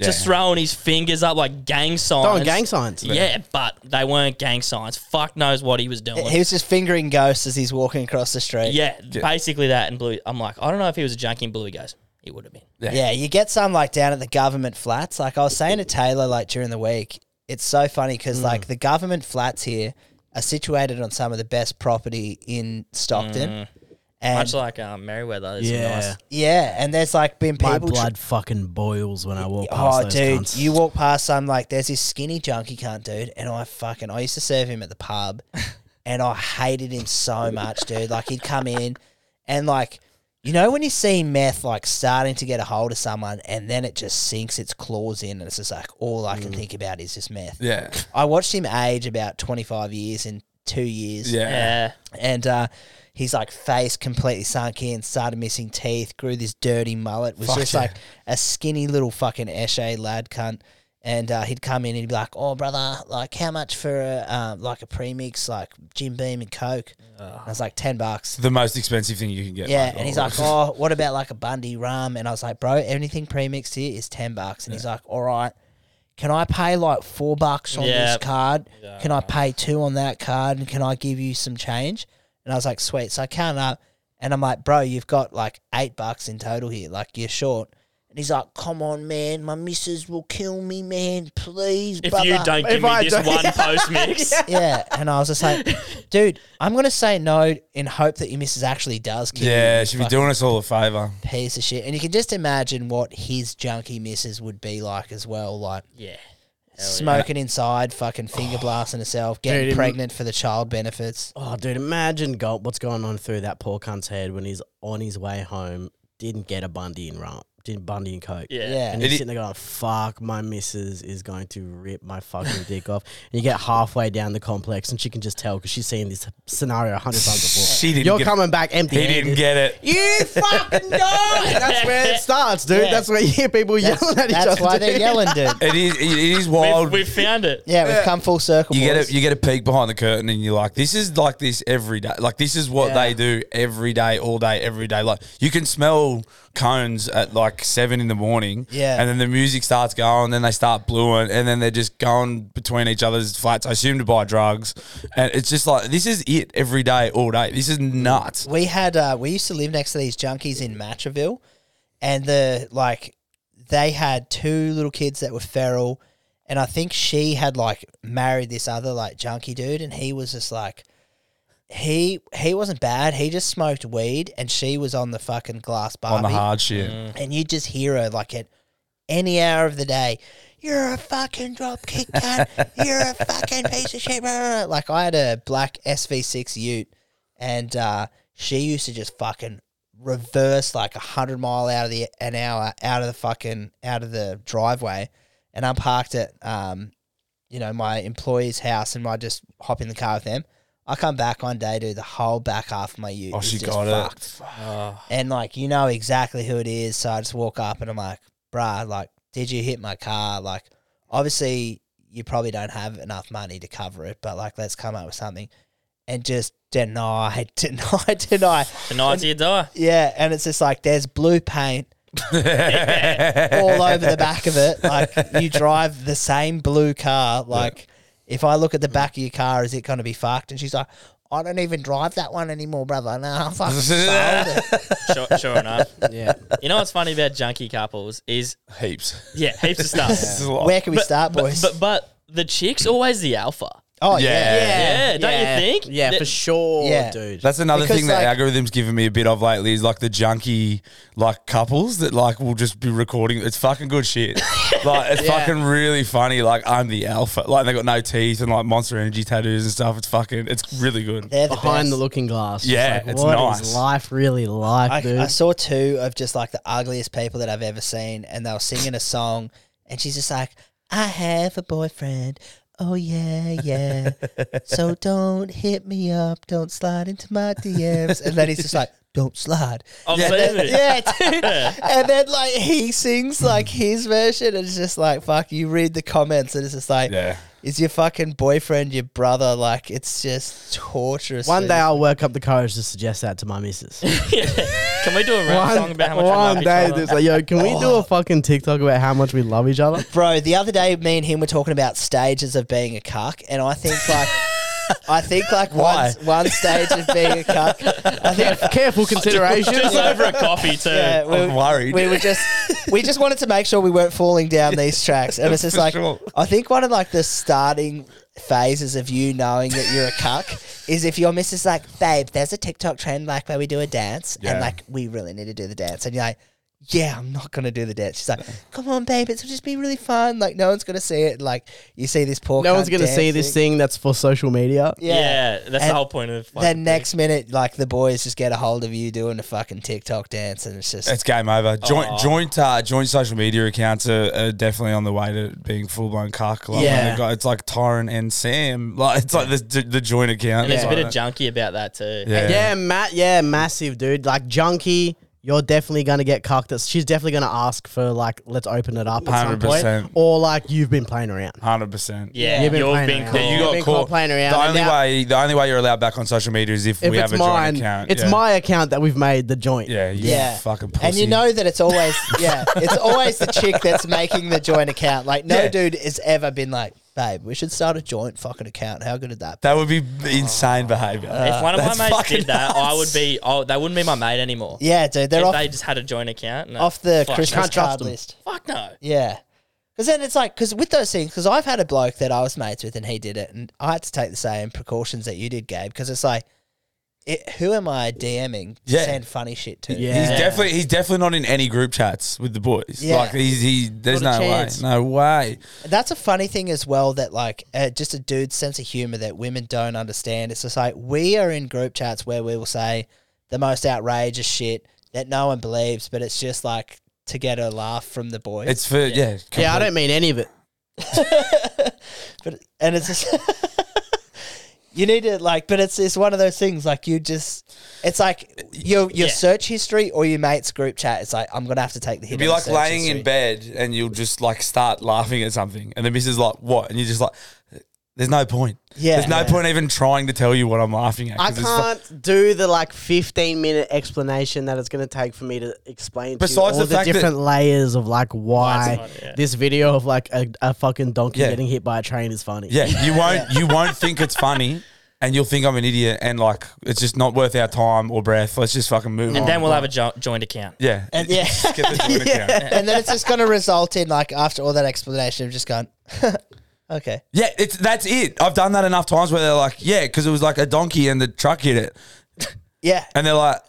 [SPEAKER 5] just throwing his fingers up like gang signs.
[SPEAKER 3] Throwing gang signs.
[SPEAKER 5] Yeah, but they weren't gang signs. Fuck knows what he was doing.
[SPEAKER 2] He was just fingering ghosts as he's walking across the street.
[SPEAKER 5] yeah, basically that. And blue, I'm like, I don't know if he was a junkie in blue goes. He would have been.
[SPEAKER 2] Yeah, you get some like down at the government flats. Like I was saying to Taylor, like during the week, it's so funny because
[SPEAKER 5] Mm.
[SPEAKER 2] like the government flats here are situated on some of the best property in Stockton. And
[SPEAKER 5] Mm. Much like um, Merriweather. Is
[SPEAKER 3] Yeah.
[SPEAKER 5] Nice.
[SPEAKER 2] yeah, and there's like been people.
[SPEAKER 3] My
[SPEAKER 2] tr-
[SPEAKER 3] blood fucking boils when I walk past
[SPEAKER 2] Oh,
[SPEAKER 3] those
[SPEAKER 2] dude,
[SPEAKER 3] cunts.
[SPEAKER 2] you walk past some like there's this skinny junkie cunt, dude, and I fucking I used to serve him at the
[SPEAKER 3] <laughs>
[SPEAKER 2] pub, and I hated him so much, dude. Like he'd come in, and like you know when you see meth like starting to get a hold of someone, and then it just sinks its claws in, and it's just like all I
[SPEAKER 3] Mm.
[SPEAKER 2] can think about is just meth.
[SPEAKER 4] Yeah.
[SPEAKER 2] I watched him age about twenty five years in two years,
[SPEAKER 4] Yeah.
[SPEAKER 5] Yeah.
[SPEAKER 2] and uh, his like face completely sunk in, started missing teeth, grew this dirty mullet, was
[SPEAKER 4] Fuck
[SPEAKER 2] just
[SPEAKER 4] yeah.
[SPEAKER 2] like a skinny little fucking esche lad cunt. And uh, he'd come in and he'd be like, "Oh, brother, like how much for a, uh, like a premix, like Jim Beam and Coke?" And I was like, 10 bucks."
[SPEAKER 4] The most expensive thing you can get.
[SPEAKER 2] Yeah, and he's like, "Oh, what about like a Bundy rum?" And I was like, "Bro, anything premixed here is ten bucks." And he's like, "All right, can I pay like four bucks on
[SPEAKER 5] Yeah.
[SPEAKER 2] this card? Can I pay two on that card? And can I give you some change?" And I was like, "Sweet." So I count up, and I'm like, "Bro, you've got like eight bucks in total here. Like you're short." And he's like, "Come on, man, my missus will kill me, man. Please,
[SPEAKER 5] If
[SPEAKER 2] brother."
[SPEAKER 5] you don't give
[SPEAKER 3] If
[SPEAKER 5] me
[SPEAKER 3] I
[SPEAKER 5] this
[SPEAKER 3] don't-
[SPEAKER 5] one post mix,
[SPEAKER 2] yeah, and I was just like, dude, I'm gonna say no in hope that your missus actually does kill you.
[SPEAKER 4] yeah,
[SPEAKER 2] you
[SPEAKER 4] she'd be
[SPEAKER 2] fucking
[SPEAKER 4] doing us all a favour.
[SPEAKER 2] piece of shit. And you can just imagine what his junkie missus would be like as well, like
[SPEAKER 5] yeah.
[SPEAKER 2] smoking inside, fucking
[SPEAKER 5] <sighs>
[SPEAKER 2] finger blasting herself, getting
[SPEAKER 3] Dude, it-
[SPEAKER 2] pregnant for the child benefits.
[SPEAKER 3] Oh, dude, imagine go- what's going on through that poor cunt's head when he's on his way home, didn't get a Bundy and rum, didn't Bundy and Coke.
[SPEAKER 5] Yeah.
[SPEAKER 2] Yeah.
[SPEAKER 3] And
[SPEAKER 2] yeah.
[SPEAKER 3] he's sitting there going, fuck, my missus is going to rip my fucking dick off. And you get halfway down the complex and she can just tell because she's seen this scenario a hundred times before.
[SPEAKER 4] She didn't
[SPEAKER 3] You're
[SPEAKER 4] get-
[SPEAKER 3] coming back empty.
[SPEAKER 4] He didn't get it.
[SPEAKER 3] You fucking dog! That's where it starts, dude.
[SPEAKER 2] Yeah.
[SPEAKER 3] That's where you hear people yelling at each
[SPEAKER 2] That's
[SPEAKER 3] other.
[SPEAKER 2] why they're
[SPEAKER 3] dude.
[SPEAKER 2] yelling, dude.
[SPEAKER 4] It is.
[SPEAKER 2] <laughs>
[SPEAKER 4] It is
[SPEAKER 5] We've,
[SPEAKER 4] wild.
[SPEAKER 5] we've found it.
[SPEAKER 2] Yeah, we've come full circle.
[SPEAKER 4] you
[SPEAKER 2] boys.
[SPEAKER 4] get a you get a peek behind the curtain, and you're like, this is like this every day. Like this is what
[SPEAKER 2] Yeah.
[SPEAKER 4] they do every day, all day, every day. Like you can smell cones at like seven in the morning.
[SPEAKER 2] Yeah.
[SPEAKER 4] And then the music starts going, then they start blueing, and then they're just going between each other's flats. I assume to buy drugs, and it's just like this is it every day, all day. This is nuts.
[SPEAKER 2] we had uh, we used to live next to these junkies in Matraville, and the like they had two little kids that were feral, and I think she had like married this other like junkie dude, and he was just like. He he wasn't bad. He just smoked weed, and she was on the fucking glass barbie
[SPEAKER 4] On the hard shit.
[SPEAKER 2] and you just hear her like at any hour of the day, you're a fucking dropkick cunt,
[SPEAKER 4] <laughs>
[SPEAKER 2] you're a fucking piece of shit. brr." Like I had a black SV6 Ute, and uh, she used to just fucking reverse like a hundred mile out of the an hour out of the fucking out of the driveway, and I'm parked at um, you know my employee's house, and I just hop in the car with them. I come back one day, do the whole back half of my Ute.
[SPEAKER 4] Oh,
[SPEAKER 2] is
[SPEAKER 4] she
[SPEAKER 2] just
[SPEAKER 4] got
[SPEAKER 2] fucked.
[SPEAKER 4] it.
[SPEAKER 2] And like you know exactly who it is, so I just walk up and I'm like, "Bruh, like, did you hit my car? Like, obviously you probably don't have enough money to cover it, but like, let's come up with something." And just deny, <laughs> deny, deny.
[SPEAKER 5] Tonight's your die.
[SPEAKER 2] Yeah, and it's just like there's blue paint all over the back of it. Like you drive the same blue car. Like if I look at the back of your car, is it going to be fucked? And she's like, I don't even drive that one anymore, brother. No, I fucking sold it.
[SPEAKER 5] Sure, sure enough.
[SPEAKER 3] <laughs> Yeah.
[SPEAKER 5] You know what's funny about junkie couples is
[SPEAKER 4] Heaps. <laughs>
[SPEAKER 5] yeah, heaps of stuff.
[SPEAKER 2] Where can we start, boys?
[SPEAKER 5] But, but the chick's always the alpha.
[SPEAKER 2] oh
[SPEAKER 4] Yeah.
[SPEAKER 2] yeah.
[SPEAKER 5] Yeah, don't you think?
[SPEAKER 3] Yeah,
[SPEAKER 5] That-
[SPEAKER 3] for
[SPEAKER 5] <laughs>
[SPEAKER 3] sure,
[SPEAKER 2] Yeah.
[SPEAKER 3] dude.
[SPEAKER 4] That's another
[SPEAKER 2] Because,
[SPEAKER 4] thing that
[SPEAKER 2] like-
[SPEAKER 4] algorithms given me a bit of lately is like the junky like couples that like will just be recording. It's fucking good
[SPEAKER 5] <laughs>
[SPEAKER 4] shit. like it's fucking really funny. Like I'm the alpha. Like they got no teeth and like monster energy tattoos and stuff. It's fucking. It's really good.
[SPEAKER 2] They're the
[SPEAKER 3] behind the
[SPEAKER 2] best.
[SPEAKER 3] looking glass. Just
[SPEAKER 4] Yeah,
[SPEAKER 3] like,
[SPEAKER 4] it's
[SPEAKER 3] what
[SPEAKER 4] nice.
[SPEAKER 3] is life really like, dude?
[SPEAKER 2] I, I saw two of just like the ugliest people that I've ever seen, and they were singing a song, and she's just like, "I have a boyfriend." Oh yeah, yeah. so don't hit me up. Don't slide into my DMs. And then he's just like, "Don't slide."
[SPEAKER 5] I've
[SPEAKER 2] And
[SPEAKER 5] seen
[SPEAKER 2] then-
[SPEAKER 5] it.
[SPEAKER 2] yeah, dude. And then like he sings like his version, and it's just like, "Fuck." You read the comments, and it's just like,
[SPEAKER 4] Yeah.
[SPEAKER 2] is your fucking boyfriend your brother? Like, it's just torturous.
[SPEAKER 3] One
[SPEAKER 2] dude.
[SPEAKER 3] day I'll work up the courage to suggest that to my
[SPEAKER 5] <laughs>
[SPEAKER 3] missus.
[SPEAKER 5] Can we do a rap song about how much we love
[SPEAKER 3] One
[SPEAKER 5] each
[SPEAKER 3] day,
[SPEAKER 5] other?
[SPEAKER 3] it's like, yo, can we do a fucking TikTok about how much we love each
[SPEAKER 5] <laughs>
[SPEAKER 3] other?
[SPEAKER 2] Bro, the other day, me and him were talking about stages of being a cuck, and I think like, I think like
[SPEAKER 4] Why?
[SPEAKER 2] one one stage of being a cuck. I think
[SPEAKER 3] Careful consideration.
[SPEAKER 5] Just over a coffee too.
[SPEAKER 2] yeah, we,
[SPEAKER 4] I'm worried.
[SPEAKER 2] We were just we just wanted to make sure we weren't falling down these tracks, and it's just
[SPEAKER 4] <laughs> for
[SPEAKER 2] like
[SPEAKER 4] sure.
[SPEAKER 2] I think one of like the starting phases of you knowing that you're a cuck is if your missus is like, babe, there's a TikTok trend like where we do a dance, and
[SPEAKER 4] Yeah.
[SPEAKER 2] like we really need to do the dance, and you're like. Yeah, I'm not gonna do the dance. She's
[SPEAKER 4] <laughs>
[SPEAKER 2] like, "Come on, babe, it's just be really fun. Like, no one's gonna see it. Like, you see this poor.
[SPEAKER 3] No one's
[SPEAKER 2] cunt
[SPEAKER 3] gonna see this
[SPEAKER 2] dancing."
[SPEAKER 3] thing that's for social media.
[SPEAKER 5] Yeah, that's the
[SPEAKER 2] And
[SPEAKER 5] whole point of.
[SPEAKER 2] Then next minute, like the boys just get a hold of you doing a fucking TikTok dance, and it's just
[SPEAKER 4] It's game over. Joint joint uh, joint social media accounts are, are definitely on the way to being full blown cock. Like,
[SPEAKER 2] Yeah.
[SPEAKER 4] when they got- it's like Tyron and Sam. Like it's like the, the joint account.
[SPEAKER 5] and there's
[SPEAKER 4] It's
[SPEAKER 5] a bit
[SPEAKER 4] like
[SPEAKER 5] of junkie about that too.
[SPEAKER 4] Yeah.
[SPEAKER 3] Yeah, Matt. Yeah, massive dude. Like junkie, you're definitely gonna get cocked. It's- She's definitely gonna ask for like, let's open it up at some point,
[SPEAKER 4] 100%.
[SPEAKER 3] or like you've been playing around.
[SPEAKER 4] hundred percent.
[SPEAKER 5] yeah.
[SPEAKER 3] You've been
[SPEAKER 5] you've
[SPEAKER 3] playing
[SPEAKER 5] been
[SPEAKER 3] around.
[SPEAKER 5] cool.
[SPEAKER 4] Yeah, you
[SPEAKER 3] I've
[SPEAKER 4] got
[SPEAKER 3] been
[SPEAKER 4] caught.
[SPEAKER 3] caught playing around,
[SPEAKER 4] The
[SPEAKER 3] and
[SPEAKER 4] only
[SPEAKER 3] now-
[SPEAKER 4] way, the only way you're allowed back on social media is if,
[SPEAKER 3] If
[SPEAKER 4] we
[SPEAKER 3] it's
[SPEAKER 4] have a
[SPEAKER 3] mine,
[SPEAKER 4] joint account.
[SPEAKER 3] it's
[SPEAKER 4] yeah.
[SPEAKER 3] my account that we've made the joint.
[SPEAKER 4] Yeah, you
[SPEAKER 2] Yeah.
[SPEAKER 4] fucking pussy.
[SPEAKER 2] And you know that it's always yeah, it's always the chick that's making the joint account. Like no
[SPEAKER 4] Yeah.
[SPEAKER 2] dude has ever been like, babe, we should start a joint fucking account. How good is that?
[SPEAKER 4] that would be insane behavior.
[SPEAKER 3] Uh,
[SPEAKER 5] If one of my
[SPEAKER 4] Uh, That's
[SPEAKER 5] mates
[SPEAKER 4] fucking
[SPEAKER 5] did that, I
[SPEAKER 4] nuts.
[SPEAKER 5] would be. Oh, they wouldn't be my mate anymore.
[SPEAKER 2] yeah, dude, they're
[SPEAKER 5] if
[SPEAKER 2] off
[SPEAKER 5] they just had a joint account. No.
[SPEAKER 2] off the
[SPEAKER 5] fuck
[SPEAKER 2] Christmas
[SPEAKER 3] Can't trust
[SPEAKER 2] card
[SPEAKER 3] them.
[SPEAKER 2] list.
[SPEAKER 5] No. Fuck no.
[SPEAKER 2] Yeah. Because then it's like, because with those things, because I've had a bloke that I was mates with and he did it, and I had to take the same precautions that you did, Gabe, because it's like, it, who am I DMing to
[SPEAKER 4] Yeah.
[SPEAKER 2] send funny shit to?
[SPEAKER 3] Yeah.
[SPEAKER 4] He's definitely he's definitely not in any group chats with the boys.
[SPEAKER 2] Yeah.
[SPEAKER 4] Like he's he there's
[SPEAKER 3] Not a
[SPEAKER 4] no way.
[SPEAKER 3] chance.
[SPEAKER 4] No way.
[SPEAKER 2] That's a funny thing as well that like uh, just a dude's sense of humor that women don't understand. It's just like we are in group chats where we will say the most outrageous shit that no one believes, but it's just like to get a laugh from the boys.
[SPEAKER 4] It's for yeah. complete-
[SPEAKER 3] Yeah, I don't mean any of it.
[SPEAKER 2] but and it's just <laughs> you need to like, but it's it's one of those things like you just it's like your your
[SPEAKER 5] Yeah.
[SPEAKER 2] search history or your mate's group chat. It's like I'm gonna have to take the hit.
[SPEAKER 4] You'd be
[SPEAKER 2] on the
[SPEAKER 4] like
[SPEAKER 2] search
[SPEAKER 4] laying
[SPEAKER 2] history.
[SPEAKER 4] in bed and you'll just like start laughing at something, and the missus is like, "What?" And you're just like, "There's no point.
[SPEAKER 2] Yeah.
[SPEAKER 4] there's no
[SPEAKER 2] Yeah.
[SPEAKER 4] point even trying to tell you what I'm laughing at.
[SPEAKER 3] I
[SPEAKER 4] 'cause it's fu-
[SPEAKER 3] can't do the like 15 minute explanation that it's going to take for me to explain to you
[SPEAKER 4] Besides
[SPEAKER 3] all
[SPEAKER 4] the
[SPEAKER 3] the,
[SPEAKER 4] fact that-
[SPEAKER 3] different layers of like why
[SPEAKER 5] funny, yeah.
[SPEAKER 3] this video of like a, a fucking donkey
[SPEAKER 4] Yeah.
[SPEAKER 3] getting hit by a train is funny. <laughs>
[SPEAKER 4] yeah, you won't. You won't think it's funny, and you'll think I'm an idiot, and like it's just not worth our time or breath. Let's just fucking move on.
[SPEAKER 5] And then we'll have a jo- joint account.
[SPEAKER 4] yeah,
[SPEAKER 2] And yeah.
[SPEAKER 4] <laughs>
[SPEAKER 2] <laughs>
[SPEAKER 4] Just get the joint account.
[SPEAKER 2] and then it's just going to result in like after all that explanation of just going, <laughs> okay,
[SPEAKER 4] Yeah, it's that's it. I've done that enough times where they're like, "Yeah," because it was like a donkey and the truck hit it,
[SPEAKER 2] yeah.
[SPEAKER 4] and they're like,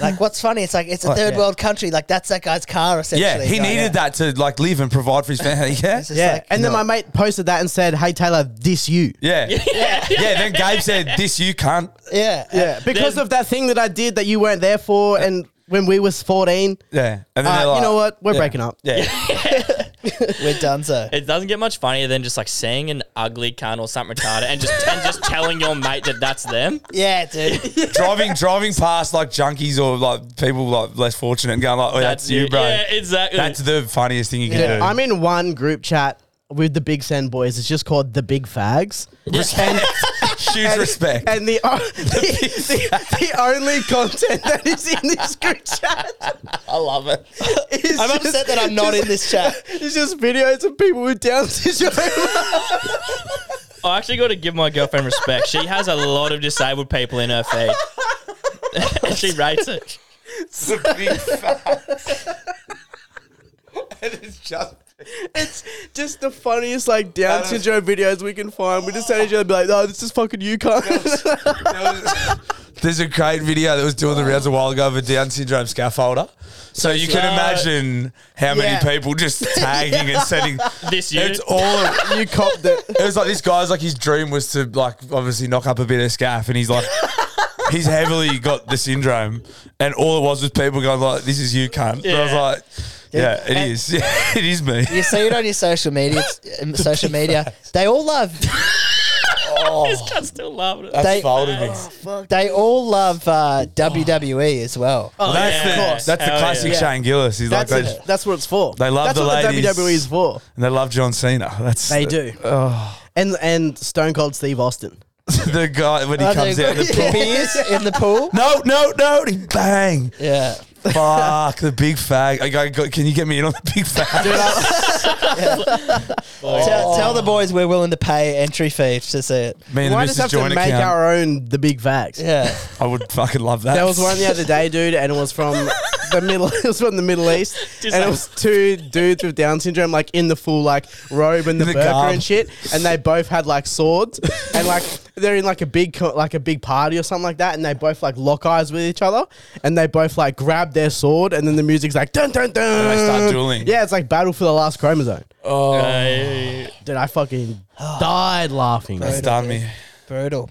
[SPEAKER 2] Like what's funny? It's like it's a third
[SPEAKER 3] yeah.
[SPEAKER 2] world country. Like that's that guy's car essentially.
[SPEAKER 4] Oh, "Yeah, he
[SPEAKER 2] Like,
[SPEAKER 4] needed that to like live and provide for his family." <laughs> Yeah,
[SPEAKER 2] It's just
[SPEAKER 3] Yeah.
[SPEAKER 2] like-
[SPEAKER 3] and then my mate posted that and said, Hey Taylor, this you.
[SPEAKER 4] yeah, yeah. Then Gabe said, "This you can't."
[SPEAKER 2] yeah,
[SPEAKER 3] <laughs> Yeah. Because
[SPEAKER 5] Then-
[SPEAKER 3] of that thing that I did that you weren't there for and when we was 14.
[SPEAKER 4] Yeah, and then
[SPEAKER 3] Uh,
[SPEAKER 4] they're like,
[SPEAKER 3] you know what? We're
[SPEAKER 4] Yeah.
[SPEAKER 3] breaking up.
[SPEAKER 4] Yeah.
[SPEAKER 2] <laughs> We're done
[SPEAKER 4] <laughs>
[SPEAKER 2] so.
[SPEAKER 5] It doesn't get much funnier than just like seeing an ugly cunt or something retarded and just and just telling your mate that that's them.
[SPEAKER 2] Yeah,
[SPEAKER 3] <laughs>
[SPEAKER 2] dude.
[SPEAKER 4] driving driving past like junkies or like people like less fortunate and going like, "Oh, <laughs> that's, you, bro."
[SPEAKER 5] Yeah, exactly. <laughs>
[SPEAKER 4] That's the funniest thing you can
[SPEAKER 3] Dude,
[SPEAKER 4] do.
[SPEAKER 3] I'm in one group chat with the Big Send boys. It's just called the Big Fags. And-
[SPEAKER 5] <laughs>
[SPEAKER 4] Huge respect.
[SPEAKER 3] And the, o- <laughs> the, the, the only content that is in this group chat
[SPEAKER 4] I love it.
[SPEAKER 3] is
[SPEAKER 2] I'm
[SPEAKER 3] just,
[SPEAKER 2] upset that I'm not in this chat.
[SPEAKER 3] <laughs> it's just videos of people with Down syndrome. <laughs>
[SPEAKER 5] I actually got to give my girlfriend respect. She has a lot of disabled people in her feed. <laughs> and she rates it.
[SPEAKER 4] It's a big fact. <laughs> and it's just
[SPEAKER 3] it's just the funniest like Down syndrome videos we can find. We just send each other and be like, "Oh, this is fucking you, <laughs> cunt."
[SPEAKER 4] there was- There's a great video that was doing the rounds a while ago of a Down syndrome scaffolder. So you can
[SPEAKER 5] Uh,
[SPEAKER 4] imagine how many
[SPEAKER 2] yeah.
[SPEAKER 4] people just tagging and sending.
[SPEAKER 5] This year.
[SPEAKER 4] It's all.
[SPEAKER 3] you copped it.
[SPEAKER 4] It was like this guy's like his dream was to like obviously knock up a bit of scaff, and he's like he's heavily got the syndrome, and all it was was people going like, "This is you, cunt." And I was
[SPEAKER 5] Yeah.
[SPEAKER 4] like, "Yeah, it
[SPEAKER 2] And-
[SPEAKER 4] is. <laughs> Yeah, it is me."
[SPEAKER 2] You see it on your social media.
[SPEAKER 3] <laughs>
[SPEAKER 2] um, social
[SPEAKER 4] <laughs>
[SPEAKER 2] media. They all love.
[SPEAKER 5] This cunt's still loving it.
[SPEAKER 2] They-
[SPEAKER 4] folded
[SPEAKER 5] Oh,
[SPEAKER 4] me.
[SPEAKER 2] They all love uh, WWE as well.
[SPEAKER 4] Well, that's
[SPEAKER 5] yeah,
[SPEAKER 4] the
[SPEAKER 5] of course.
[SPEAKER 4] that's the
[SPEAKER 5] Hell
[SPEAKER 4] classic
[SPEAKER 5] yeah.
[SPEAKER 4] Shane Gillis. He's
[SPEAKER 3] That's
[SPEAKER 4] like they,
[SPEAKER 3] it. That's what it's for.
[SPEAKER 4] They love
[SPEAKER 3] That's
[SPEAKER 4] the
[SPEAKER 3] what
[SPEAKER 4] ladies.
[SPEAKER 3] the WWE is E for.
[SPEAKER 4] and they love John Cena. That's
[SPEAKER 2] oh.
[SPEAKER 3] They do. and and Stone Cold Steve Austin.
[SPEAKER 4] <laughs> the guy when he comes
[SPEAKER 3] <laughs>
[SPEAKER 4] out in the pool.
[SPEAKER 2] Beers in the pool.
[SPEAKER 4] <laughs> No, no, no! He bang.
[SPEAKER 2] Yeah.
[SPEAKER 4] Fuck the big fag. I go, go, can you get me in on the big fag? Oh.
[SPEAKER 2] Tell, tell the boys we're willing to pay entry fees to see it.
[SPEAKER 4] <laughs> me and the
[SPEAKER 3] Why just
[SPEAKER 4] missus
[SPEAKER 3] have to
[SPEAKER 4] joint
[SPEAKER 3] make
[SPEAKER 4] account.
[SPEAKER 3] our own the big facts?
[SPEAKER 4] <laughs>
[SPEAKER 2] Yeah.
[SPEAKER 4] I would fucking love that.
[SPEAKER 3] There was one the other day, dude, and it was from the middle. <laughs> It was from the Middle East, and it was two dudes with Down syndrome, like in the full like robe and the,
[SPEAKER 4] The
[SPEAKER 3] burqa
[SPEAKER 4] garb.
[SPEAKER 3] and shit, and they both had like swords, and like they're in like a big co- like a big party or something like that, and they both like lock eyes with each other, and they both like grab their sword, and then the music's like dun dun dun,
[SPEAKER 4] And they start dueling.
[SPEAKER 3] Yeah, it's like battle for the last chromosome.
[SPEAKER 5] Uh,
[SPEAKER 3] Dude, I
[SPEAKER 4] <sighs>
[SPEAKER 3] fucking died laughing. Um,
[SPEAKER 4] That's
[SPEAKER 3] So
[SPEAKER 4] done me.
[SPEAKER 2] Brutal.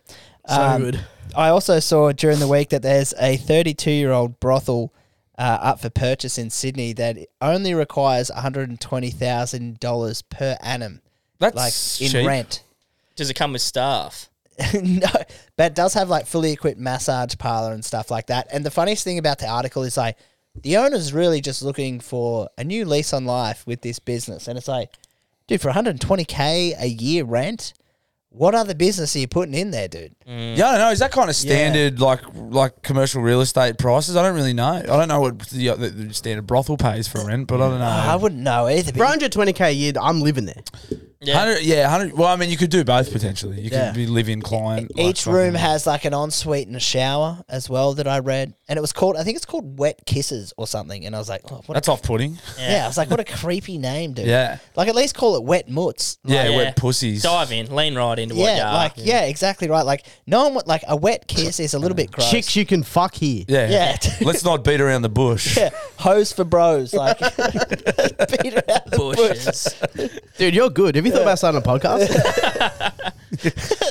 [SPEAKER 3] good.
[SPEAKER 2] I also saw during the week that there's a 32 year old brothel uh, up for purchase in Sydney that only requires $120,000 per annum.
[SPEAKER 4] That's
[SPEAKER 2] like in
[SPEAKER 4] cheap.
[SPEAKER 2] rent. <laughs>
[SPEAKER 5] does it come with staff?
[SPEAKER 2] no, but it does have like fully equipped massage parlor and stuff like that. And the funniest thing about the article is like the owner's really just looking for a new lease on life with this business. And it's like, dude, for 120K a year rent, what other business are you putting in there, dude?
[SPEAKER 5] Mm.
[SPEAKER 4] Yeah, I don't know. Is that kind of standard like like commercial real estate prices? I don't really know. I don't know what the, the, the standard brothel pays for rent, but I don't know.
[SPEAKER 2] I wouldn't know either.
[SPEAKER 3] For
[SPEAKER 2] But
[SPEAKER 3] 120k a year, I'm living there.
[SPEAKER 5] Yeah.
[SPEAKER 4] 100, yeah, 100. Well, I mean, you could do both potentially. You
[SPEAKER 2] Yeah.
[SPEAKER 4] could be live-in client. like
[SPEAKER 2] each room
[SPEAKER 4] fucking-
[SPEAKER 2] has like an ensuite and a shower as well that I read. And it was called, I think it's called Wet Kisses or something. And I was like, oh, what a-
[SPEAKER 4] That's off-putting.
[SPEAKER 2] yeah, I was like, what a creepy name, dude.
[SPEAKER 4] Yeah.
[SPEAKER 2] Like at least call it Wet Mutts.
[SPEAKER 4] Yeah,
[SPEAKER 5] Oh,
[SPEAKER 4] uh,
[SPEAKER 5] Yeah.
[SPEAKER 4] wet pussies.
[SPEAKER 5] Dive in, lean right into what you
[SPEAKER 2] Yeah,
[SPEAKER 5] are.
[SPEAKER 2] like yeah. exactly right. Like no one would like a wet kiss is a little bit gross.
[SPEAKER 3] Chicks you can fuck here.
[SPEAKER 4] Yeah.
[SPEAKER 2] Yeah.
[SPEAKER 4] <laughs> Let's not beat around the
[SPEAKER 2] <laughs>
[SPEAKER 4] bush.
[SPEAKER 2] yeah, hose for bros,
[SPEAKER 4] <laughs>
[SPEAKER 2] like beat around the bush.
[SPEAKER 5] bushes.
[SPEAKER 3] Dude, you're good. Have you thought about starting a podcast?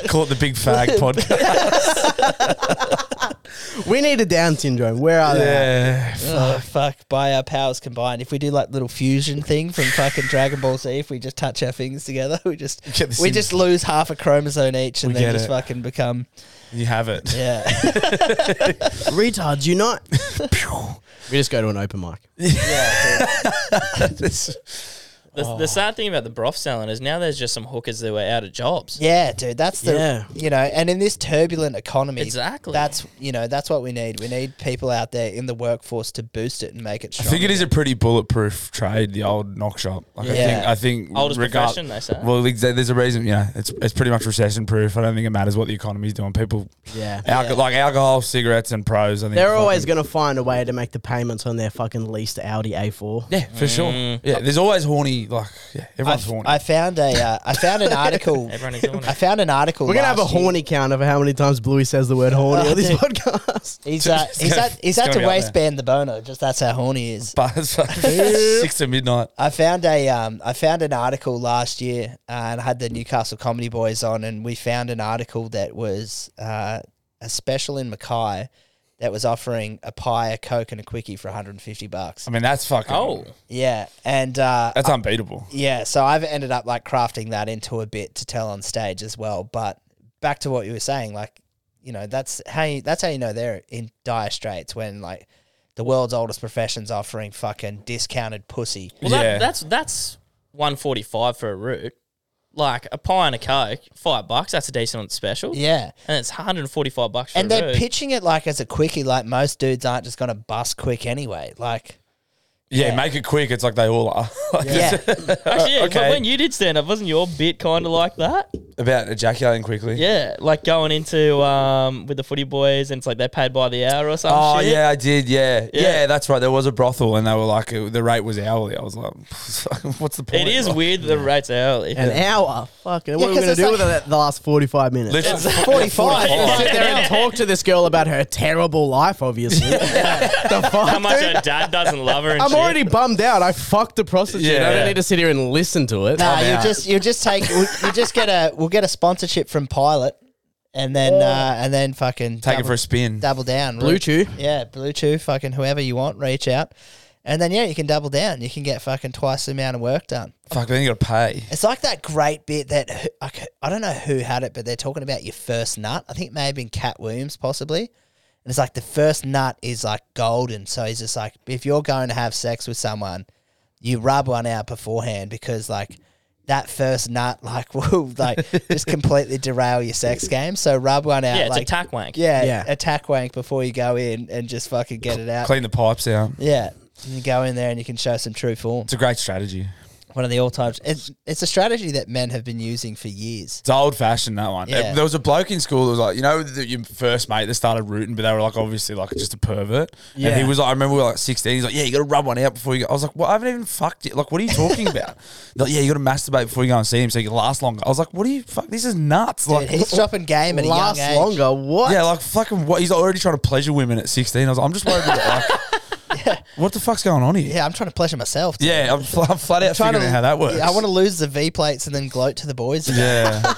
[SPEAKER 3] <laughs>
[SPEAKER 4] Call it the big fag podcast.
[SPEAKER 3] We need a Down syndrome. Where are they?
[SPEAKER 4] yeah.
[SPEAKER 2] Oh <laughs> fuck! By our powers combined, if we do like little fusion thing from fucking Dragon Ball Z, if we just touch our fingers together, <laughs> we just
[SPEAKER 4] Get this
[SPEAKER 2] we
[SPEAKER 4] in.
[SPEAKER 2] just lose half a chromosome each, and
[SPEAKER 4] We
[SPEAKER 2] then
[SPEAKER 4] get
[SPEAKER 2] just
[SPEAKER 4] it.
[SPEAKER 2] fucking become
[SPEAKER 4] You have it.
[SPEAKER 2] yeah.
[SPEAKER 3] Retards <laughs> unite. we just go to an open mic.
[SPEAKER 4] This- <laughs>
[SPEAKER 5] The,
[SPEAKER 4] Oh.
[SPEAKER 5] the sad thing about the broth selling is now there's just some hookers that were out of jobs.
[SPEAKER 2] Yeah, dude, that's the
[SPEAKER 3] Yeah.
[SPEAKER 2] you know, and in this turbulent economy,
[SPEAKER 5] Exactly.
[SPEAKER 2] That's you know, that's what we need. We need people out there in the workforce to boost it and make it
[SPEAKER 4] I
[SPEAKER 2] strong.
[SPEAKER 4] think it is a pretty bulletproof trade, the old knock shop. Like
[SPEAKER 2] Yeah.
[SPEAKER 4] I think I think
[SPEAKER 5] Oldest profession, they say.
[SPEAKER 4] Well, exa- there's a reason. You know, it's it's pretty much recession proof. I don't think it matters what the economy's doing. People,
[SPEAKER 3] Yeah.
[SPEAKER 4] alco- like alcohol, cigarettes, and pros. I think
[SPEAKER 3] They're
[SPEAKER 4] fucking-
[SPEAKER 3] always going to find a way to make the payments on their fucking leased Audi A4.
[SPEAKER 4] yeah, for sure. Yeah, there's always horny. Like yeah,
[SPEAKER 2] I,
[SPEAKER 4] everyone's
[SPEAKER 2] f-
[SPEAKER 4] horny.
[SPEAKER 2] I found a uh, I found
[SPEAKER 5] <laughs>
[SPEAKER 2] an article.
[SPEAKER 5] Everyone is doing
[SPEAKER 2] I
[SPEAKER 5] it.
[SPEAKER 2] found an article.
[SPEAKER 3] We're going to have a
[SPEAKER 2] last year.
[SPEAKER 3] horny counter for how many times Bluey says the word horny
[SPEAKER 2] Oh,
[SPEAKER 3] on <laughs> this
[SPEAKER 2] dude.
[SPEAKER 3] podcast.
[SPEAKER 2] He's uh,
[SPEAKER 4] <laughs> It's
[SPEAKER 2] he's
[SPEAKER 4] gonna-
[SPEAKER 2] had he's
[SPEAKER 4] it's
[SPEAKER 2] had to
[SPEAKER 4] gonna be up there.
[SPEAKER 2] waistband the boner. Just that's how horny he is.
[SPEAKER 4] but
[SPEAKER 5] <laughs>
[SPEAKER 4] it's like six to midnight.
[SPEAKER 2] I found a um, I found an article last year, uh, and I had the Newcastle Comedy Boys on, and we found an article that was uh, a special in Mackay that was offering a pie, a coke, and a quickie for 150 bucks.
[SPEAKER 4] I mean, that's fucking.
[SPEAKER 5] Oh,
[SPEAKER 2] Yeah, and uh,
[SPEAKER 4] that's unbeatable.
[SPEAKER 2] yeah, so I've ended up like crafting that into a bit to tell on stage as well. But back to what you were saying, like you know, that's how you, that's how you know they're in dire straits when like the world's oldest profession's offering fucking discounted pussy.
[SPEAKER 5] well,
[SPEAKER 4] Yeah.
[SPEAKER 5] that, that's that's one forty five for a root. Like a pie and a coke, five bucks. That's a decent on special.
[SPEAKER 2] Yeah.
[SPEAKER 5] and it's one hundred and forty five bucks for
[SPEAKER 2] And
[SPEAKER 5] a
[SPEAKER 2] they're
[SPEAKER 5] root.
[SPEAKER 2] pitching it like as a quickie, like most dudes aren't just going to bust quick anyway.
[SPEAKER 4] <laughs>
[SPEAKER 2] Like,
[SPEAKER 4] Yeah, make it quick. It's like they all are. <laughs> Like,
[SPEAKER 2] yeah,
[SPEAKER 5] Actually, <laughs> yeah,
[SPEAKER 4] okay.
[SPEAKER 5] but when you did stand up, wasn't your bit kind of like that?
[SPEAKER 4] About ejaculating quickly.
[SPEAKER 5] Yeah, like going into um with the footy boys, and it's like they're paid by the hour or something.
[SPEAKER 4] Oh yeah, I did. Yeah. yeah,
[SPEAKER 5] Yeah.
[SPEAKER 4] that's right. There was a brothel, and they were like, uh, the rate was hourly. I was like, <laughs> what's the point?
[SPEAKER 5] it is weird that the rates are early.
[SPEAKER 3] An hour. Fucking. What are we
[SPEAKER 2] 'cause
[SPEAKER 3] going to
[SPEAKER 2] it's
[SPEAKER 3] do
[SPEAKER 2] like-
[SPEAKER 3] with it the last 45 minutes?
[SPEAKER 4] Literally,
[SPEAKER 2] 45.
[SPEAKER 3] We'll sit there and talk to this girl about her terrible life, <laughs> obviously. the
[SPEAKER 2] <laughs>
[SPEAKER 3] fuck,
[SPEAKER 5] How much
[SPEAKER 3] dude?
[SPEAKER 5] her dad doesn't love her. And
[SPEAKER 3] I'm
[SPEAKER 5] shit.
[SPEAKER 3] already bummed out. I fucked a prostitute.
[SPEAKER 4] Yeah.
[SPEAKER 3] I don't need to sit here and listen to it.
[SPEAKER 2] nah, you
[SPEAKER 4] out.
[SPEAKER 2] just you just take we'll- you just get a we'll get a sponsorship from Pilot, and then uh, and then fucking
[SPEAKER 4] take it
[SPEAKER 2] double-
[SPEAKER 4] for a spin.
[SPEAKER 2] double down.
[SPEAKER 3] Blue
[SPEAKER 2] Root-
[SPEAKER 3] Chew.
[SPEAKER 2] Yeah, Blue Chew, fucking whoever you want, reach out. And then, yeah, you can double down. You can get fucking twice the amount of work done.
[SPEAKER 4] Fuck, then you got to pay.
[SPEAKER 2] It's like that great bit that who- I c- I don't know who had it, but they're talking about your first nut. I think it may have been Cat Williams, possibly. And it's like the first nut is like golden. So he's just like, if you're going to have sex with someone, you rub one out beforehand because like that first nut <laughs> like will like just
[SPEAKER 5] <laughs>
[SPEAKER 2] completely derail your sex game. So rub one out.
[SPEAKER 5] Yeah, it's
[SPEAKER 2] like,
[SPEAKER 5] attack wank.
[SPEAKER 2] Yeah,
[SPEAKER 3] Yeah.
[SPEAKER 2] attack wank before you go in and just fucking get it out.
[SPEAKER 4] Clean the pipes out.
[SPEAKER 2] Yeah. And you go in there and you can show some true form.
[SPEAKER 4] It's a great strategy.
[SPEAKER 2] One of the all time. It's, it's a strategy that men have been using for years.
[SPEAKER 4] It's old fashioned that one.
[SPEAKER 2] Yeah.
[SPEAKER 4] There was a bloke in school that was like, you know, the, your first mate that started rooting, but they were like obviously like just a pervert. And
[SPEAKER 3] Yeah.
[SPEAKER 4] he was like, I remember we were like sixteen. He's like, yeah, you got to rub one out before you. go. I was like, well, I haven't even fucked it. Like, what are you
[SPEAKER 2] <laughs>
[SPEAKER 4] talking about? They're like, yeah, you got to masturbate before you go and see him so you can last longer. I was like, what are you fuck? This is nuts.
[SPEAKER 2] Dude,
[SPEAKER 4] like,
[SPEAKER 2] he's dropping game at a
[SPEAKER 3] Last
[SPEAKER 2] young age.
[SPEAKER 3] longer. What?
[SPEAKER 4] yeah, like fucking what? He's already trying to pleasure women at sixteen. I was like, I'm just worried about
[SPEAKER 2] <laughs>
[SPEAKER 4] like, what the fuck's going on here?
[SPEAKER 2] Yeah, I'm trying to pleasure myself. dude.
[SPEAKER 4] Yeah, I'm, fl- I'm flat out
[SPEAKER 2] Trying
[SPEAKER 4] figuring out how that works.
[SPEAKER 2] Yeah, I want to lose the V plates and then gloat to the boys. again.
[SPEAKER 4] Yeah,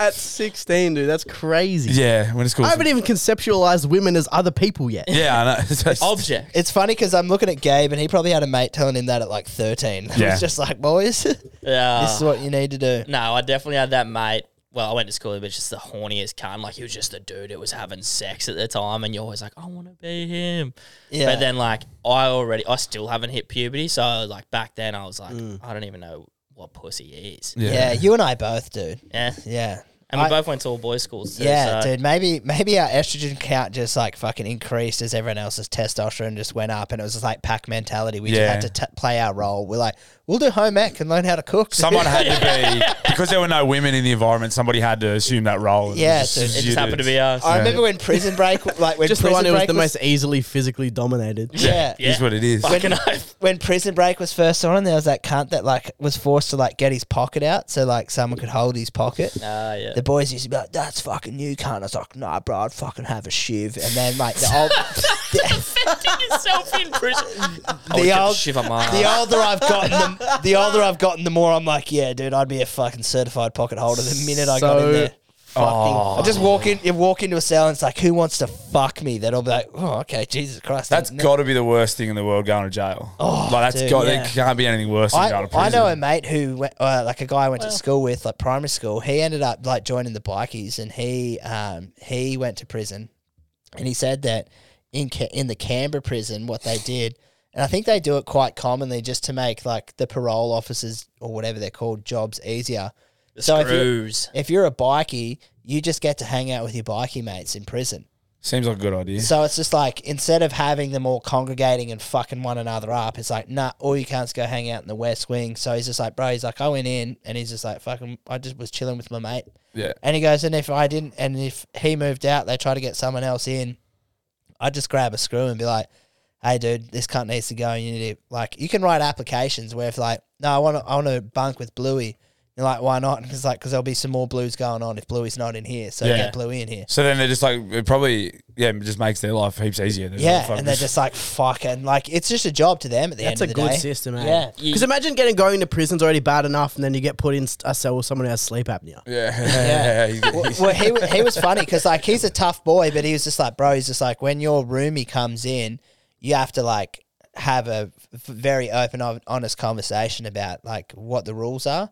[SPEAKER 3] At 16, dude. That's crazy.
[SPEAKER 4] yeah. When it's
[SPEAKER 2] <laughs>
[SPEAKER 4] called.
[SPEAKER 3] I haven't even conceptualized women as other people yet.
[SPEAKER 4] yeah, I know.
[SPEAKER 2] <laughs>
[SPEAKER 4] It's- <laughs>
[SPEAKER 5] Object.
[SPEAKER 2] It's funny because I'm looking at Gabe and he probably had a mate telling him that at like 13. <laughs> He
[SPEAKER 4] Yeah. Ah.
[SPEAKER 2] was just like, boys, <laughs> this
[SPEAKER 5] Yeah.
[SPEAKER 2] is what you need to do.
[SPEAKER 5] No, I definitely had that mate. Well, I went to school, but just the horniest cunt. Like he was just the dude that was having sex at the time, and you're always like, I want to be him.
[SPEAKER 2] Yeah.
[SPEAKER 5] But then, like, I already, I still haven't hit puberty, so like back then, I was like,
[SPEAKER 2] Mm.
[SPEAKER 5] I don't even know what pussy is. Yeah.
[SPEAKER 2] Yeah. you and I both, dude. Yeah.
[SPEAKER 5] And we
[SPEAKER 2] I-
[SPEAKER 5] both went to all boys schools. Too,
[SPEAKER 2] Yeah,
[SPEAKER 5] so-
[SPEAKER 2] dude. Maybe maybe our estrogen count just like fucking increased as everyone else's testosterone just went up, and it was just like pack mentality. We
[SPEAKER 4] Yeah.
[SPEAKER 2] just had to t- play our role. We're like, we'll do home ec and learn how to cook.
[SPEAKER 4] Someone had to be because there were no women in the environment. Somebody had to assume that role.
[SPEAKER 2] Yeah,
[SPEAKER 4] It
[SPEAKER 2] dude.
[SPEAKER 5] it just happened to be
[SPEAKER 2] <laughs>
[SPEAKER 5] us.
[SPEAKER 2] I remember when Prison Break, like when
[SPEAKER 3] Just the
[SPEAKER 2] Prison
[SPEAKER 3] one who was
[SPEAKER 2] Break
[SPEAKER 3] the most easily physically dominated.
[SPEAKER 2] <laughs> yeah.
[SPEAKER 5] Yeah.
[SPEAKER 4] Is what it is.
[SPEAKER 5] Fucking <laughs>
[SPEAKER 2] When-
[SPEAKER 5] oath.
[SPEAKER 2] When Prison Break was first on, and there was that cunt that like was forced to like get his pocket out so like someone could hold his pocket.
[SPEAKER 5] Ah, yeah.
[SPEAKER 2] The boys used to be like, "That's fucking you, cunt." I was like, "Nah, bro, I'd fucking have a shiv." And then like
[SPEAKER 5] <laughs>
[SPEAKER 2] the old, the,
[SPEAKER 5] Get yourself in prison. Oh,
[SPEAKER 2] The
[SPEAKER 5] The
[SPEAKER 2] old-
[SPEAKER 5] old shiver my ass.
[SPEAKER 3] <laughs>
[SPEAKER 2] the older I've gotten, the, the older I've gotten, the more I'm like, "Yeah, dude, I'd be a fucking certified pocket holder." The minute I got in
[SPEAKER 3] So
[SPEAKER 2] there,
[SPEAKER 3] Fucking
[SPEAKER 2] I just walk in, you walk into a cell, and it's like, "Who wants to fuck me?" Then I'll be like, "Oh, okay, Jesus Christ."
[SPEAKER 4] That's
[SPEAKER 2] And
[SPEAKER 4] got to be the worst thing in the world going to jail. Oh, like that's
[SPEAKER 2] dude,
[SPEAKER 4] got
[SPEAKER 2] yeah.
[SPEAKER 4] there can't be anything worse than going
[SPEAKER 2] I,
[SPEAKER 4] to
[SPEAKER 2] I
[SPEAKER 4] prison.
[SPEAKER 2] know a mate who went, uh, like a guy I went to school with, like primary school. He ended up like joining the bikies, and he um, he went to prison, and he said that in Ca- in the Canberra prison, what they did, and I think they do it quite commonly just to make like the parole officers or whatever they're called jobs easier. if you're,
[SPEAKER 5] Screws.
[SPEAKER 2] if you're a bikie, you just get to hang out with your bikie mates in prison.
[SPEAKER 4] Seems like a good idea.
[SPEAKER 2] So it's just like instead of having them all congregating and fucking one another up, it's like nah, all you cunts go hang out in the West Wing. So he's just like, bro, he's like, I went in and he's just like, fucking, I just was chilling with my mate.
[SPEAKER 4] Yeah.
[SPEAKER 2] And he goes, and if I didn't, and if he moved out, they try to get someone else in. I just grab a screw and be like, hey, dude, this cunt needs to go. And you need to like, you can write applications where if like, no, I want to, I want to bunk with Bluey. You're like, why not? And it's like, because there'll be some more blues going on if Bluey's not in here. So
[SPEAKER 4] Yeah.
[SPEAKER 2] get Bluey in here.
[SPEAKER 4] So then they're just like it probably yeah it just makes their life heaps easier. They're like,
[SPEAKER 2] Yeah,
[SPEAKER 4] fuck
[SPEAKER 2] and they're
[SPEAKER 4] this.
[SPEAKER 2] just like fuck, and like it's just a job to them at the
[SPEAKER 3] That's a
[SPEAKER 2] end of the
[SPEAKER 3] good
[SPEAKER 2] day.
[SPEAKER 3] system, eh?
[SPEAKER 2] Yeah.
[SPEAKER 3] Because imagine getting going to prison's already bad enough, and then you get put in a cell with someone who has sleep apnea.
[SPEAKER 4] <laughs> yeah yeah.
[SPEAKER 2] Well, well, he wa- he was funny because like he's a tough boy, but he was just like, bro, he's just like when your roomie comes in, you have to like have a f- very open, hon- honest conversation about like what the rules are,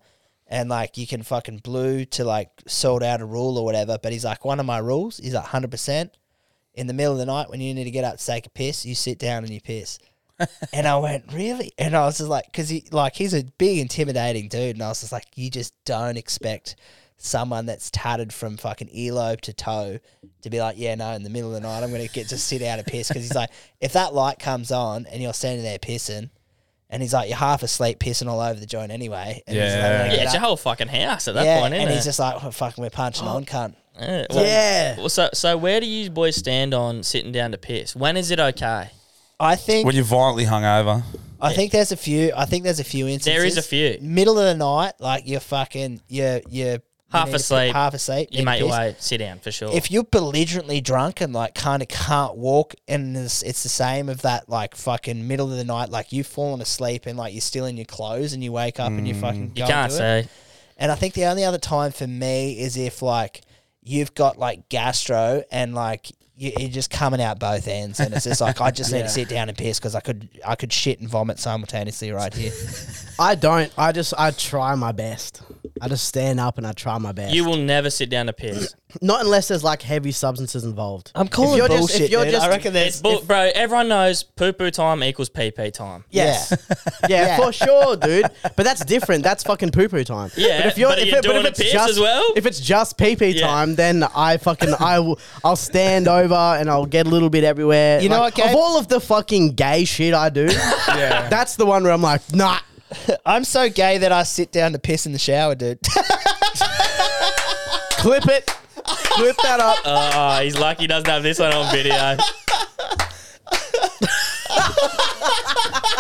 [SPEAKER 2] and like you can fucking blue to like sort out a rule or whatever. But he's like, one of my rules is like hundred percent. In the middle of the night, when you need to get up to take a piss, you sit down and you piss. And I went, really? And I was just like, because he, like, he's a big, intimidating dude. And I was just like, you just don't expect someone that's tatted from fucking earlobe to toe to be like, yeah, no, in the middle of the night, I'm going to get to sit out and piss. Because he's like, if that light comes on and you're standing there pissing, and he's like, you're half asleep pissing all over the joint anyway. And he's like, "I'm gonna
[SPEAKER 4] Yeah.
[SPEAKER 5] Yeah,
[SPEAKER 2] get
[SPEAKER 5] it's
[SPEAKER 2] up."
[SPEAKER 5] your whole fucking house at that
[SPEAKER 2] yeah.
[SPEAKER 5] point, isn't
[SPEAKER 2] and
[SPEAKER 5] it?
[SPEAKER 2] he's just like, oh, fucking, we're punching on, cunt.
[SPEAKER 5] yeah. Well,
[SPEAKER 3] Yeah.
[SPEAKER 5] well, so, so where do you boys stand on sitting down to piss? When is it okay?
[SPEAKER 2] I think
[SPEAKER 4] when you're violently
[SPEAKER 2] <laughs>
[SPEAKER 4] hungover.
[SPEAKER 2] I think there's a few. I think there's a few instances.
[SPEAKER 5] There is a few.
[SPEAKER 2] Middle of the night, like you're fucking, you're you're
[SPEAKER 5] Half
[SPEAKER 2] you need to-
[SPEAKER 5] asleep.
[SPEAKER 2] half asleep. need
[SPEAKER 5] You
[SPEAKER 2] to
[SPEAKER 5] make your
[SPEAKER 2] piss.
[SPEAKER 5] way, sit down for sure.
[SPEAKER 2] If you're belligerently drunk and like kind of can't walk, and it's, it's the same of that like fucking middle of the night, like you've fallen asleep and like you're still in your clothes and you wake up and you fucking
[SPEAKER 5] Mm. you
[SPEAKER 2] go and
[SPEAKER 5] can't
[SPEAKER 2] do it.
[SPEAKER 5] say.
[SPEAKER 2] And I think the only other time for me is if like you've got like gastro and like you- you're just coming out both ends, and it's just like I
[SPEAKER 3] <laughs>
[SPEAKER 2] just need to sit down and piss because I could I
[SPEAKER 3] <laughs>
[SPEAKER 2] could shit and vomit simultaneously right here.
[SPEAKER 3] I don't. I just I try my best. I just stand up and I try my best.
[SPEAKER 5] You will never sit down to piss.
[SPEAKER 3] Not unless there's like heavy substances involved.
[SPEAKER 2] I'm calling
[SPEAKER 3] you're just- if
[SPEAKER 2] bullshit,
[SPEAKER 3] you're
[SPEAKER 2] dude.
[SPEAKER 3] just-
[SPEAKER 2] I reckon <clears throat>
[SPEAKER 5] It's
[SPEAKER 2] there's
[SPEAKER 5] bull- bro. Everyone knows poo poo time equals pee pee time.
[SPEAKER 3] Yes. <laughs> Yeah, for sure, dude. But that's different. That's fucking poo poo time.
[SPEAKER 5] Yeah, but are you doing a piss
[SPEAKER 3] just
[SPEAKER 5] as well?
[SPEAKER 3] if it's just pee pee
[SPEAKER 5] Yeah.
[SPEAKER 3] time, then I fucking I will I'll stand over and I'll get a little bit everywhere.
[SPEAKER 2] You know
[SPEAKER 3] Like,
[SPEAKER 2] what, Gabe?
[SPEAKER 3] Of all of the fucking gay shit I
[SPEAKER 5] <laughs>
[SPEAKER 3] do, that's the one where I'm like, nah.
[SPEAKER 2] I'm so gay that I sit down to piss in the shower, dude. <laughs>
[SPEAKER 3] Clip it. Clip that up.
[SPEAKER 5] Ah, he's lucky he doesn't have this one
[SPEAKER 2] <laughs>
[SPEAKER 5] on video.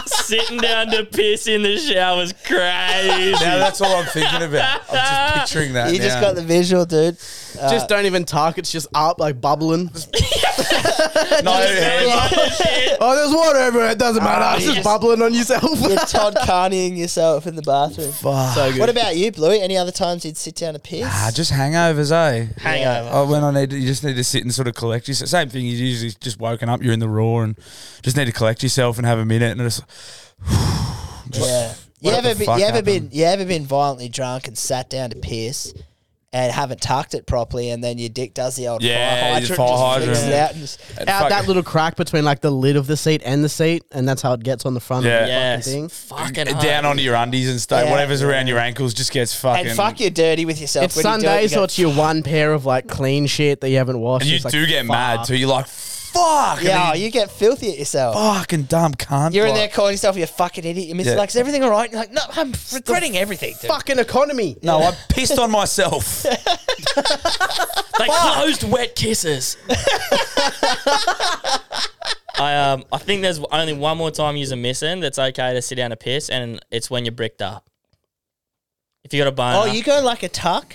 [SPEAKER 5] Sitting down to piss in the shower is crazy.
[SPEAKER 2] <laughs>
[SPEAKER 4] Now that's all I'm thinking about. I'm just picturing that.
[SPEAKER 2] you just got the visual, dude.
[SPEAKER 5] Uh,
[SPEAKER 3] just don't even talk. It's just up like
[SPEAKER 2] <laughs>
[SPEAKER 3] bubbling.
[SPEAKER 4] the no
[SPEAKER 5] Like the shit.
[SPEAKER 3] oh, there's water everywhere. It doesn't matter. it's just
[SPEAKER 5] Ah, yes.
[SPEAKER 3] bubbling on yourself. <laughs>
[SPEAKER 2] You're Todd Carneying yourself in the bathroom.
[SPEAKER 3] So good.
[SPEAKER 2] What about you, Bluey? Any other times you'd sit down to piss?
[SPEAKER 4] Ah, just hangovers, eh?
[SPEAKER 5] Hangover.
[SPEAKER 4] Oh, when I need, to, you just need to sit and sort of collect yourself. Same thing. You usually just woken up, you're in the raw, and just need to collect yourself and have a minute, and just <sighs>
[SPEAKER 2] yeah. You
[SPEAKER 4] What
[SPEAKER 2] ever,
[SPEAKER 4] the
[SPEAKER 2] been,
[SPEAKER 4] fuck
[SPEAKER 2] you ever been
[SPEAKER 4] happened?
[SPEAKER 2] you ever been violently drunk and sat down to piss and haven't tucked it properly and then your dick does the old
[SPEAKER 4] Yeah,
[SPEAKER 2] fire
[SPEAKER 4] you
[SPEAKER 2] hydrant,
[SPEAKER 4] just fire
[SPEAKER 2] just flicks
[SPEAKER 4] hydrant.
[SPEAKER 2] it out and just-
[SPEAKER 3] out
[SPEAKER 4] Fuck.
[SPEAKER 3] that little crack between like the lid of the seat and the seat, and that's how it gets on the front of
[SPEAKER 4] Yeah.
[SPEAKER 3] the
[SPEAKER 5] Yes.
[SPEAKER 3] fucking thing.
[SPEAKER 5] Fucking
[SPEAKER 4] down
[SPEAKER 5] hard.
[SPEAKER 4] onto your undies and stuff.
[SPEAKER 2] Yeah.
[SPEAKER 4] Whatever's around your ankles just gets fucking.
[SPEAKER 2] and fuck you're dirty with yourself.
[SPEAKER 3] It's
[SPEAKER 2] when you do it,
[SPEAKER 3] Sunday,
[SPEAKER 2] you
[SPEAKER 3] so
[SPEAKER 2] go,
[SPEAKER 3] it's your one pair of like clean shit that you haven't washed.
[SPEAKER 4] And you
[SPEAKER 3] It's like,
[SPEAKER 4] do get mad
[SPEAKER 3] fuck.
[SPEAKER 4] too. You're like, fuck. and
[SPEAKER 2] yeah,
[SPEAKER 4] then
[SPEAKER 2] you get filthy at yourself.
[SPEAKER 4] fucking dumb cunt.
[SPEAKER 2] You're in there
[SPEAKER 4] Like,
[SPEAKER 2] calling yourself you fucking idiot. Your missus
[SPEAKER 4] Yeah.
[SPEAKER 2] like, is everything all right? You're like, no, I'm regretting everything. Dude.
[SPEAKER 3] Fucking economy.
[SPEAKER 4] No, I pissed
[SPEAKER 2] <laughs>
[SPEAKER 4] on myself.
[SPEAKER 5] They closed wet kisses. I um I think there's only one more time you're missing that's okay to sit down to piss, and it's when you're bricked up. If you got a bone,
[SPEAKER 2] Oh, you go like a tuck?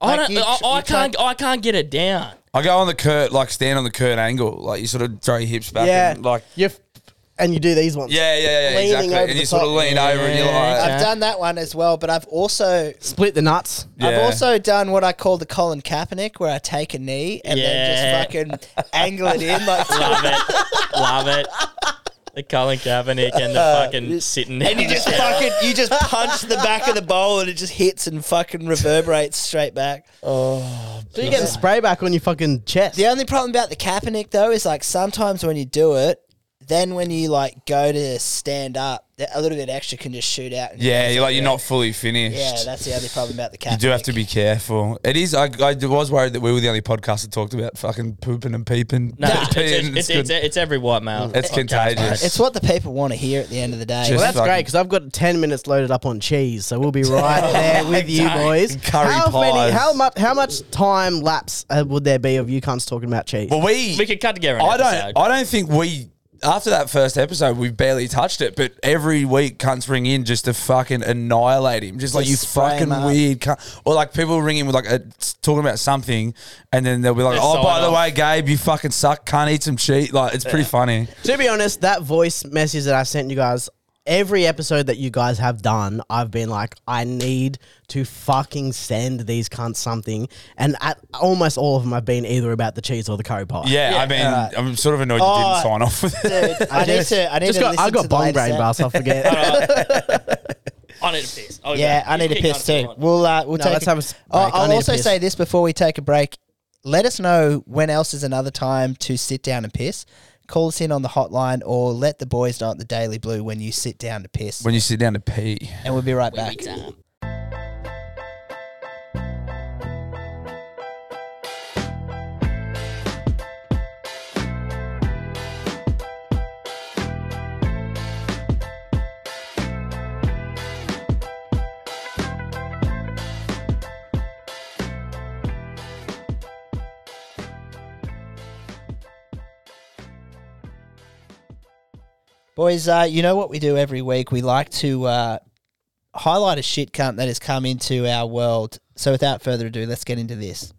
[SPEAKER 5] I
[SPEAKER 2] like
[SPEAKER 5] don't.
[SPEAKER 2] you
[SPEAKER 5] I,
[SPEAKER 2] tr-
[SPEAKER 5] I
[SPEAKER 2] you
[SPEAKER 5] can't. I can't get it down.
[SPEAKER 4] I go on the Kurt, like stand on the Kurt angle, like you sort of throw your hips back,
[SPEAKER 3] Yeah.
[SPEAKER 4] and like
[SPEAKER 3] You f- and you do these ones.
[SPEAKER 4] yeah, yeah, yeah,
[SPEAKER 3] Leaning
[SPEAKER 4] exactly.
[SPEAKER 3] over
[SPEAKER 4] And
[SPEAKER 3] the
[SPEAKER 4] you sort of
[SPEAKER 3] top.
[SPEAKER 4] lean over, and you're
[SPEAKER 5] Yeah.
[SPEAKER 4] like,
[SPEAKER 2] I've done that one as well, but I've also
[SPEAKER 3] Split the nuts.
[SPEAKER 2] I've
[SPEAKER 4] Yeah.
[SPEAKER 2] also done what I call the Colin Kaepernick, where I take a knee and
[SPEAKER 5] Yeah.
[SPEAKER 2] then just fucking angle it in <laughs> like
[SPEAKER 5] Love it. Love it. The Colin Kaepernick and the fucking sitting there.
[SPEAKER 2] and Uh, you just fucking you just punch the back of the bowl and it just hits and fucking reverberates straight back.
[SPEAKER 3] So you get a spray back on your fucking chest.
[SPEAKER 2] Oh, The only problem about the Kaepernick though is like sometimes when you do it, then when you like go to stand up, that- a little bit extra can just shoot out. And
[SPEAKER 4] yeah, you're like you're not fully finished.
[SPEAKER 2] yeah, that's the only problem about the Kaepernick.
[SPEAKER 4] You do have to be careful. It is. I, I was worried that we were the only podcast that talked about fucking pooping and
[SPEAKER 5] <laughs>
[SPEAKER 4] peeping.
[SPEAKER 5] No, it's,
[SPEAKER 4] <laughs> peeing.
[SPEAKER 5] it's, it's,
[SPEAKER 4] good.
[SPEAKER 5] it's, it's every white male. <laughs>
[SPEAKER 4] It's
[SPEAKER 5] podcast,
[SPEAKER 4] contagious.
[SPEAKER 2] It's what the people want to hear at the end of the day.
[SPEAKER 4] Just-
[SPEAKER 3] Well, that's
[SPEAKER 4] Fucking-
[SPEAKER 3] great because I've got 10 minutes loaded up on cheese, so we'll be right there with you boys.
[SPEAKER 4] Curry
[SPEAKER 3] how,
[SPEAKER 4] pies.
[SPEAKER 3] how, much, how much time lapse uh, would there be of you cunts talking about cheese?
[SPEAKER 4] well, we.
[SPEAKER 5] mate. We could cut together. An
[SPEAKER 4] I
[SPEAKER 5] episode.
[SPEAKER 4] don't. I don't think we. After that first episode, we barely touched it, but every week cunts ring in just to fucking annihilate him. Just like
[SPEAKER 2] Just
[SPEAKER 4] you
[SPEAKER 2] spray
[SPEAKER 4] fucking
[SPEAKER 2] him up.
[SPEAKER 4] weird cunt. Or like people ring in with like a, talking about something and then they'll be like,
[SPEAKER 5] Just
[SPEAKER 4] oh, by
[SPEAKER 5] sign
[SPEAKER 4] the
[SPEAKER 5] off.
[SPEAKER 4] way, Gabe, you fucking suck. Can't eat some cheese. Like, it's pretty funny.
[SPEAKER 3] To be honest, that voice message that I sent you guys, every episode that you guys have done, I've been like, I need to fucking send these cunts something. And at almost all of them, I've been either about the cheese or the curry pie.
[SPEAKER 4] Yeah, I mean, I'm sort of annoyed you
[SPEAKER 2] Oh,
[SPEAKER 4] didn't sign off <laughs> with it.
[SPEAKER 2] Dude, I, need
[SPEAKER 3] just-
[SPEAKER 2] to. I need
[SPEAKER 3] Just
[SPEAKER 2] to
[SPEAKER 3] got,
[SPEAKER 2] listen
[SPEAKER 3] I
[SPEAKER 2] to
[SPEAKER 3] got
[SPEAKER 2] the
[SPEAKER 3] bone
[SPEAKER 2] latest
[SPEAKER 3] brain,
[SPEAKER 2] ep-
[SPEAKER 3] bus. I <laughs> forget.
[SPEAKER 5] I need a piss. I'll be
[SPEAKER 2] Yeah,
[SPEAKER 5] back.
[SPEAKER 2] I
[SPEAKER 5] You
[SPEAKER 2] need a
[SPEAKER 5] keep
[SPEAKER 2] piss
[SPEAKER 5] going if you
[SPEAKER 2] too.
[SPEAKER 5] want.
[SPEAKER 2] We'll uh, we'll
[SPEAKER 3] No,
[SPEAKER 2] take.
[SPEAKER 3] let's
[SPEAKER 2] a-
[SPEAKER 3] have a s-
[SPEAKER 2] Oh,
[SPEAKER 3] break. I
[SPEAKER 2] I'll
[SPEAKER 3] need a
[SPEAKER 2] also
[SPEAKER 3] piss.
[SPEAKER 2] say this before we take a break. Let us know when else is another time to sit down and piss. Call us in on the hotline or let the boys know at the Daily Blue when you sit down to piss,
[SPEAKER 4] When you sit down to pee.
[SPEAKER 2] and we'll be right back. Boys, uh, you know what we do every week? We like to uh, highlight a shit cunt that has come into our world. So without further ado, let's get into this.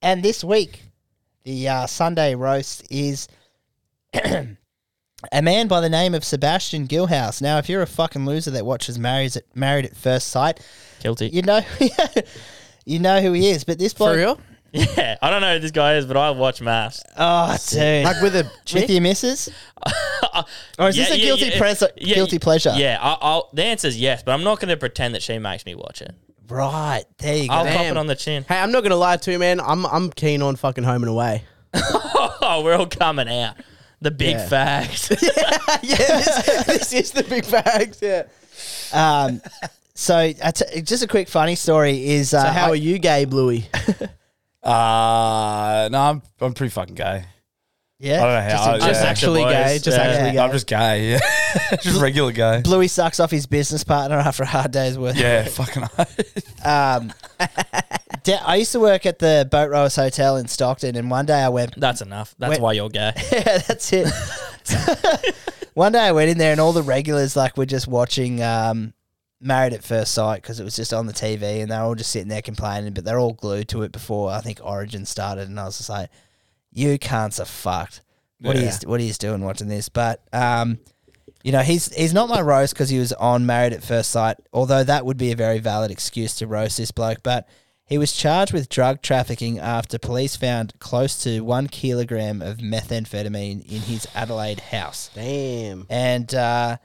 [SPEAKER 2] And this week, the uh, Sunday roast is <clears throat> a man by the name of Sebastian Gilhouse. Now, if you're a fucking loser that watches Married at, Married at First Sight,
[SPEAKER 5] Guilty.
[SPEAKER 2] <laughs> you know, you know who he is. But this bloke,
[SPEAKER 3] real?
[SPEAKER 5] Yeah, <laughs> I don't know who this guy is, but I watch maths.
[SPEAKER 2] Oh, dude.
[SPEAKER 3] Like with a
[SPEAKER 2] with
[SPEAKER 3] chick?
[SPEAKER 2] your missus? or is this a guilty, pleasure? guilty pleasure?
[SPEAKER 5] Yeah, I, I'll, the answer is yes, but I'm not going to pretend that she makes me watch it.
[SPEAKER 2] Right. There you go.
[SPEAKER 5] I'll pop
[SPEAKER 3] Damn.
[SPEAKER 5] it on the chin. <laughs>
[SPEAKER 3] Hey, I'm not gonna lie to you, man. I'm I'm keen on fucking home
[SPEAKER 2] <laughs>
[SPEAKER 3] and away.
[SPEAKER 5] Oh, we're all coming out. The big
[SPEAKER 3] Yeah.
[SPEAKER 2] <laughs>
[SPEAKER 5] facts. <laughs>
[SPEAKER 3] yeah, this, this is the <laughs> big bags. Yeah.
[SPEAKER 2] Um, so uh, t- just a quick funny story is uh,
[SPEAKER 3] So how
[SPEAKER 2] I-
[SPEAKER 3] are you, gay, Bluey?
[SPEAKER 4] Uh, no, I'm, I'm pretty fucking gay.
[SPEAKER 2] yeah,
[SPEAKER 4] I don't know how.
[SPEAKER 2] Just,
[SPEAKER 4] yeah.
[SPEAKER 3] Just actually gay. Just
[SPEAKER 5] Yeah.
[SPEAKER 3] actually gay.
[SPEAKER 4] I'm just gay. Yeah, <laughs> just regular gay.
[SPEAKER 2] Bluey sucks off his business partner after a hard day's work.
[SPEAKER 4] Yeah, <laughs> fucking.
[SPEAKER 2] Um, de- I used to work at the Boat Rowers Hotel in Stockton, and one day I went. <laughs>
[SPEAKER 5] That's enough. That's
[SPEAKER 2] Wait.
[SPEAKER 5] why you're gay. <laughs>
[SPEAKER 2] Yeah, that's it. <laughs> one day I went in there, and all the regulars like were just watching um, Married at First Sight because it was just on the TV, and they're all just sitting there complaining, but they're all glued to it before I think Origin started, and I was just like, "You cunts are fucked. What are you? What are you doing watching this?" But um, you know, he's he's not my roast because he was on Married at First Sight, although that would be a very valid excuse to roast this bloke. But he was charged with drug trafficking after police found close to one kilogram of methamphetamine in his Adelaide house.
[SPEAKER 3] Damn.
[SPEAKER 2] And, uh,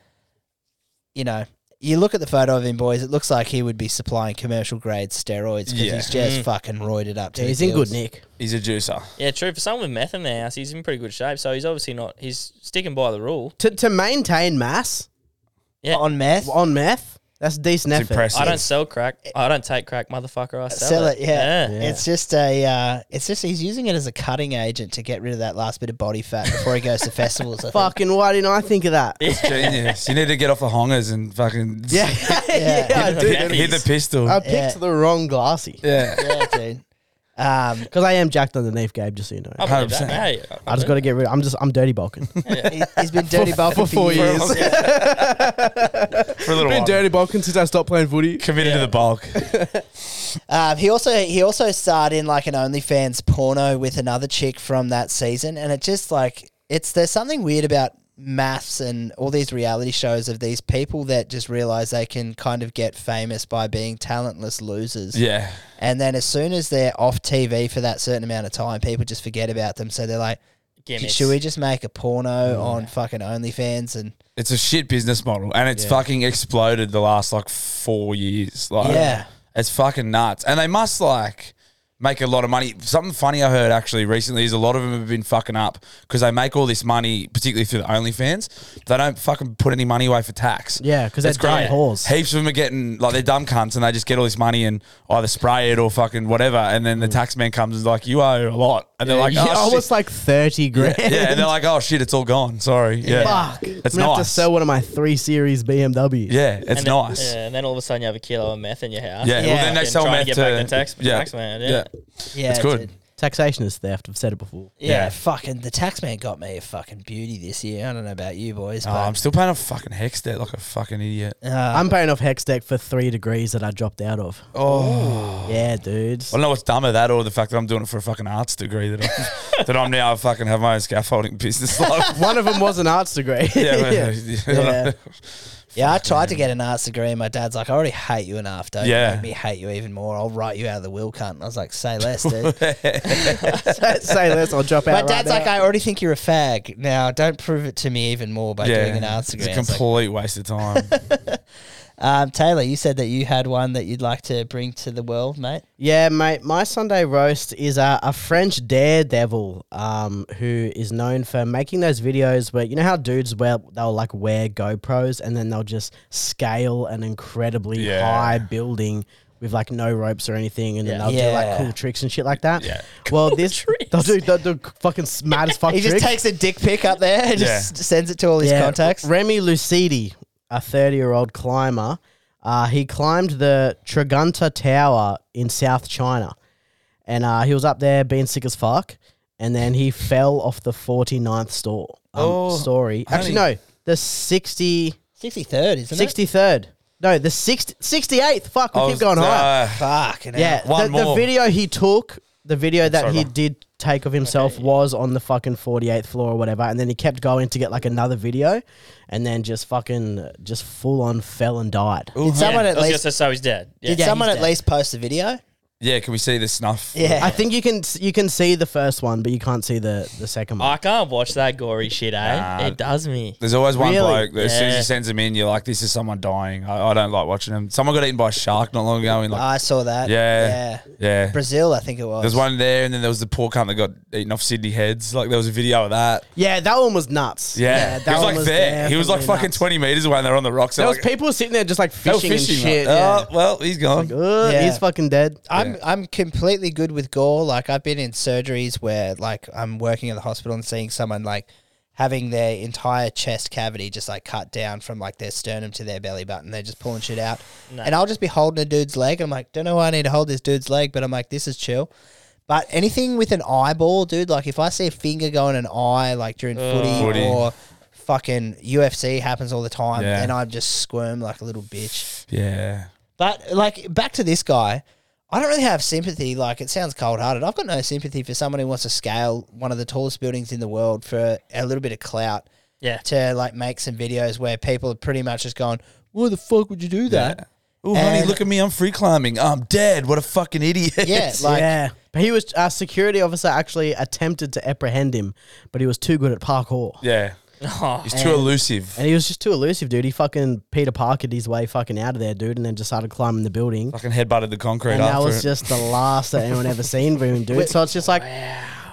[SPEAKER 2] you know, you look at the photo of him, boys, it looks like he would be supplying commercial grade steroids because
[SPEAKER 4] Yeah.
[SPEAKER 2] he's just fucking roided up to
[SPEAKER 3] Yeah,
[SPEAKER 2] the
[SPEAKER 3] he's in good
[SPEAKER 2] gills.
[SPEAKER 3] nick.
[SPEAKER 4] He's a juicer.
[SPEAKER 5] Yeah, true. For someone with meth in their house, he's in pretty good shape. So he's obviously not. He's sticking by the rule.
[SPEAKER 3] To to maintain mass
[SPEAKER 2] On meth.
[SPEAKER 3] on meth, that's a decent
[SPEAKER 4] It's
[SPEAKER 3] effort.
[SPEAKER 4] impressive.
[SPEAKER 5] I don't sell crack. I don't take crack, motherfucker. I sell,
[SPEAKER 2] Sell it, yeah.
[SPEAKER 5] yeah.
[SPEAKER 2] It's just a, uh, it's just he's using it as a cutting agent to get rid of that last bit of body fat before he goes to <laughs> festivals. I think.
[SPEAKER 3] Fucking why didn't I think of that? Yeah,
[SPEAKER 4] Genius. You need to get off the hongers and fucking <laughs>
[SPEAKER 3] yeah, I
[SPEAKER 5] Yeah.
[SPEAKER 3] did.
[SPEAKER 4] hit the pistol.
[SPEAKER 3] I picked
[SPEAKER 2] Yeah.
[SPEAKER 3] the wrong glassy
[SPEAKER 4] yeah.
[SPEAKER 3] <laughs>
[SPEAKER 2] yeah, dude. Um,
[SPEAKER 3] because I am jacked underneath, Gabe. Just so you know,
[SPEAKER 5] I believe that.
[SPEAKER 4] 100%.
[SPEAKER 5] Hey,
[SPEAKER 3] I just got to get rid. I'm just I'm dirty <laughs> bulking.
[SPEAKER 2] he, has been dirty bulking <laughs> for, years.
[SPEAKER 4] For a little while.
[SPEAKER 3] bulking since I stopped playing footy.
[SPEAKER 4] Committed to the bulk.
[SPEAKER 2] <laughs> Um, he also he also starred in like an OnlyFans porno with another chick from that season, and it just like it's there's something weird about maths and all these reality shows of these people that just realize they can kind of get famous by being talentless losers.
[SPEAKER 4] Yeah.
[SPEAKER 2] And then as soon as they're off TV for that certain amount of time, people just forget about them. So they're like,
[SPEAKER 5] gimmicks.
[SPEAKER 2] should we just make a porno on fucking OnlyFans and
[SPEAKER 4] It's a shit business model, and it's fucking exploded the last like four years. Like,
[SPEAKER 2] Yeah.
[SPEAKER 4] it's fucking nuts, and they must like make a lot of money. Something funny I heard actually recently is a lot of them have been fucking up because they make all this money, particularly through the OnlyFans. They don't fucking put any money away for tax.
[SPEAKER 3] Yeah, 'cause they're
[SPEAKER 4] It's great.
[SPEAKER 3] dumb whores.
[SPEAKER 4] Heaps of them are getting like they're dumb cunts, and they just get all this money and either spray it or fucking whatever, and then the tax man comes and is like, "You owe a lot," and they're <laughs> like,
[SPEAKER 3] Mm. <laughs> yeah,
[SPEAKER 4] "Oh shit."
[SPEAKER 3] almost like thirty grand. <laughs>
[SPEAKER 4] yeah, and they're like, "Oh shit, it's all gone." Sorry. Yeah,
[SPEAKER 3] Fuck.
[SPEAKER 4] it's
[SPEAKER 3] I'm gonna
[SPEAKER 4] nice.
[SPEAKER 3] have to sell one of my three series BMWs.
[SPEAKER 4] yeah, it's
[SPEAKER 5] And then-
[SPEAKER 4] nice.
[SPEAKER 5] yeah, and then all of a sudden you have a kilo of meth in your house.
[SPEAKER 4] Yeah, well, then they
[SPEAKER 5] Fucking
[SPEAKER 4] sell
[SPEAKER 5] trying
[SPEAKER 4] meth
[SPEAKER 5] to get
[SPEAKER 4] to-
[SPEAKER 5] back the tax,
[SPEAKER 4] yeah.
[SPEAKER 5] tax man. Yeah.
[SPEAKER 4] Yeah.
[SPEAKER 2] yeah,
[SPEAKER 4] It's good.
[SPEAKER 2] dude.
[SPEAKER 3] Taxation is theft. I've said it before.
[SPEAKER 2] Yeah,
[SPEAKER 4] Yeah.
[SPEAKER 2] fucking the taxman got me a fucking beauty this year. I don't know about you boys,
[SPEAKER 4] Oh, I'm
[SPEAKER 2] but
[SPEAKER 4] still paying a fucking hex debt like a fucking idiot.
[SPEAKER 2] uh,
[SPEAKER 3] I'm paying off Hextech for three degrees that I dropped out of.
[SPEAKER 4] Oh,
[SPEAKER 3] Yeah, dudes.
[SPEAKER 4] I don't know what's dumber that or the fact that I'm doing it for a fucking arts degree that
[SPEAKER 5] <laughs>
[SPEAKER 4] I'm, that I'm now I fucking have my own scaffolding business. <laughs> Like,
[SPEAKER 3] One of them was an arts degree.
[SPEAKER 4] <laughs>
[SPEAKER 3] <laughs>
[SPEAKER 4] yeah, well,
[SPEAKER 3] yeah.
[SPEAKER 4] yeah.
[SPEAKER 2] yeah, I tried to get an arts degree, and my dad's like, "I already hate you enough. Don't
[SPEAKER 4] Yeah.
[SPEAKER 2] make me hate you even more. I'll write you out of the will, cunt." And I was like, "Say less,
[SPEAKER 4] <laughs>
[SPEAKER 2] dude."
[SPEAKER 3] Say less, I'll drop
[SPEAKER 2] my
[SPEAKER 3] out.
[SPEAKER 2] dad's
[SPEAKER 3] right
[SPEAKER 2] like,
[SPEAKER 3] now.
[SPEAKER 2] "I already think you're a fag. Now, don't prove it to me even more by doing an arts
[SPEAKER 4] it's
[SPEAKER 2] degree."
[SPEAKER 4] a
[SPEAKER 2] I was like,
[SPEAKER 4] complete waste
[SPEAKER 2] <laughs>
[SPEAKER 4] of time.
[SPEAKER 2] um, Taylor, you said that you had one that you'd like to bring to the world, mate.
[SPEAKER 3] Yeah, mate. My Sunday roast is a, a French daredevil um, who is known for making those videos where you know how dudes wear they'll like wear GoPros and then they'll just scale an incredibly
[SPEAKER 4] Yeah.
[SPEAKER 3] high building with like no ropes or anything, and then they'll do
[SPEAKER 2] Yeah.
[SPEAKER 3] like cool tricks and shit like that.
[SPEAKER 4] Yeah.
[SPEAKER 3] Well, this they'll do they'll do fucking smartest
[SPEAKER 2] <laughs>
[SPEAKER 3] fuck
[SPEAKER 2] He
[SPEAKER 3] tricks.
[SPEAKER 2] just takes a dick pic up there and just sends it to all his contacts.
[SPEAKER 3] Remy Lucidi, a 30 year old climber, uh, he climbed the Tragunta Tower in South China. And uh, he was up there being sick as fuck. And then he <laughs> fell off the 49th store, um, story. Actually, no, the 60,
[SPEAKER 2] Sixty third, isn't it?
[SPEAKER 3] 63rd. No, the 60, 68th. Fuck, we
[SPEAKER 4] I
[SPEAKER 3] keep
[SPEAKER 4] was,
[SPEAKER 3] going higher.
[SPEAKER 4] uh,
[SPEAKER 2] Fuck.
[SPEAKER 3] Yeah,
[SPEAKER 4] One
[SPEAKER 3] the, the
[SPEAKER 4] more.
[SPEAKER 3] video he took, the video that
[SPEAKER 4] Sorry,
[SPEAKER 3] he
[SPEAKER 4] bro.
[SPEAKER 3] did take of himself was on the fucking 48th floor or whatever, and then he kept going to get like another video, and then just fucking just full on fell and died.
[SPEAKER 2] Did someone
[SPEAKER 5] Yeah,
[SPEAKER 2] at
[SPEAKER 5] I was
[SPEAKER 2] least
[SPEAKER 5] gonna say, so he's dead. Yeah.
[SPEAKER 2] Did someone at least post the video?
[SPEAKER 6] Yeah, can we see the snuff?
[SPEAKER 2] Yeah.
[SPEAKER 3] I think you can you can see the first one, but you can't see the the second one.
[SPEAKER 5] I can't watch that gory shit, eh?
[SPEAKER 6] Nah.
[SPEAKER 5] it does me.
[SPEAKER 6] There's always one
[SPEAKER 3] Really?
[SPEAKER 6] bloke that as soon as
[SPEAKER 5] Yeah.
[SPEAKER 6] he sends him in, you're like, this is someone dying. I, I don't like watching him. Someone got eaten by a shark not long ago. And like,
[SPEAKER 2] I saw that.
[SPEAKER 6] yeah,
[SPEAKER 2] Uh, Yeah.
[SPEAKER 6] yeah.
[SPEAKER 2] Brazil, I think it was.
[SPEAKER 6] There's one there, and then there was the poor cunt that got eaten off Sydney heads. Like there was a video of that.
[SPEAKER 3] yeah, that one was nuts.
[SPEAKER 6] Yeah,
[SPEAKER 3] that
[SPEAKER 6] he was like
[SPEAKER 3] one
[SPEAKER 6] there. He was like
[SPEAKER 3] definitely
[SPEAKER 6] fucking
[SPEAKER 3] nuts.
[SPEAKER 6] 20 meters away, and they're on the rocks.
[SPEAKER 3] There
[SPEAKER 6] They're
[SPEAKER 3] was
[SPEAKER 6] like,
[SPEAKER 3] people sitting there just like
[SPEAKER 6] they were
[SPEAKER 3] fishing,
[SPEAKER 6] like,
[SPEAKER 3] and shit.
[SPEAKER 6] Oh well, he's gone.
[SPEAKER 3] yeah. Ugh,
[SPEAKER 2] Yeah.
[SPEAKER 3] He's fucking dead.
[SPEAKER 2] I'm I'm completely good with gore. Like I've been in surgeries where like I'm working in the hospital and seeing someone like having their entire chest cavity just like cut down from like their sternum to their belly button. They're just pulling shit out. And I'll just be holding a dude's leg. I'm like, don't know why I need to hold this dude's leg, but I'm like, this is chill. But anything with an eyeball, dude, like if I see a finger go in an eye like during footy,
[SPEAKER 6] Footy.
[SPEAKER 2] or fucking UFC happens all the time,
[SPEAKER 6] Yeah.
[SPEAKER 2] and I just squirm like a little bitch.
[SPEAKER 6] Yeah,
[SPEAKER 2] But like back to this guy, I don't really have sympathy. Like it sounds cold hearted. I've got no sympathy for someone who wants to scale one of the tallest buildings in the world for a little bit of clout
[SPEAKER 5] Yeah.
[SPEAKER 2] to like make some videos where people are pretty much just going, "Why the fuck would you do that?"
[SPEAKER 6] Oh honey,
[SPEAKER 2] And-
[SPEAKER 6] look at me. I'm free climbing. I'm dead. What a fucking idiot.
[SPEAKER 2] Yeah, like
[SPEAKER 3] yeah, but he was a security officer actually attempted to apprehend him, but he was too good at parkour.
[SPEAKER 6] <laughs> yeah. he's too elusive.
[SPEAKER 3] oh, And he was just too elusive, dude. He fucking Peter Parkered his way fucking out of there, dude, and then just started climbing the building.
[SPEAKER 6] Fucking headbutted the concrete.
[SPEAKER 3] and that
[SPEAKER 6] after
[SPEAKER 3] was
[SPEAKER 6] it.
[SPEAKER 3] just the last that anyone ever seen for him, dude. So it's just like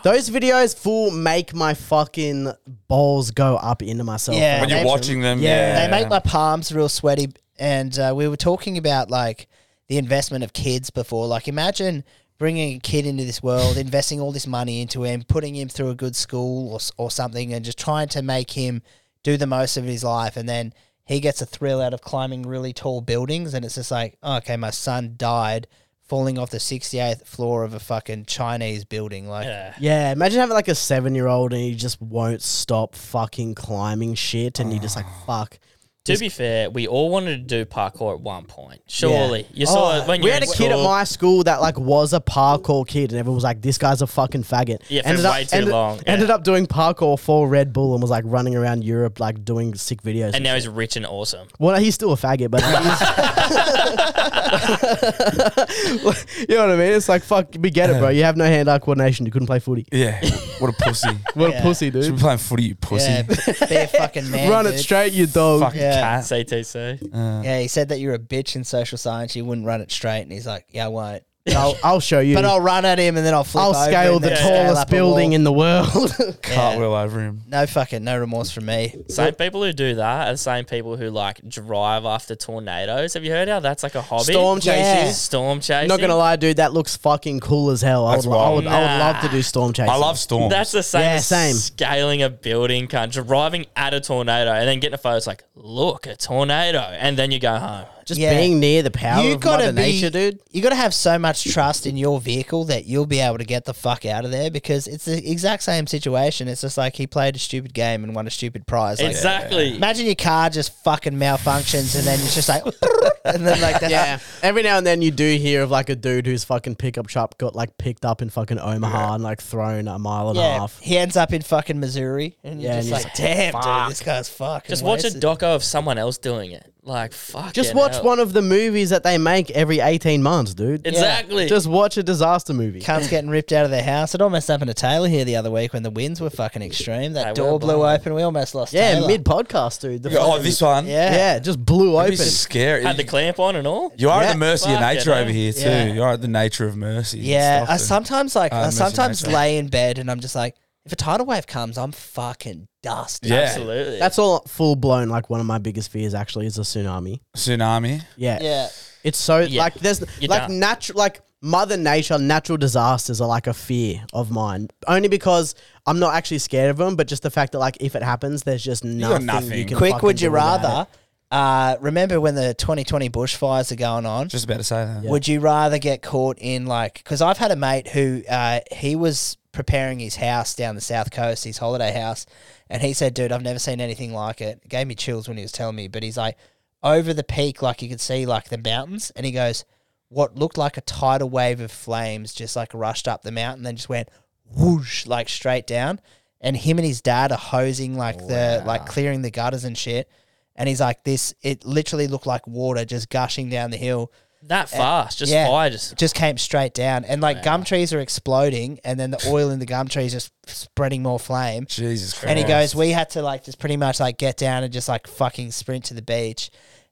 [SPEAKER 3] those videos full make my fucking balls go up into myself.
[SPEAKER 2] Yeah.
[SPEAKER 6] when you're
[SPEAKER 2] they-
[SPEAKER 6] watching them.
[SPEAKER 3] yeah,
[SPEAKER 6] Yeah,
[SPEAKER 2] they make my palms real sweaty. And uh, we were talking about like the investment of kids before. Like, imagine bringing a kid into this world, investing all this money into him, putting him through a good school or, s- or something, and just trying to make him do the most of his life. And then he gets a thrill out of climbing really tall buildings. And it's just like, oh, okay, my son died falling off the 68th floor of a fucking Chinese building. Like,
[SPEAKER 5] Yeah.
[SPEAKER 3] Yeah, imagine having like a seven year old and he just won't stop fucking climbing shit and you're just like, fuck.
[SPEAKER 5] To be fair, we all wanted to do parkour at one point. Surely, you
[SPEAKER 3] Oh,
[SPEAKER 5] saw it when
[SPEAKER 3] we
[SPEAKER 5] you
[SPEAKER 3] had a kid at my school that like was a parkour kid and everyone was like, this guy's a fucking faggot.
[SPEAKER 5] Yeah, for
[SPEAKER 3] up,
[SPEAKER 5] way too
[SPEAKER 3] ended,
[SPEAKER 5] long, yeah.
[SPEAKER 3] Ended up doing parkour for Red Bull and was like running around Europe like doing sick videos.
[SPEAKER 5] and
[SPEAKER 3] and
[SPEAKER 5] now he's rich and awesome.
[SPEAKER 3] Well, he's still a faggot, but like, he's- <laughs> you know what I mean. It's like fuck, we get it, bro. You have no hand-eye coordination. You couldn't play footy.
[SPEAKER 6] yeah. What a
[SPEAKER 3] <laughs>
[SPEAKER 6] pussy.
[SPEAKER 3] What a pussy,
[SPEAKER 6] Should be
[SPEAKER 3] dude.
[SPEAKER 6] playing footy, you pussy.
[SPEAKER 2] yeah, be a fucking man.
[SPEAKER 3] Run it
[SPEAKER 2] dude.
[SPEAKER 3] straight, you dog.
[SPEAKER 6] Fucking
[SPEAKER 2] Yeah.
[SPEAKER 3] Ah.
[SPEAKER 6] cat.
[SPEAKER 3] Uh,
[SPEAKER 5] CTC.
[SPEAKER 2] Yeah, he said that you're a bitch in social science. You wouldn't run it straight, and he's like, "Yeah, I won't."
[SPEAKER 3] I'll, I'll show you.
[SPEAKER 2] But I'll run at him, and then I'll flip.
[SPEAKER 3] I'll
[SPEAKER 2] over
[SPEAKER 3] scale
[SPEAKER 2] and
[SPEAKER 3] the
[SPEAKER 2] then scale
[SPEAKER 3] tallest
[SPEAKER 2] up a
[SPEAKER 3] building
[SPEAKER 2] wall.
[SPEAKER 3] in the world. <laughs>
[SPEAKER 6] Cartwheel over him.
[SPEAKER 2] No fucking no remorse from me.
[SPEAKER 5] Same people who do that are the same people who like drive after tornadoes. Have you heard how that's like a hobby?
[SPEAKER 3] Storm
[SPEAKER 2] Yeah.
[SPEAKER 3] chasing.
[SPEAKER 2] chases.
[SPEAKER 5] Storm chasing.
[SPEAKER 3] Not gonna lie, dude, that looks fucking cool as hell. I would,
[SPEAKER 6] That's
[SPEAKER 3] lo- I would, I would
[SPEAKER 5] wild.
[SPEAKER 3] love to do storm chasing.
[SPEAKER 6] I love storms.
[SPEAKER 5] That's the same.
[SPEAKER 3] Yeah,
[SPEAKER 5] as
[SPEAKER 3] same.
[SPEAKER 5] Scaling a building, cunt, driving at a tornado, and then getting a photo. It's like, look, a tornado, and then you go home.
[SPEAKER 3] just
[SPEAKER 2] Yeah.
[SPEAKER 3] being near the power
[SPEAKER 2] You
[SPEAKER 3] of
[SPEAKER 2] gotta
[SPEAKER 3] Mother
[SPEAKER 2] be,
[SPEAKER 3] nature, dude.
[SPEAKER 2] You gotta have so much trust in your vehicle that you'll be able to get the fuck out of there because it's the exact same situation. It's just like he played a stupid game and won a stupid prize. Like,
[SPEAKER 5] exactly.
[SPEAKER 2] Imagine your car just fucking malfunctions, and then it's just like, <laughs> and then like that.
[SPEAKER 3] Yeah. Every now and then you do hear of like a dude whose fucking pickup truck got like picked up in fucking Omaha and like thrown a mile and a
[SPEAKER 2] Yeah,
[SPEAKER 3] half.
[SPEAKER 2] he ends up in fucking Missouri, and you're
[SPEAKER 3] Yeah, and
[SPEAKER 2] just
[SPEAKER 3] you're
[SPEAKER 2] like,
[SPEAKER 3] just
[SPEAKER 2] "Damn, dude, this guy's fucking."
[SPEAKER 5] Just watch a
[SPEAKER 2] wasted."
[SPEAKER 5] doco of someone else doing it. Like, fuck.
[SPEAKER 3] Just watch
[SPEAKER 5] hell.
[SPEAKER 3] one of the movies that they make every 18 months, dude.
[SPEAKER 5] Exactly.
[SPEAKER 3] Just watch a disaster movie.
[SPEAKER 2] Cunts getting ripped out of their house. It almost happened to Taylor here the other week when the winds were fucking extreme. That
[SPEAKER 5] They were
[SPEAKER 2] door blew
[SPEAKER 5] blowing.
[SPEAKER 2] open. We almost lost.
[SPEAKER 3] Yeah,
[SPEAKER 2] Taylor.
[SPEAKER 3] mid podcast, dude. The
[SPEAKER 6] Oh,
[SPEAKER 3] fucking-
[SPEAKER 6] this one.
[SPEAKER 2] Yeah.
[SPEAKER 3] Yeah. just blew open.
[SPEAKER 6] This is scary.
[SPEAKER 5] had the clamp on and all.
[SPEAKER 6] You are at
[SPEAKER 3] Yeah.
[SPEAKER 6] the mercy of
[SPEAKER 5] Fuck
[SPEAKER 6] nature
[SPEAKER 5] it, eh?
[SPEAKER 6] over here too.
[SPEAKER 2] Yeah.
[SPEAKER 6] You are at the nature of mercy. and
[SPEAKER 2] Yeah,
[SPEAKER 6] stuff,
[SPEAKER 2] I
[SPEAKER 6] and-
[SPEAKER 2] sometimes like
[SPEAKER 6] Ah,
[SPEAKER 2] I
[SPEAKER 6] mercy,
[SPEAKER 2] sometimes
[SPEAKER 6] mate.
[SPEAKER 2] lay in bed and I'm just like, if a tidal wave comes, I'm fucking dusted.
[SPEAKER 6] yeah.
[SPEAKER 5] Absolutely.
[SPEAKER 3] That's all full blown. Like one of my biggest fears actually is a tsunami.
[SPEAKER 6] Tsunami.
[SPEAKER 3] Yeah,
[SPEAKER 2] Yeah.
[SPEAKER 3] It's so
[SPEAKER 5] Yeah.
[SPEAKER 3] like there's
[SPEAKER 5] You're
[SPEAKER 3] like
[SPEAKER 5] done.
[SPEAKER 3] natural like mother nature natural disasters are like a fear of mine only because I'm not actually scared of them but just the fact that like if it happens there's just nothing, you
[SPEAKER 6] nothing.
[SPEAKER 3] can
[SPEAKER 2] Quick,
[SPEAKER 3] fucking
[SPEAKER 2] would you
[SPEAKER 3] do about
[SPEAKER 2] rather? Uh, remember when the 2020 bushfires are going on?
[SPEAKER 6] Just about to say that.
[SPEAKER 2] Would you rather get caught in like? Because I've had a mate who uh, he was preparing his house down the south coast, his holiday house, and he said, "Dude, I've never seen anything like it." it." Gave me chills when he was telling me, but he's like, over the peak, like you could see like the mountains, and he goes, "What looked like a tidal wave of flames just like rushed up the mountain, then just went whoosh like straight down." And him and his dad are hosing like the like clearing the gutters and shit. And he's like, this, it literally looked like water just gushing down the hill.
[SPEAKER 5] that fast, just
[SPEAKER 2] Yeah,
[SPEAKER 5] fire, just
[SPEAKER 2] just came straight down, and like gum trees are exploding, and then the oil in the gum trees just spreading more flame.
[SPEAKER 4] Jesus Christ.
[SPEAKER 2] And he goes, we had to like just pretty much like get down and just like fucking sprint to the beach.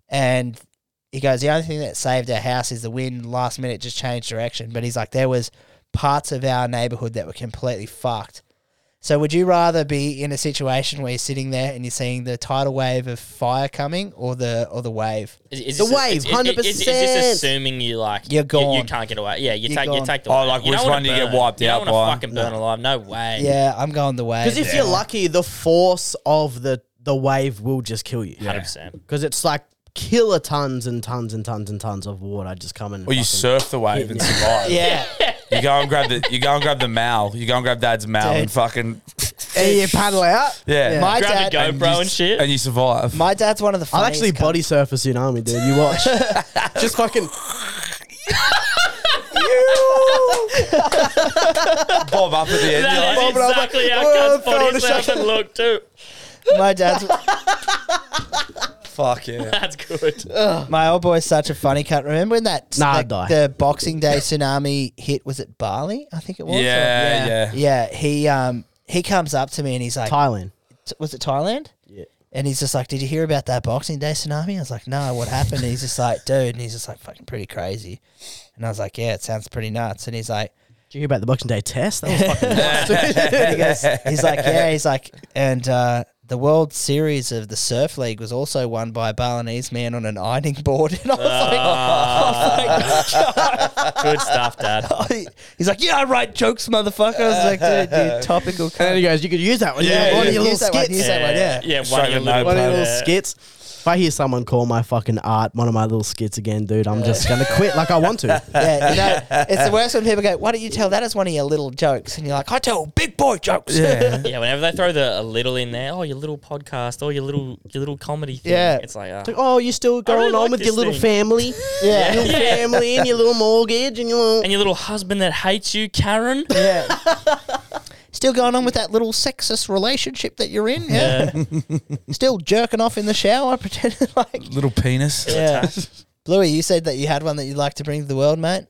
[SPEAKER 2] And he goes, the only thing that saved our house is the wind last minute just changed direction. But he's like, there was parts of our neighborhood that were completely fucked. So would you rather be in a situation where you're sitting there and you're seeing the tidal wave of fire coming or the or the wave?
[SPEAKER 5] Is, is
[SPEAKER 3] The
[SPEAKER 5] this-
[SPEAKER 3] wave,
[SPEAKER 5] is- is- is- Is, this
[SPEAKER 3] 100%.
[SPEAKER 5] assuming you like
[SPEAKER 2] You're
[SPEAKER 5] You,
[SPEAKER 2] gone.
[SPEAKER 5] can't get away. Yeah, you
[SPEAKER 2] You're
[SPEAKER 5] take you
[SPEAKER 2] gone.
[SPEAKER 5] take the.
[SPEAKER 4] Oh,
[SPEAKER 5] wave.
[SPEAKER 4] like,
[SPEAKER 5] You don't
[SPEAKER 4] which
[SPEAKER 5] wanna
[SPEAKER 4] one do you get
[SPEAKER 5] burn.
[SPEAKER 4] wiped
[SPEAKER 5] you
[SPEAKER 4] out
[SPEAKER 5] don't
[SPEAKER 4] by?
[SPEAKER 5] want to fucking burn alive. No way.
[SPEAKER 2] Yeah, I'm going the wave.
[SPEAKER 3] Because if you're lucky, the force of the the wave will just kill you.
[SPEAKER 5] hundred percent.
[SPEAKER 3] Because it's like killer tons and tons and tons and tons of water just coming.
[SPEAKER 4] Or you surf the wave and survive.
[SPEAKER 2] yeah,
[SPEAKER 4] You go and grab the you go and grab the mal. You go and grab dad's mal
[SPEAKER 2] Dude.
[SPEAKER 4] and fucking
[SPEAKER 3] and you paddle out.
[SPEAKER 4] Yeah.
[SPEAKER 3] Yeah.
[SPEAKER 2] my
[SPEAKER 5] Grab a
[SPEAKER 2] dad.
[SPEAKER 5] GoPro and,
[SPEAKER 4] you,
[SPEAKER 5] shit.
[SPEAKER 4] And you survive.
[SPEAKER 2] My dad's one of the
[SPEAKER 3] I'll
[SPEAKER 2] funniest.
[SPEAKER 3] actually body surf a tsunami, dude. You watch. just fucking.
[SPEAKER 4] <laughs> bob up at the end.
[SPEAKER 5] that is
[SPEAKER 3] Bob, Bob,
[SPEAKER 5] exactly
[SPEAKER 2] Oh,
[SPEAKER 5] how
[SPEAKER 3] Bob,
[SPEAKER 5] cunts
[SPEAKER 3] Bob,
[SPEAKER 5] body
[SPEAKER 3] Bob,
[SPEAKER 5] surf and look too.
[SPEAKER 2] my dad's
[SPEAKER 4] Fuck yeah.
[SPEAKER 5] That's good.
[SPEAKER 2] My old boy's such a funny cut. Remember when that
[SPEAKER 3] Nah, I'd
[SPEAKER 2] the,
[SPEAKER 3] die.
[SPEAKER 2] the Boxing Day tsunami hit? Was it Bali? I think it was. or-
[SPEAKER 4] Yeah, yeah.
[SPEAKER 2] yeah. He um he comes up to me and he's like,
[SPEAKER 3] Thailand.
[SPEAKER 2] "T- "Was it Thailand?"
[SPEAKER 3] Yeah.
[SPEAKER 2] And he's just like, "Did you hear about that Boxing Day tsunami?" I was like, "No, what happened?" And he's just like, "Dude," and he's just like, "Fucking pretty crazy." And I was like, "Yeah, it sounds pretty nuts." And he's like,
[SPEAKER 3] Did you hear about the Boxing Day test? That was fucking
[SPEAKER 2] he goes, he's like, yeah, he's like, and uh, the World Series of the Surf League was also won by a Balinese man on an ironing board. <laughs> And I was like, I was like,
[SPEAKER 5] Good
[SPEAKER 2] <laughs>
[SPEAKER 5] stuff, Dad.
[SPEAKER 2] He- He's like, yeah, I write jokes, motherfucker. I was like, dude, you topical.
[SPEAKER 3] And then
[SPEAKER 2] cunt."
[SPEAKER 3] he goes, "You could use that one.
[SPEAKER 4] Yeah,
[SPEAKER 3] Yeah, one
[SPEAKER 4] yeah.
[SPEAKER 3] of your little
[SPEAKER 2] Use that one,
[SPEAKER 3] skits.
[SPEAKER 2] use that one, yeah.
[SPEAKER 5] yeah. One
[SPEAKER 4] Straight
[SPEAKER 5] of your
[SPEAKER 4] with no
[SPEAKER 5] little,
[SPEAKER 3] One of your little
[SPEAKER 5] Yeah.
[SPEAKER 3] skits." If I hear someone call my fucking art one of my little skits again, dude, I'm just gonna quit like I want <laughs> to.
[SPEAKER 2] Yeah, you know, it's the worst when people go, why don't you tell that as one of your little jokes? And you're like, I tell big boy jokes.
[SPEAKER 4] Yeah.
[SPEAKER 5] Yeah, whenever they throw the a little in there, oh your little podcast, or your little your little comedy thing.
[SPEAKER 2] Yeah.
[SPEAKER 5] It's like,
[SPEAKER 3] Like,
[SPEAKER 5] oh,
[SPEAKER 3] oh, you still going
[SPEAKER 5] really
[SPEAKER 3] on
[SPEAKER 5] like
[SPEAKER 3] with your
[SPEAKER 5] this
[SPEAKER 3] little
[SPEAKER 5] thing."
[SPEAKER 3] <laughs> family,
[SPEAKER 2] Yeah.
[SPEAKER 3] your little family, and your <laughs> little mortgage, and your little
[SPEAKER 5] and your little husband that hates you, Karen.
[SPEAKER 2] Yeah. <laughs> Still going on with that little sexist relationship that you're in? Yeah. <laughs> Still jerking off in the shower, <laughs> pretending like.
[SPEAKER 4] Little penis.
[SPEAKER 2] Yeah. Bluey, you said that you had one that you'd like to bring to the world, mate.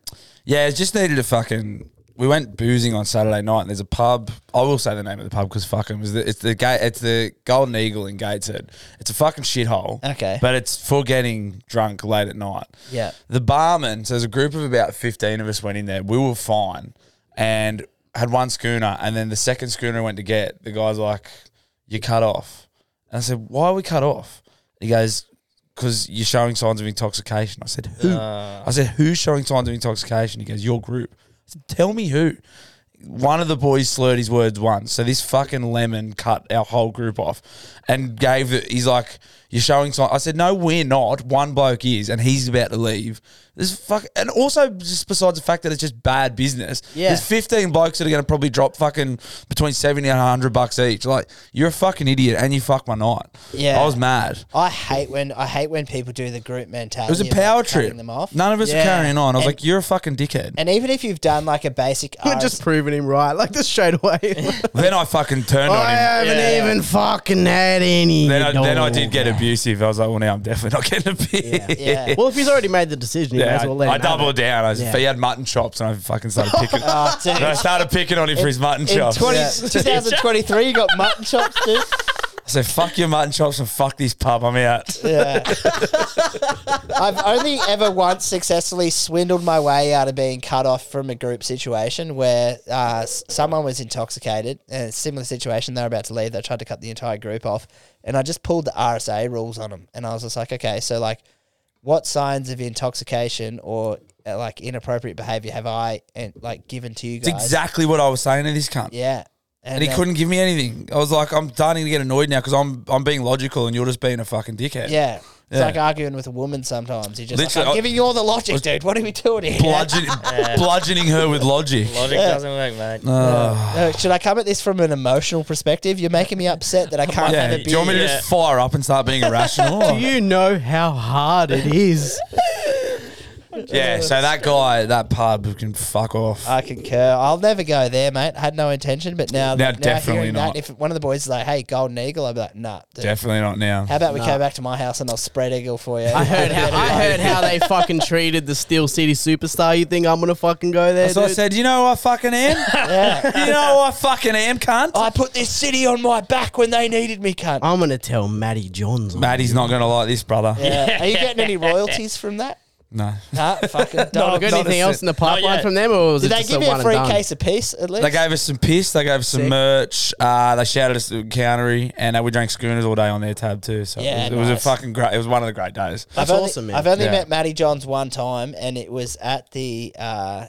[SPEAKER 4] Yeah, it just needed a fucking. We went boozing on Saturday night. And there's a pub. I will say the name of the pub because fucking it was the, it's the gate. It's the Golden Eagle in Gateshead. It's a fucking shithole.
[SPEAKER 2] Okay.
[SPEAKER 4] but it's for getting drunk late at night.
[SPEAKER 2] Yeah.
[SPEAKER 4] The barman. So there's a group of about fifteen of us went in there. We were fine, and had one schooner, and then the second schooner went to get the guys like, "You cut off," and I said, "Why are we cut off?" He goes, "Because you're showing signs of intoxication." I said, "Who?" I said, "Who's showing signs of intoxication?" He goes, "Your group." I said, "Tell me who." One of the boys slurred his words once, so this fucking lemon cut our whole group off, and gave. The, he's like, "You're showing signs." I said, "No, we're not." One bloke is, and he's about to leave. This fuck, and also just besides the fact that it's just bad business.
[SPEAKER 2] Yeah.
[SPEAKER 4] there's 15 blokes that are going to probably drop fucking between 70 and 100 bucks each. Like, you're a fucking idiot, and you fuck my night.
[SPEAKER 2] Yeah.
[SPEAKER 4] I was mad.
[SPEAKER 2] I hate when I hate when people do the group mentality.
[SPEAKER 4] It was a
[SPEAKER 2] of, like,
[SPEAKER 4] power
[SPEAKER 2] cutting
[SPEAKER 4] trip.
[SPEAKER 2] Them off.
[SPEAKER 4] None of us
[SPEAKER 2] Yeah.
[SPEAKER 4] were carrying on. I was
[SPEAKER 2] And-
[SPEAKER 4] like, "You're a fucking dickhead."
[SPEAKER 2] And even if you've done like a
[SPEAKER 4] <laughs>
[SPEAKER 2] basic,
[SPEAKER 3] <laughs> We're
[SPEAKER 2] RS
[SPEAKER 3] just proving him right, like just straight away. <laughs>
[SPEAKER 4] then I fucking turned on
[SPEAKER 3] I
[SPEAKER 4] him.
[SPEAKER 3] haven't
[SPEAKER 5] Yeah.
[SPEAKER 3] even fucking had any.
[SPEAKER 4] Then I, then I
[SPEAKER 3] dog. <laughs>
[SPEAKER 4] did get abusive. I was like, well, now I'm definitely not getting a beer.
[SPEAKER 2] Yeah.
[SPEAKER 4] <laughs> Yeah.
[SPEAKER 3] Well, if he's already made the decision, he may as well let
[SPEAKER 4] I, I
[SPEAKER 3] him have
[SPEAKER 4] doubled
[SPEAKER 3] it.
[SPEAKER 4] down. I was,
[SPEAKER 3] Yeah.
[SPEAKER 4] He had mutton chops, and I fucking started picking.
[SPEAKER 2] <laughs> Oh, dude.
[SPEAKER 4] and I started picking on him for his mutton chops.
[SPEAKER 2] In
[SPEAKER 3] <laughs>
[SPEAKER 2] 20,
[SPEAKER 4] I
[SPEAKER 2] 2023, you got mutton chops, dude.
[SPEAKER 4] said, "Fuck your mutton chops and fuck this pub. I'm out." <laughs>
[SPEAKER 2] Yeah. uh, I've only ever once successfully swindled my way out of being cut off from a group situation where uh, s- someone was intoxicated. And a similar situation, they were about to leave. They tried to cut the entire group off. And I just pulled the RSA rules on them. And I was just like, okay, so like, what signs of intoxication or uh, like inappropriate behavior have I and like given to you guys?
[SPEAKER 4] It's exactly what I was saying to this cunt.
[SPEAKER 2] Yeah.
[SPEAKER 4] And he
[SPEAKER 2] then-
[SPEAKER 4] couldn't give me anything. I was like, I'm starting to get annoyed now because I'm I'm being logical and you're just being a fucking
[SPEAKER 2] <laughs>
[SPEAKER 4] dickhead.
[SPEAKER 2] Yeah. It's
[SPEAKER 4] Yeah.
[SPEAKER 2] like arguing with a woman sometimes. You're just like,
[SPEAKER 4] Literally,
[SPEAKER 2] I'm
[SPEAKER 4] I-
[SPEAKER 2] giving you all the logic, dude. What are we doing here?
[SPEAKER 4] Bludgeon, <laughs> bludgeoning her with logic.
[SPEAKER 5] Logic doesn't work,
[SPEAKER 2] <laughs>
[SPEAKER 5] mate.
[SPEAKER 2] Uh, should I come at this from an emotional perspective? You're making me upset
[SPEAKER 4] <laughs>
[SPEAKER 2] that I can't
[SPEAKER 4] Yeah.
[SPEAKER 2] have a
[SPEAKER 4] Do you want me
[SPEAKER 2] beer.
[SPEAKER 4] to
[SPEAKER 2] <laughs>
[SPEAKER 4] just fire up and start being irrational?
[SPEAKER 3] Do you know how hard it is?
[SPEAKER 5] happened?
[SPEAKER 6] Yeah, so that guy, that pub can fuck off.
[SPEAKER 2] I concur. I'll never go there, mate. Had no intention, but now,
[SPEAKER 6] Now
[SPEAKER 2] now,
[SPEAKER 6] definitely
[SPEAKER 2] hearing
[SPEAKER 6] not.
[SPEAKER 2] that, if one of the boys is like, "Hey, golden eagle," I'd be like, "Nah." Dude.
[SPEAKER 6] Definitely not now.
[SPEAKER 2] How about we go back to my house and I'll spread eagle for you?
[SPEAKER 3] <laughs> I heard how I heard how they fucking treated the Steel City superstar. You think I'm gonna fucking go there?
[SPEAKER 6] so I
[SPEAKER 3] dude?
[SPEAKER 6] said, you know who I fucking am?
[SPEAKER 2] <laughs> Yeah.
[SPEAKER 6] you know who I fucking am, cunt?
[SPEAKER 2] I put this city on my back when they needed me, cunt.
[SPEAKER 4] <laughs>
[SPEAKER 3] I'm gonna tell Maddie Johns. on
[SPEAKER 6] Maddie's not going to like this, brother.
[SPEAKER 2] Yeah. Are you getting any royalties from that?
[SPEAKER 6] No.
[SPEAKER 2] Nah,
[SPEAKER 3] <laughs>
[SPEAKER 2] fucking
[SPEAKER 3] Oh,
[SPEAKER 2] dog.
[SPEAKER 3] got
[SPEAKER 6] not
[SPEAKER 3] anything
[SPEAKER 6] a
[SPEAKER 3] else
[SPEAKER 6] cent.
[SPEAKER 3] in the pipeline
[SPEAKER 5] yet.
[SPEAKER 3] from them, or was
[SPEAKER 2] Did
[SPEAKER 3] it
[SPEAKER 2] they
[SPEAKER 3] just
[SPEAKER 2] give
[SPEAKER 3] a
[SPEAKER 2] you
[SPEAKER 3] one
[SPEAKER 2] a free
[SPEAKER 3] and done?
[SPEAKER 2] case apiece at least?
[SPEAKER 6] They gave us some piss. They gave us some
[SPEAKER 3] Sick.
[SPEAKER 6] merch. Uh, they shouted us the countery, and uh, we drank schooners all day on their tab too. So
[SPEAKER 2] Yeah,
[SPEAKER 6] it, was, it was
[SPEAKER 2] nice.
[SPEAKER 6] a fucking great. It was one of the great days.
[SPEAKER 2] I've
[SPEAKER 3] That's
[SPEAKER 2] only,
[SPEAKER 3] awesome, man.
[SPEAKER 2] I've only
[SPEAKER 6] Yeah.
[SPEAKER 2] met Matty Johns one time, and it was at the uh,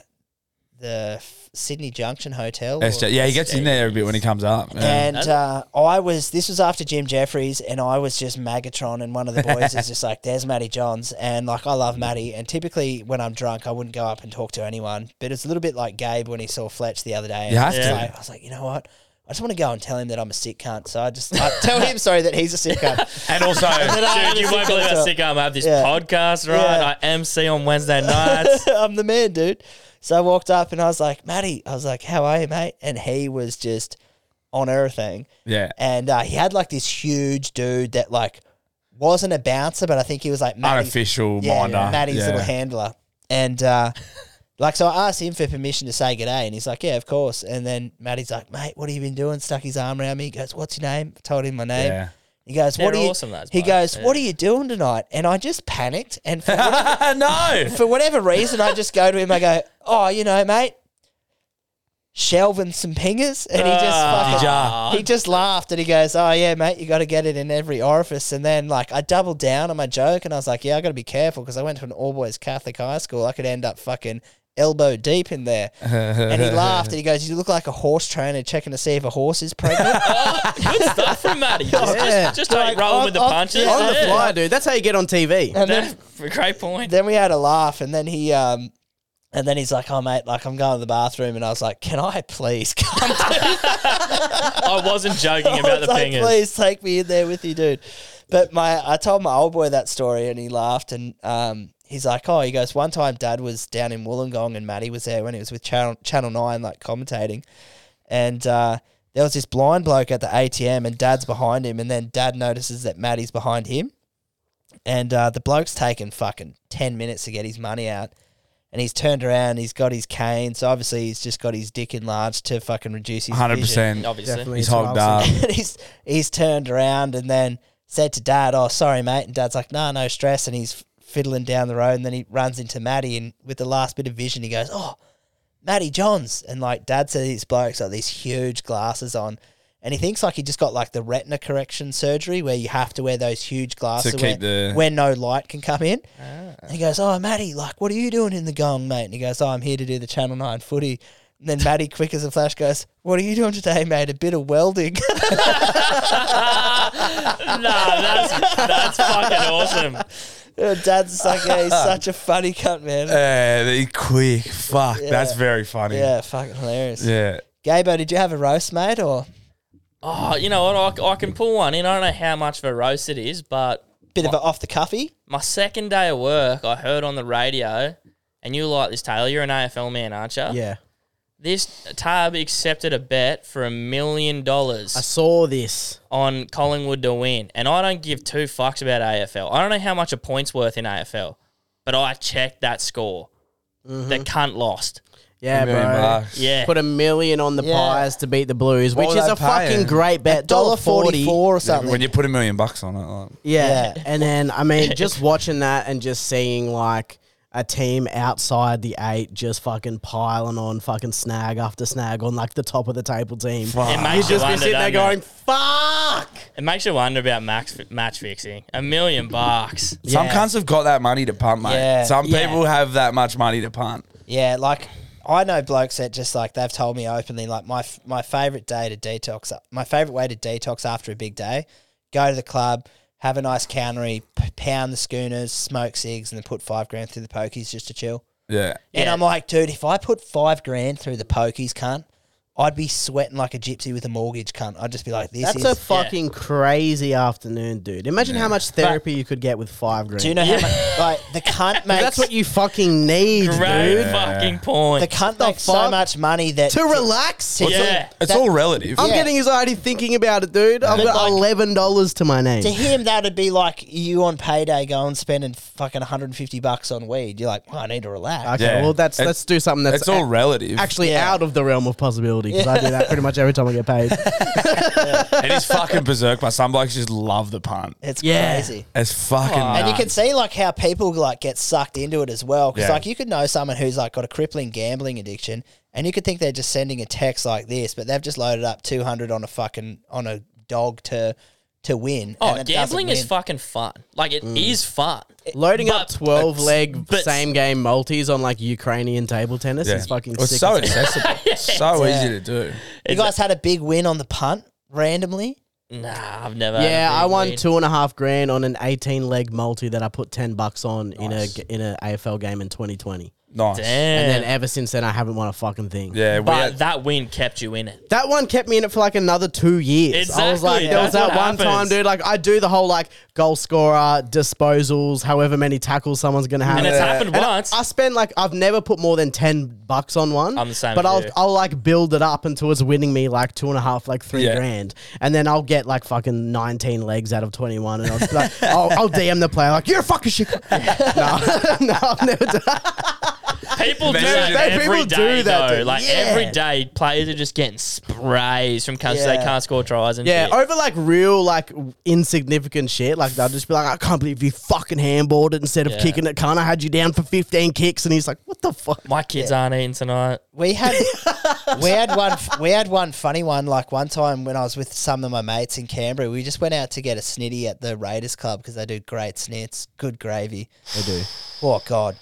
[SPEAKER 2] the F- Sydney Junction Hotel. or-
[SPEAKER 6] SJ yeah, he gets in there a bit when he comes up. Yeah.
[SPEAKER 2] And uh, I was, this was after Jim Jeffries, and I was just Magatron, and
[SPEAKER 6] <laughs>
[SPEAKER 2] one of the boys is just like, there's Matty Johns. And like, I love Matty. And typically, when I'm drunk, I wouldn't go up and talk to anyone. But it's a little bit like Gabe when he saw Fletch the other day. And
[SPEAKER 6] You
[SPEAKER 2] I
[SPEAKER 6] have
[SPEAKER 2] was
[SPEAKER 6] to.
[SPEAKER 2] like- I was like, you know what? I just want to go and tell him that I'm a sick cunt. So I just I tell him, sorry, that he's a sick cunt.
[SPEAKER 6] And
[SPEAKER 2] <laughs>
[SPEAKER 6] also,
[SPEAKER 2] That I am
[SPEAKER 5] Dude,
[SPEAKER 2] a
[SPEAKER 5] you
[SPEAKER 2] sick
[SPEAKER 5] won't believe
[SPEAKER 2] cunt.
[SPEAKER 5] how sick I am. I have this
[SPEAKER 2] Yeah.
[SPEAKER 5] podcast, right? I MC on
[SPEAKER 2] <laughs>
[SPEAKER 5] Wednesday nights.
[SPEAKER 2] I'm the man, dude. So I walked up and I was like, Matty, I was like, how are you, mate? And he was just on everything.
[SPEAKER 6] yeah.
[SPEAKER 2] And uh, he had like this huge dude that like wasn't a bouncer, but I think he was like Matty,
[SPEAKER 6] Unofficial
[SPEAKER 2] yeah,
[SPEAKER 6] minder.
[SPEAKER 2] Matty's
[SPEAKER 6] Yeah.
[SPEAKER 2] little handler. And uh, like, so I asked him for permission to say g'day, and he's like, yeah, of course. And then Matty's like, mate, what have you been doing? Stuck his arm around me. He goes, what's your name? I told him my name.
[SPEAKER 6] Yeah.
[SPEAKER 2] He goes, what
[SPEAKER 5] They're
[SPEAKER 2] are you?
[SPEAKER 5] awesome, those
[SPEAKER 2] he
[SPEAKER 5] blokes,
[SPEAKER 2] goes,
[SPEAKER 5] yeah.
[SPEAKER 2] what are you doing tonight? And I just panicked,
[SPEAKER 6] <laughs>
[SPEAKER 2] and for whatever
[SPEAKER 6] no.
[SPEAKER 2] for whatever reason, I just go to him. I go, "Oh, you know, mate, shelving some pingers," and he just fucking,
[SPEAKER 6] ya?
[SPEAKER 2] he just laughed and he goes, "Oh yeah, mate, you got to get it in every orifice." And then like I doubled down on my joke and I was like, "Yeah, I got to be careful because I went to an all boys Catholic high school. I could end up fucking." Elbow deep in there, and he laughed and he goes, "You look like a horse trainer checking to see if a horse is pregnant."
[SPEAKER 5] Good stuff from Matty. Just,
[SPEAKER 2] Yeah.
[SPEAKER 5] just, just like,
[SPEAKER 2] Like,
[SPEAKER 5] rolling
[SPEAKER 2] I've-
[SPEAKER 5] with the
[SPEAKER 2] I've-
[SPEAKER 5] punches.
[SPEAKER 2] yeah.
[SPEAKER 3] On the
[SPEAKER 5] Yeah.
[SPEAKER 3] fly, dude. That's how you get on TV.
[SPEAKER 2] and then
[SPEAKER 5] That- <laughs> great point.
[SPEAKER 2] then we had a laugh, and then he um, and then he's like, "Oh mate, like I'm going to the bathroom," and I was like, "Can I please come?"
[SPEAKER 5] I wasn't joking
[SPEAKER 2] <laughs> I
[SPEAKER 5] about
[SPEAKER 2] was
[SPEAKER 5] the
[SPEAKER 2] like,
[SPEAKER 5] fingers.
[SPEAKER 2] Please take me in there with you, dude. But my, I told my old boy that story, and he laughed, and um, he's like, oh, he goes, one time Dad was down in Wollongong, and Matty was there when he was with Channel Channel Nine, like commentating, and. Uh, there was this blind bloke at the ATM, and Dad's behind him, and then Dad notices that Matty's behind him, and uh, the bloke's taken fucking ten minutes to get his money out, and he's turned around, he's got his cane, so obviously he's just got his dick enlarged to fucking reduce his
[SPEAKER 6] Hundred
[SPEAKER 2] vision
[SPEAKER 6] percent.
[SPEAKER 5] Obviously.
[SPEAKER 6] He's hogged up.
[SPEAKER 2] and <laughs> he's he's turned around and then said to dad, "Oh, sorry, mate." And dad's like, "No, no stress." And he's fiddling down the road, and then he runs into Maddie, and with the last bit of vision, he goes, "Oh, Maddie Johns." And like dad said, these blokes like these huge glasses on. And he thinks like he just got like the retina correction surgery where you have to wear those huge glasses
[SPEAKER 6] keep
[SPEAKER 2] where,
[SPEAKER 6] the- Ah.
[SPEAKER 2] where no light can come in. And he goes, Oh, Matty, like, what are you doing in the gong, mate? And he goes, Oh, I'm here to do the Channel 9 footy. And then Matty, quick as a flash, goes, What are you doing today, mate? A bit of welding. <laughs>
[SPEAKER 5] Nah, that's, that's fucking awesome.
[SPEAKER 2] And Oh, Dad's just like, Yeah, he's such a funny cunt, man.
[SPEAKER 6] Uh, he quick. Fuck. That's
[SPEAKER 2] Yeah.
[SPEAKER 6] very funny.
[SPEAKER 2] Yeah, fucking hilarious.
[SPEAKER 6] Yeah.
[SPEAKER 2] Gabo, did you have a roast, mate? Or
[SPEAKER 5] Oh, you know what? I, I can pull one in. I don't know how much of a roast it is, but
[SPEAKER 2] bit of an off the cuffy?
[SPEAKER 5] my second day of work, I heard on the radio, and you like this, Taylor. You're an AFL man, aren't you?
[SPEAKER 3] Yeah,
[SPEAKER 5] This tab accepted a bet for a million
[SPEAKER 3] I
[SPEAKER 5] dollars
[SPEAKER 3] saw this.
[SPEAKER 5] on Collingwood to win, and I don't give two fucks about AFL. I don't know how much a point's worth in AFL, but I checked that score. The cunt lost.
[SPEAKER 3] Yeah,
[SPEAKER 6] Million
[SPEAKER 3] bro.
[SPEAKER 6] bucks.
[SPEAKER 5] Yeah.
[SPEAKER 3] Mm-hmm. Put a million on the
[SPEAKER 2] Yeah.
[SPEAKER 3] Pies to beat the Blues,
[SPEAKER 6] What
[SPEAKER 3] which
[SPEAKER 6] were
[SPEAKER 3] is
[SPEAKER 6] they
[SPEAKER 3] a fucking
[SPEAKER 6] paying?
[SPEAKER 3] great bet. Dollar forty.
[SPEAKER 2] forty-four or something.
[SPEAKER 6] When you put a million bucks on it, like,
[SPEAKER 3] Yeah.
[SPEAKER 2] Yeah.
[SPEAKER 3] And then,
[SPEAKER 2] <laughs>
[SPEAKER 3] I mean, just watching that and just seeing like a team outside the eight just fucking piling on fucking snag after snag on like the top of the table team.
[SPEAKER 5] It
[SPEAKER 6] fuck.
[SPEAKER 5] makes you,
[SPEAKER 3] Just be
[SPEAKER 5] wonder.
[SPEAKER 3] sitting there going,
[SPEAKER 5] doesn't it?
[SPEAKER 3] fuck.
[SPEAKER 5] It makes you wonder about max match fixing. A
[SPEAKER 3] <laughs>
[SPEAKER 5] million bucks.
[SPEAKER 6] Some
[SPEAKER 2] Yeah.
[SPEAKER 6] cunts have got that money to punt, mate.
[SPEAKER 2] Yeah.
[SPEAKER 6] Some
[SPEAKER 5] Yeah.
[SPEAKER 6] people have that much money to punt.
[SPEAKER 2] Yeah, like I know blokes that just like they've told me openly, like my f- my favorite day to detox, my favorite way to detox after a big day, go to the club, have a nice countery, p- pound the schooners, smoke cigs, and then put five grand through the pokies just to chill.
[SPEAKER 6] Yeah.
[SPEAKER 2] And
[SPEAKER 5] Yeah.
[SPEAKER 2] I'm like, dude, if I put five grand through the pokies, cunt, I'd be sweating like a gypsy with a mortgage cunt. I'd just be like, this
[SPEAKER 3] That's
[SPEAKER 2] is.
[SPEAKER 3] a fucking crazy afternoon, dude. Imagine how much therapy you could get with five grand.
[SPEAKER 2] do you know how much? Like, the cunt makes.
[SPEAKER 3] <laughs> That's what you fucking need,
[SPEAKER 5] Great
[SPEAKER 3] dude.
[SPEAKER 5] fucking point.
[SPEAKER 2] The cunt
[SPEAKER 3] the
[SPEAKER 2] makes so
[SPEAKER 3] fuck?
[SPEAKER 2] much money that.
[SPEAKER 3] To relax.
[SPEAKER 2] to-
[SPEAKER 5] Yeah.
[SPEAKER 4] It's
[SPEAKER 2] that-
[SPEAKER 4] all relative.
[SPEAKER 3] I'm
[SPEAKER 2] Yeah.
[SPEAKER 3] getting anxiety thinking about it, dude. I've
[SPEAKER 2] But
[SPEAKER 3] got
[SPEAKER 2] like-
[SPEAKER 3] eleven dollars to my name.
[SPEAKER 2] To him, that'd be like you on payday going spending fucking 150 bucks on weed. You're like, oh, I need to relax.
[SPEAKER 3] Okay,
[SPEAKER 4] Yeah.
[SPEAKER 3] well that's
[SPEAKER 4] It's-
[SPEAKER 3] let's do something that's
[SPEAKER 4] it's all relative.
[SPEAKER 3] actually
[SPEAKER 2] Yeah.
[SPEAKER 3] out of the realm of possibility because I do that pretty much every time I get
[SPEAKER 5] <laughs>
[SPEAKER 3] paid.
[SPEAKER 4] it is fucking berserk, but some blokes just love
[SPEAKER 2] <laughs>
[SPEAKER 4] the punt.
[SPEAKER 2] It's
[SPEAKER 5] Yeah.
[SPEAKER 2] crazy.
[SPEAKER 4] It's fucking.
[SPEAKER 2] And you
[SPEAKER 5] Uh,
[SPEAKER 4] nuts.
[SPEAKER 2] can see like how people like get sucked into it as well. Because
[SPEAKER 4] Yeah.
[SPEAKER 2] like you could know someone who's like got a crippling gambling addiction, and you could think they're just sending a text like this, but they've just loaded up two hundred on a fucking on a dog to to win. and
[SPEAKER 5] oh,
[SPEAKER 2] it doesn't
[SPEAKER 5] gambling is
[SPEAKER 2] win.
[SPEAKER 5] fucking fun. Like it is
[SPEAKER 3] Mm.
[SPEAKER 5] fun.
[SPEAKER 3] Loading up
[SPEAKER 5] But-
[SPEAKER 3] twelve leg
[SPEAKER 5] but-
[SPEAKER 3] same game multis on like Ukrainian table tennis
[SPEAKER 4] Yeah.
[SPEAKER 3] is fucking
[SPEAKER 4] Well, it's
[SPEAKER 3] sick.
[SPEAKER 4] so
[SPEAKER 3] as-
[SPEAKER 4] accessible.
[SPEAKER 2] <laughs>
[SPEAKER 4] So easy to do.
[SPEAKER 2] You guys had a big win on the punt randomly.
[SPEAKER 5] Nah, I've never. had a
[SPEAKER 3] yeah, I
[SPEAKER 5] big
[SPEAKER 3] won
[SPEAKER 5] lead.
[SPEAKER 3] two and a half grand on an eighteen leg multi that I put ten bucks on in a in a AFL game in twenty twenty.
[SPEAKER 4] Nice.
[SPEAKER 5] Damn.
[SPEAKER 3] And then ever since then I haven't won a fucking thing.
[SPEAKER 4] Yeah, we
[SPEAKER 5] but
[SPEAKER 4] had-
[SPEAKER 5] that win kept you in it.
[SPEAKER 3] That one kept me in it for like another two years. I was
[SPEAKER 5] Exactly,
[SPEAKER 3] like, there was
[SPEAKER 5] that's
[SPEAKER 3] that
[SPEAKER 5] what
[SPEAKER 3] one time,
[SPEAKER 5] happens.
[SPEAKER 3] dude. Like, I do the whole like goal scorer, disposals, however many tackles someone's gonna have.
[SPEAKER 5] And it's happened
[SPEAKER 3] And I-
[SPEAKER 5] once.
[SPEAKER 3] I spend like I've never put more than ten bucks on one.
[SPEAKER 5] I'm the same
[SPEAKER 3] but
[SPEAKER 5] as
[SPEAKER 3] I'll
[SPEAKER 5] you.
[SPEAKER 3] I'll like build it up until it's winning me like two and a half, like three
[SPEAKER 4] Yeah.
[SPEAKER 3] grand, and then I'll get like fucking nineteen legs out of twenty one, and I'll just be like, <laughs> I'll, I'll DM the player like, you're a fucking
[SPEAKER 5] <laughs>
[SPEAKER 3] shit. no, <laughs> no, I've never done.
[SPEAKER 5] People do
[SPEAKER 4] They-
[SPEAKER 5] that
[SPEAKER 4] they-
[SPEAKER 5] every
[SPEAKER 3] people
[SPEAKER 5] day,
[SPEAKER 3] do that,
[SPEAKER 5] though.
[SPEAKER 3] dude.
[SPEAKER 5] Like
[SPEAKER 3] Yeah.
[SPEAKER 5] every day, players are just getting sprays from cunts they
[SPEAKER 2] Yeah.
[SPEAKER 5] can't score tries and
[SPEAKER 3] Yeah,
[SPEAKER 5] shit.
[SPEAKER 3] over like real, like w- insignificant shit. Like they'll just be like, I can't believe you fucking handballed it instead of
[SPEAKER 5] Yeah.
[SPEAKER 3] kicking it. Can't I had you down for 15 kicks? And he's like, what the fuck?
[SPEAKER 5] My kids aren't eating tonight.
[SPEAKER 2] We had we had one we had one funny one like one time when I was with some of my mates in Canberra. We just went out to get a snitty at the Raiders Club because they do great snits, good gravy. They do. Oh God.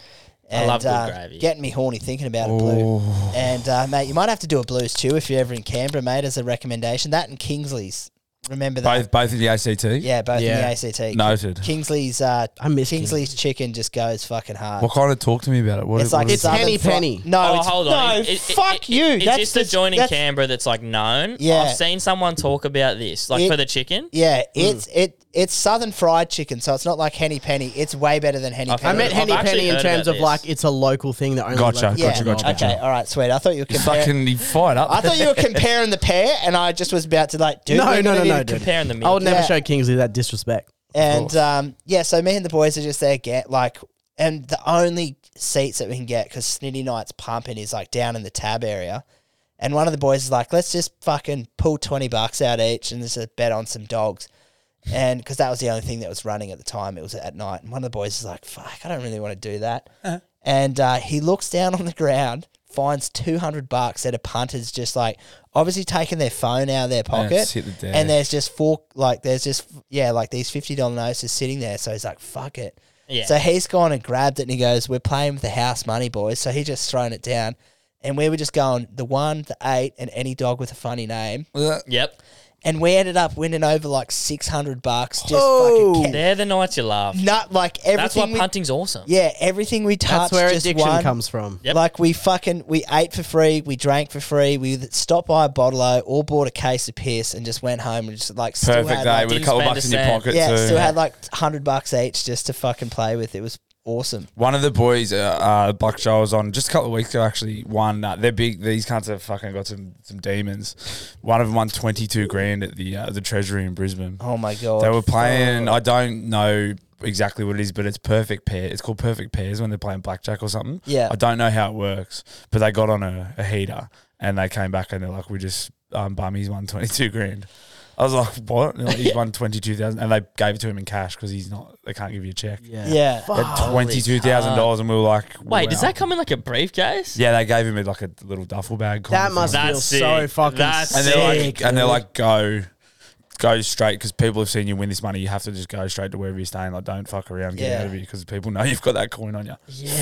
[SPEAKER 2] And,
[SPEAKER 5] love good
[SPEAKER 2] uh,
[SPEAKER 5] gravy.
[SPEAKER 2] Getting me horny thinking about it, Blue. And uh, mate, you might have to do a Blues too if you're ever in Canberra, mate, as a recommendation. That and Kingsley's. Remember that?
[SPEAKER 4] both both in the ACT.
[SPEAKER 2] Yeah, both
[SPEAKER 3] Yeah.
[SPEAKER 2] in the ACT.
[SPEAKER 4] Noted.
[SPEAKER 2] Kingsley's. Uh,
[SPEAKER 3] I miss
[SPEAKER 2] Kingsley's chicken just goes fucking hard.
[SPEAKER 4] What kind of talk to me about it? What
[SPEAKER 2] It's like
[SPEAKER 4] what
[SPEAKER 3] It's
[SPEAKER 2] Southern
[SPEAKER 3] Henny
[SPEAKER 2] fry-
[SPEAKER 3] Penny.
[SPEAKER 2] No,
[SPEAKER 5] Oh,
[SPEAKER 2] it's-
[SPEAKER 5] hold on.
[SPEAKER 2] No,
[SPEAKER 5] It- it-
[SPEAKER 2] fuck
[SPEAKER 5] it-
[SPEAKER 2] you.
[SPEAKER 5] It's
[SPEAKER 2] that's
[SPEAKER 5] just
[SPEAKER 2] the,
[SPEAKER 5] a joint in
[SPEAKER 2] that's-
[SPEAKER 5] Canberra that's like known.
[SPEAKER 2] Yeah.
[SPEAKER 5] I've seen someone talk about this, like
[SPEAKER 2] It-
[SPEAKER 5] for the chicken.
[SPEAKER 2] Yeah,
[SPEAKER 3] Hmm.
[SPEAKER 2] it's it it's southern fried chicken, so it's not like henny penny. It's way better than henny
[SPEAKER 5] I've
[SPEAKER 2] penny.
[SPEAKER 3] I meant
[SPEAKER 5] I've
[SPEAKER 3] Henny
[SPEAKER 5] actually
[SPEAKER 3] Penny in
[SPEAKER 5] heard
[SPEAKER 3] terms
[SPEAKER 5] about
[SPEAKER 3] of
[SPEAKER 5] this.
[SPEAKER 3] like, it's a local thing that only.
[SPEAKER 4] Gotcha,
[SPEAKER 3] local
[SPEAKER 2] yeah.
[SPEAKER 4] gotcha, gotcha, gotcha.
[SPEAKER 2] Okay, all right, sweet. I thought you were
[SPEAKER 4] you
[SPEAKER 2] comparing.
[SPEAKER 4] fucking you fired up.
[SPEAKER 2] I
[SPEAKER 4] <laughs>
[SPEAKER 2] thought you were comparing the pair, and I just was about to like, dude,
[SPEAKER 3] No,
[SPEAKER 2] we're
[SPEAKER 3] no,
[SPEAKER 2] gonna
[SPEAKER 3] no,
[SPEAKER 2] be-
[SPEAKER 3] no, dude.
[SPEAKER 5] Comparing the meat.
[SPEAKER 3] I would never
[SPEAKER 2] Yeah.
[SPEAKER 3] show Kingsley that disrespect.
[SPEAKER 2] And um, yeah, so me and the boys are just there get like, and the only seats that we can get because Snitty Night's pumping is like down in the tab area. And one of the boys is like, let's just fucking pull 20 bucks out each and just uh, bet on some dogs. And because that was the only thing that was running at the time, it was at night. And one of the boys is like, fuck, I don't really want to do that. And uh, he looks down on the ground, finds 200 bucks that a punter's just like, obviously taking their phone out of their pocket.
[SPEAKER 4] just hit the deck.
[SPEAKER 2] And there's just four, like, there's just, yeah, like these $50 notes just sitting there. So he's like, fuck it.
[SPEAKER 5] Yeah.
[SPEAKER 2] So he's gone and grabbed it and he goes, We're playing with the house money, boys. So he just thrown it down. And we were just going the one, the eight, and any dog with a funny name.
[SPEAKER 5] Yep.
[SPEAKER 2] And we ended up winning over like 600 bucks just fucking ca-
[SPEAKER 5] They're the nights you love.
[SPEAKER 2] nut. Like everything.
[SPEAKER 5] Oh, That's why
[SPEAKER 2] we,
[SPEAKER 5] punting's awesome.
[SPEAKER 2] Yeah, everything we touched
[SPEAKER 3] That's where
[SPEAKER 2] just
[SPEAKER 3] addiction
[SPEAKER 2] won.
[SPEAKER 3] comes from.
[SPEAKER 5] Yep.
[SPEAKER 2] Like we fucking we ate for free, we drank for free, we th- stopped by a bottle or bought a case of piss and just went home and just like still
[SPEAKER 4] Perfect
[SPEAKER 2] had
[SPEAKER 4] day
[SPEAKER 2] like,
[SPEAKER 4] with a
[SPEAKER 5] didn't
[SPEAKER 4] couple
[SPEAKER 5] spend
[SPEAKER 4] bucks
[SPEAKER 5] a
[SPEAKER 4] in your
[SPEAKER 5] cent.
[SPEAKER 4] pocket
[SPEAKER 2] yeah,
[SPEAKER 4] too.
[SPEAKER 2] still had like hundred bucks each just to fucking play with. It was awesome.
[SPEAKER 4] One of the boys, uh, uh, Buck Show, I was on just a couple of weeks ago. Actually, won. Uh, they're big. These cunts have fucking got some some demons. One of them won twenty two grand at the uh, the Treasury in Brisbane.
[SPEAKER 2] Oh my god.
[SPEAKER 4] They were playing. I don't know exactly what it is, but it's perfect pair. It's called perfect pairs when they're playing blackjack or something.
[SPEAKER 2] Yeah.
[SPEAKER 4] I don't know how it works, but they got on a, a heater and they came back and they're like, "We just um, bummies won twenty two grand." I was like, "What?" And
[SPEAKER 2] <laughs>
[SPEAKER 4] they're like, he's won twenty two thousand, and they gave it to him in cash because he's not. They can't give you a check.
[SPEAKER 2] Yeah.
[SPEAKER 4] Twenty two thousand dollars, and we were like,
[SPEAKER 5] Wait, does
[SPEAKER 4] wow.
[SPEAKER 5] that come in like a briefcase?
[SPEAKER 4] Yeah, they gave him like a little duffel bag. kind
[SPEAKER 3] That
[SPEAKER 4] of
[SPEAKER 3] must
[SPEAKER 4] thing.
[SPEAKER 3] feel
[SPEAKER 5] That's
[SPEAKER 3] so
[SPEAKER 5] sick.
[SPEAKER 3] fucking
[SPEAKER 5] That's
[SPEAKER 4] and
[SPEAKER 3] sick.
[SPEAKER 4] they're
[SPEAKER 5] sick,
[SPEAKER 4] like, and they're
[SPEAKER 3] dude.
[SPEAKER 4] like, go, go straight because people have seen you win this money. You have to just go straight to wherever you're staying. Like, don't fuck around, get
[SPEAKER 2] Yeah.
[SPEAKER 4] out of here because people know <laughs> you've got that coin on you.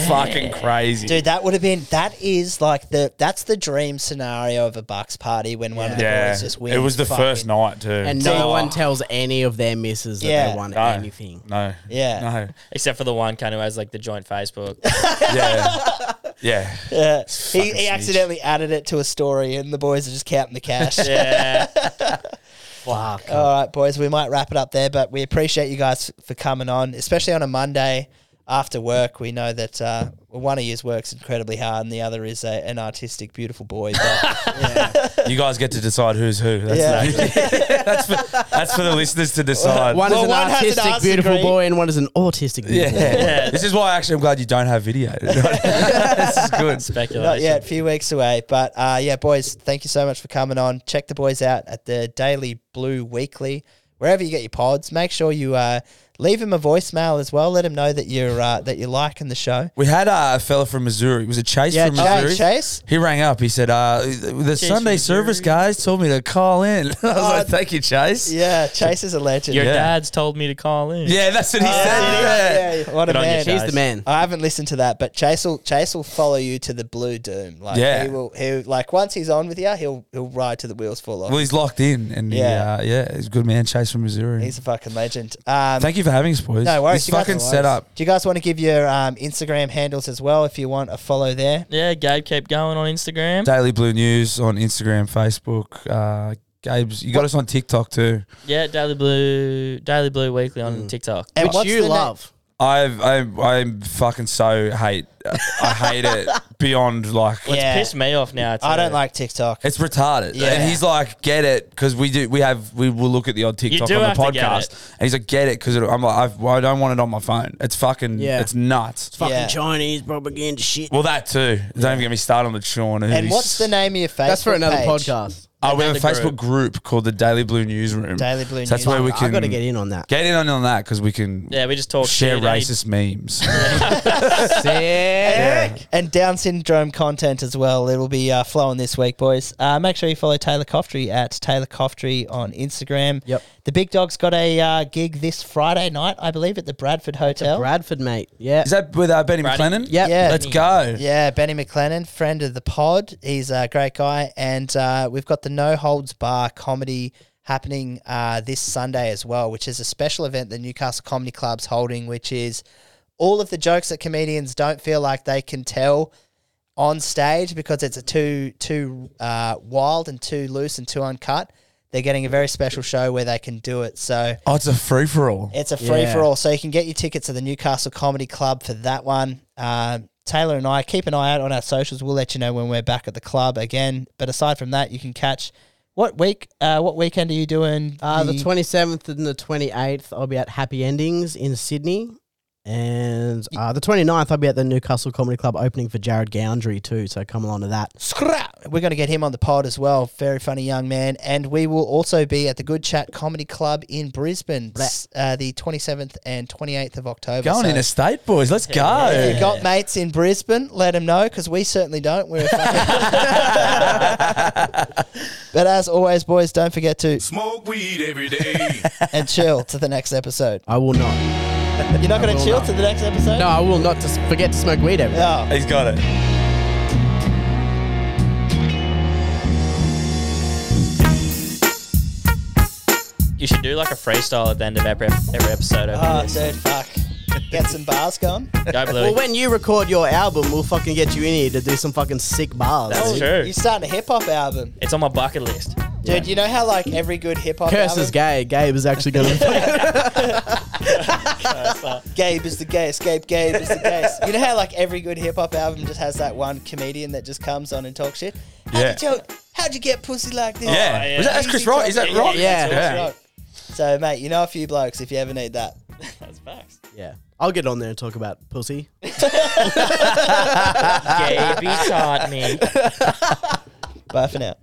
[SPEAKER 4] Fucking crazy.
[SPEAKER 2] Dude, that would have been that is like the that's the dream scenario of a Bucks party when one of the
[SPEAKER 4] yeah,
[SPEAKER 2] boys just wins.
[SPEAKER 4] it was the
[SPEAKER 2] fucking-
[SPEAKER 4] first night too.
[SPEAKER 3] And
[SPEAKER 2] Dude.
[SPEAKER 3] no one tells any of their misses that
[SPEAKER 2] Yeah.
[SPEAKER 3] they won
[SPEAKER 4] No.
[SPEAKER 3] anything.
[SPEAKER 4] no,
[SPEAKER 2] Yeah.
[SPEAKER 4] no,
[SPEAKER 2] <laughs>
[SPEAKER 5] Except for the one kind who has like the joint Facebook.
[SPEAKER 4] yeah, yeah. Yeah.
[SPEAKER 2] Yeah. He,
[SPEAKER 4] fucking
[SPEAKER 2] he accidentally added it to a story, and the boys are just counting the
[SPEAKER 4] <laughs>
[SPEAKER 2] cash.
[SPEAKER 5] Yeah.
[SPEAKER 3] Fuck.
[SPEAKER 2] All right, boys, we might wrap it up there, but we appreciate you guys for coming on, especially on a Monday after work. We know that uh, well, one of you works incredibly hard, and the other is a, an artistic, beautiful boy. But
[SPEAKER 4] You guys get to decide who's who. That's,
[SPEAKER 2] Yeah.
[SPEAKER 4] the- <laughs> that's, for, that's for the listeners to decide.
[SPEAKER 3] One
[SPEAKER 2] Well,
[SPEAKER 3] is an
[SPEAKER 2] one has an
[SPEAKER 3] artistic,
[SPEAKER 2] arts
[SPEAKER 3] beautiful
[SPEAKER 2] degree.
[SPEAKER 3] boy, and one is an autistic.
[SPEAKER 4] yeah.
[SPEAKER 2] <laughs>
[SPEAKER 3] Beautiful boy.
[SPEAKER 4] This is why actually I'm glad you don't have video. <laughs> this is good.
[SPEAKER 2] not
[SPEAKER 5] Speculation.
[SPEAKER 2] yet, a few weeks away. But uh, yeah, boys, thank you so much for coming on. Check the boys out at the Daily Blue Weekly, wherever you get your pods. Make sure you uh, leave him a voicemail as well. Let him know that you're uh, that you're liking the show.
[SPEAKER 4] We had uh, a fella from Missouri. It was a Chase
[SPEAKER 2] Yeah,
[SPEAKER 4] from
[SPEAKER 2] Chase,
[SPEAKER 4] Missouri.
[SPEAKER 2] Chase?
[SPEAKER 4] He rang up. He said, uh, "The Sunday
[SPEAKER 5] Missouri.
[SPEAKER 4] service guys told me to call in." <laughs> I was like, "Thank you, Chase." Yeah,
[SPEAKER 2] Oh, Yeah, Chase is a legend.
[SPEAKER 5] Your
[SPEAKER 4] Yeah.
[SPEAKER 5] dad's told me to call in.
[SPEAKER 4] that's what he said. Yeah.
[SPEAKER 2] Yeah, yeah, what a
[SPEAKER 5] Good on you,
[SPEAKER 2] man.
[SPEAKER 5] Chase.
[SPEAKER 3] He's the man.
[SPEAKER 2] I haven't listened to that, but Chase will Chase will follow you to the blue doom. Like
[SPEAKER 4] Yeah.
[SPEAKER 2] he will he like once he's on with you, he'll he'll ride to the wheels fall off.
[SPEAKER 4] Well, he's locked in, and
[SPEAKER 2] Yeah.
[SPEAKER 4] yeah, he, uh, yeah, he's a good man, Chase from Missouri.
[SPEAKER 2] he's a fucking legend. Um
[SPEAKER 4] Thank you for having us, boys.
[SPEAKER 2] no worries.
[SPEAKER 4] This
[SPEAKER 2] you guys-
[SPEAKER 4] fucking
[SPEAKER 2] no worries.
[SPEAKER 4] setup.
[SPEAKER 2] Do you guys want to give your um, Instagram handles as well if you want a follow there?
[SPEAKER 5] Yeah, Gabe kept going on Instagram.
[SPEAKER 4] Daily Blue News on Instagram, Facebook. Uh, Gabe's, you got us on TikTok too.
[SPEAKER 5] Yeah, Daily Blue, Daily Blue Weekly on
[SPEAKER 2] Mm.
[SPEAKER 5] TikTok.
[SPEAKER 2] And
[SPEAKER 3] <laughs> Which you
[SPEAKER 2] the na-
[SPEAKER 3] love.
[SPEAKER 4] I've, I, I'm fucking so hate. I hate it beyond like.
[SPEAKER 2] Yeah.
[SPEAKER 5] Piss me off now.
[SPEAKER 2] I don't
[SPEAKER 5] too.
[SPEAKER 2] like TikTok.
[SPEAKER 4] It's retarded.
[SPEAKER 2] Yeah.
[SPEAKER 4] And he's like, get it, because we do. We have. We will look at the odd TikTok
[SPEAKER 5] do
[SPEAKER 4] on the
[SPEAKER 5] have to get
[SPEAKER 4] podcast,
[SPEAKER 5] it.
[SPEAKER 4] and he's like, get it, because I'm like, I've, well, I don't want it on my phone. It's fucking.
[SPEAKER 3] Yeah.
[SPEAKER 4] It's nuts.
[SPEAKER 3] Fucking
[SPEAKER 2] Yeah.
[SPEAKER 3] Chinese propaganda shit.
[SPEAKER 4] well, that too. Don't even get me started on the Sean.
[SPEAKER 2] and what's the name of your Facebook
[SPEAKER 3] That's for another
[SPEAKER 2] page?
[SPEAKER 3] podcast.
[SPEAKER 4] Oh, we have a
[SPEAKER 5] Another
[SPEAKER 4] Facebook group. called the Daily Blue Newsroom.
[SPEAKER 2] Daily Blue
[SPEAKER 4] So that's
[SPEAKER 2] Newsroom.
[SPEAKER 4] where we
[SPEAKER 3] I
[SPEAKER 4] can
[SPEAKER 3] got to get in on that.
[SPEAKER 4] Get in on, on that because we can.
[SPEAKER 5] Yeah, we just talk
[SPEAKER 4] share
[SPEAKER 5] shit, eh?
[SPEAKER 4] racist memes.
[SPEAKER 2] And Down syndrome content as well. It'll be uh, flowing this week, boys. Uh, make sure you follow Taylor Coftry at Taylor Coftry on Instagram.
[SPEAKER 3] Yep.
[SPEAKER 2] The Big Dog's got a uh, gig this Friday night, I believe, at the Bradford Hotel.
[SPEAKER 3] Bradford, mate. Yeah.
[SPEAKER 4] Is that with uh, Benny McLennan?
[SPEAKER 3] Yep.
[SPEAKER 2] Yeah.
[SPEAKER 4] Let's go.
[SPEAKER 2] Yeah, Benny McLennan, friend of the pod. He's a great guy. And uh, we've got the No Holds Bar comedy happening uh, this Sunday as well, which is a special event the Newcastle Comedy Club's holding, which is all of the jokes that comedians don't feel like they can tell on stage because it's a too too uh, wild and too loose and too uncut. They're getting a very special show where they can do it. So
[SPEAKER 4] Oh, it's a free for all.
[SPEAKER 2] it's a free for all. So you can get your tickets to the Newcastle Comedy Club for that one. Um, Taylor and I keep an eye out on our socials. We'll let you know when we're back at the club again. But aside from that, you can catch what week? Uh, what weekend are you doing?
[SPEAKER 3] Uh, the 27th and the 28th, I'll be at Happy Endings in Sydney. And uh, the 29th, I'll be at the Newcastle Comedy Club opening for Jared Goundry, too. So come along to that.
[SPEAKER 2] Scrap. We're going to get him on the pod as well. Very funny young man. And we will also be at the Good Chat Comedy Club in Brisbane, s- uh, the 27th and 28th of October.
[SPEAKER 4] Going
[SPEAKER 2] So
[SPEAKER 4] in a state, boys. Let's go.
[SPEAKER 2] If you got mates in Brisbane, let them know because we certainly don't. We're fucking- <laughs> but as always, boys, don't forget to
[SPEAKER 7] Smoke weed every day.
[SPEAKER 2] <laughs> and chill to the next episode.
[SPEAKER 3] I will not.
[SPEAKER 2] You're not going to
[SPEAKER 3] will
[SPEAKER 2] chill
[SPEAKER 3] not.
[SPEAKER 2] to the next episode?
[SPEAKER 3] No, I will not just forget to smoke weed every day.
[SPEAKER 2] Oh.
[SPEAKER 4] He's got it.
[SPEAKER 5] You should do like a freestyle at the end of every, every episode. Over
[SPEAKER 2] Oh,
[SPEAKER 5] this.
[SPEAKER 2] dude, fuck. Get some bars going.
[SPEAKER 5] Go Bluey.
[SPEAKER 3] Well, when you record your album, we'll fucking get you in here to do some fucking sick bars.
[SPEAKER 5] That's
[SPEAKER 3] dude.
[SPEAKER 5] true.
[SPEAKER 2] Oh, You're starting a hip hop album.
[SPEAKER 5] It's on my bucket list.
[SPEAKER 2] Dude, you know how, like, every good hip hop
[SPEAKER 3] Curse
[SPEAKER 2] album.
[SPEAKER 3] is gay. Gabe is actually <laughs> going to.
[SPEAKER 2] Gabe is the gayest. Gabe, Gabe is the gayest. You know how like every good hip hop album just has that one comedian that just comes on and talks shit. How'd
[SPEAKER 4] Yeah.
[SPEAKER 2] you tell, How'd you get pussy like this? Oh,
[SPEAKER 4] Yeah.
[SPEAKER 5] yeah.
[SPEAKER 4] Was that, that's Chris
[SPEAKER 2] Easy
[SPEAKER 4] Rock. Is that
[SPEAKER 2] topic.
[SPEAKER 4] Rock?
[SPEAKER 3] Yeah.
[SPEAKER 2] That's
[SPEAKER 4] Yeah.
[SPEAKER 2] right. So mate, you know a few blokes if you ever need that.
[SPEAKER 5] That's facts.
[SPEAKER 3] yeah. I'll get on there and talk about pussy.
[SPEAKER 2] Uh,
[SPEAKER 5] Gabe, he taught me.
[SPEAKER 2] <laughs> Bye for now.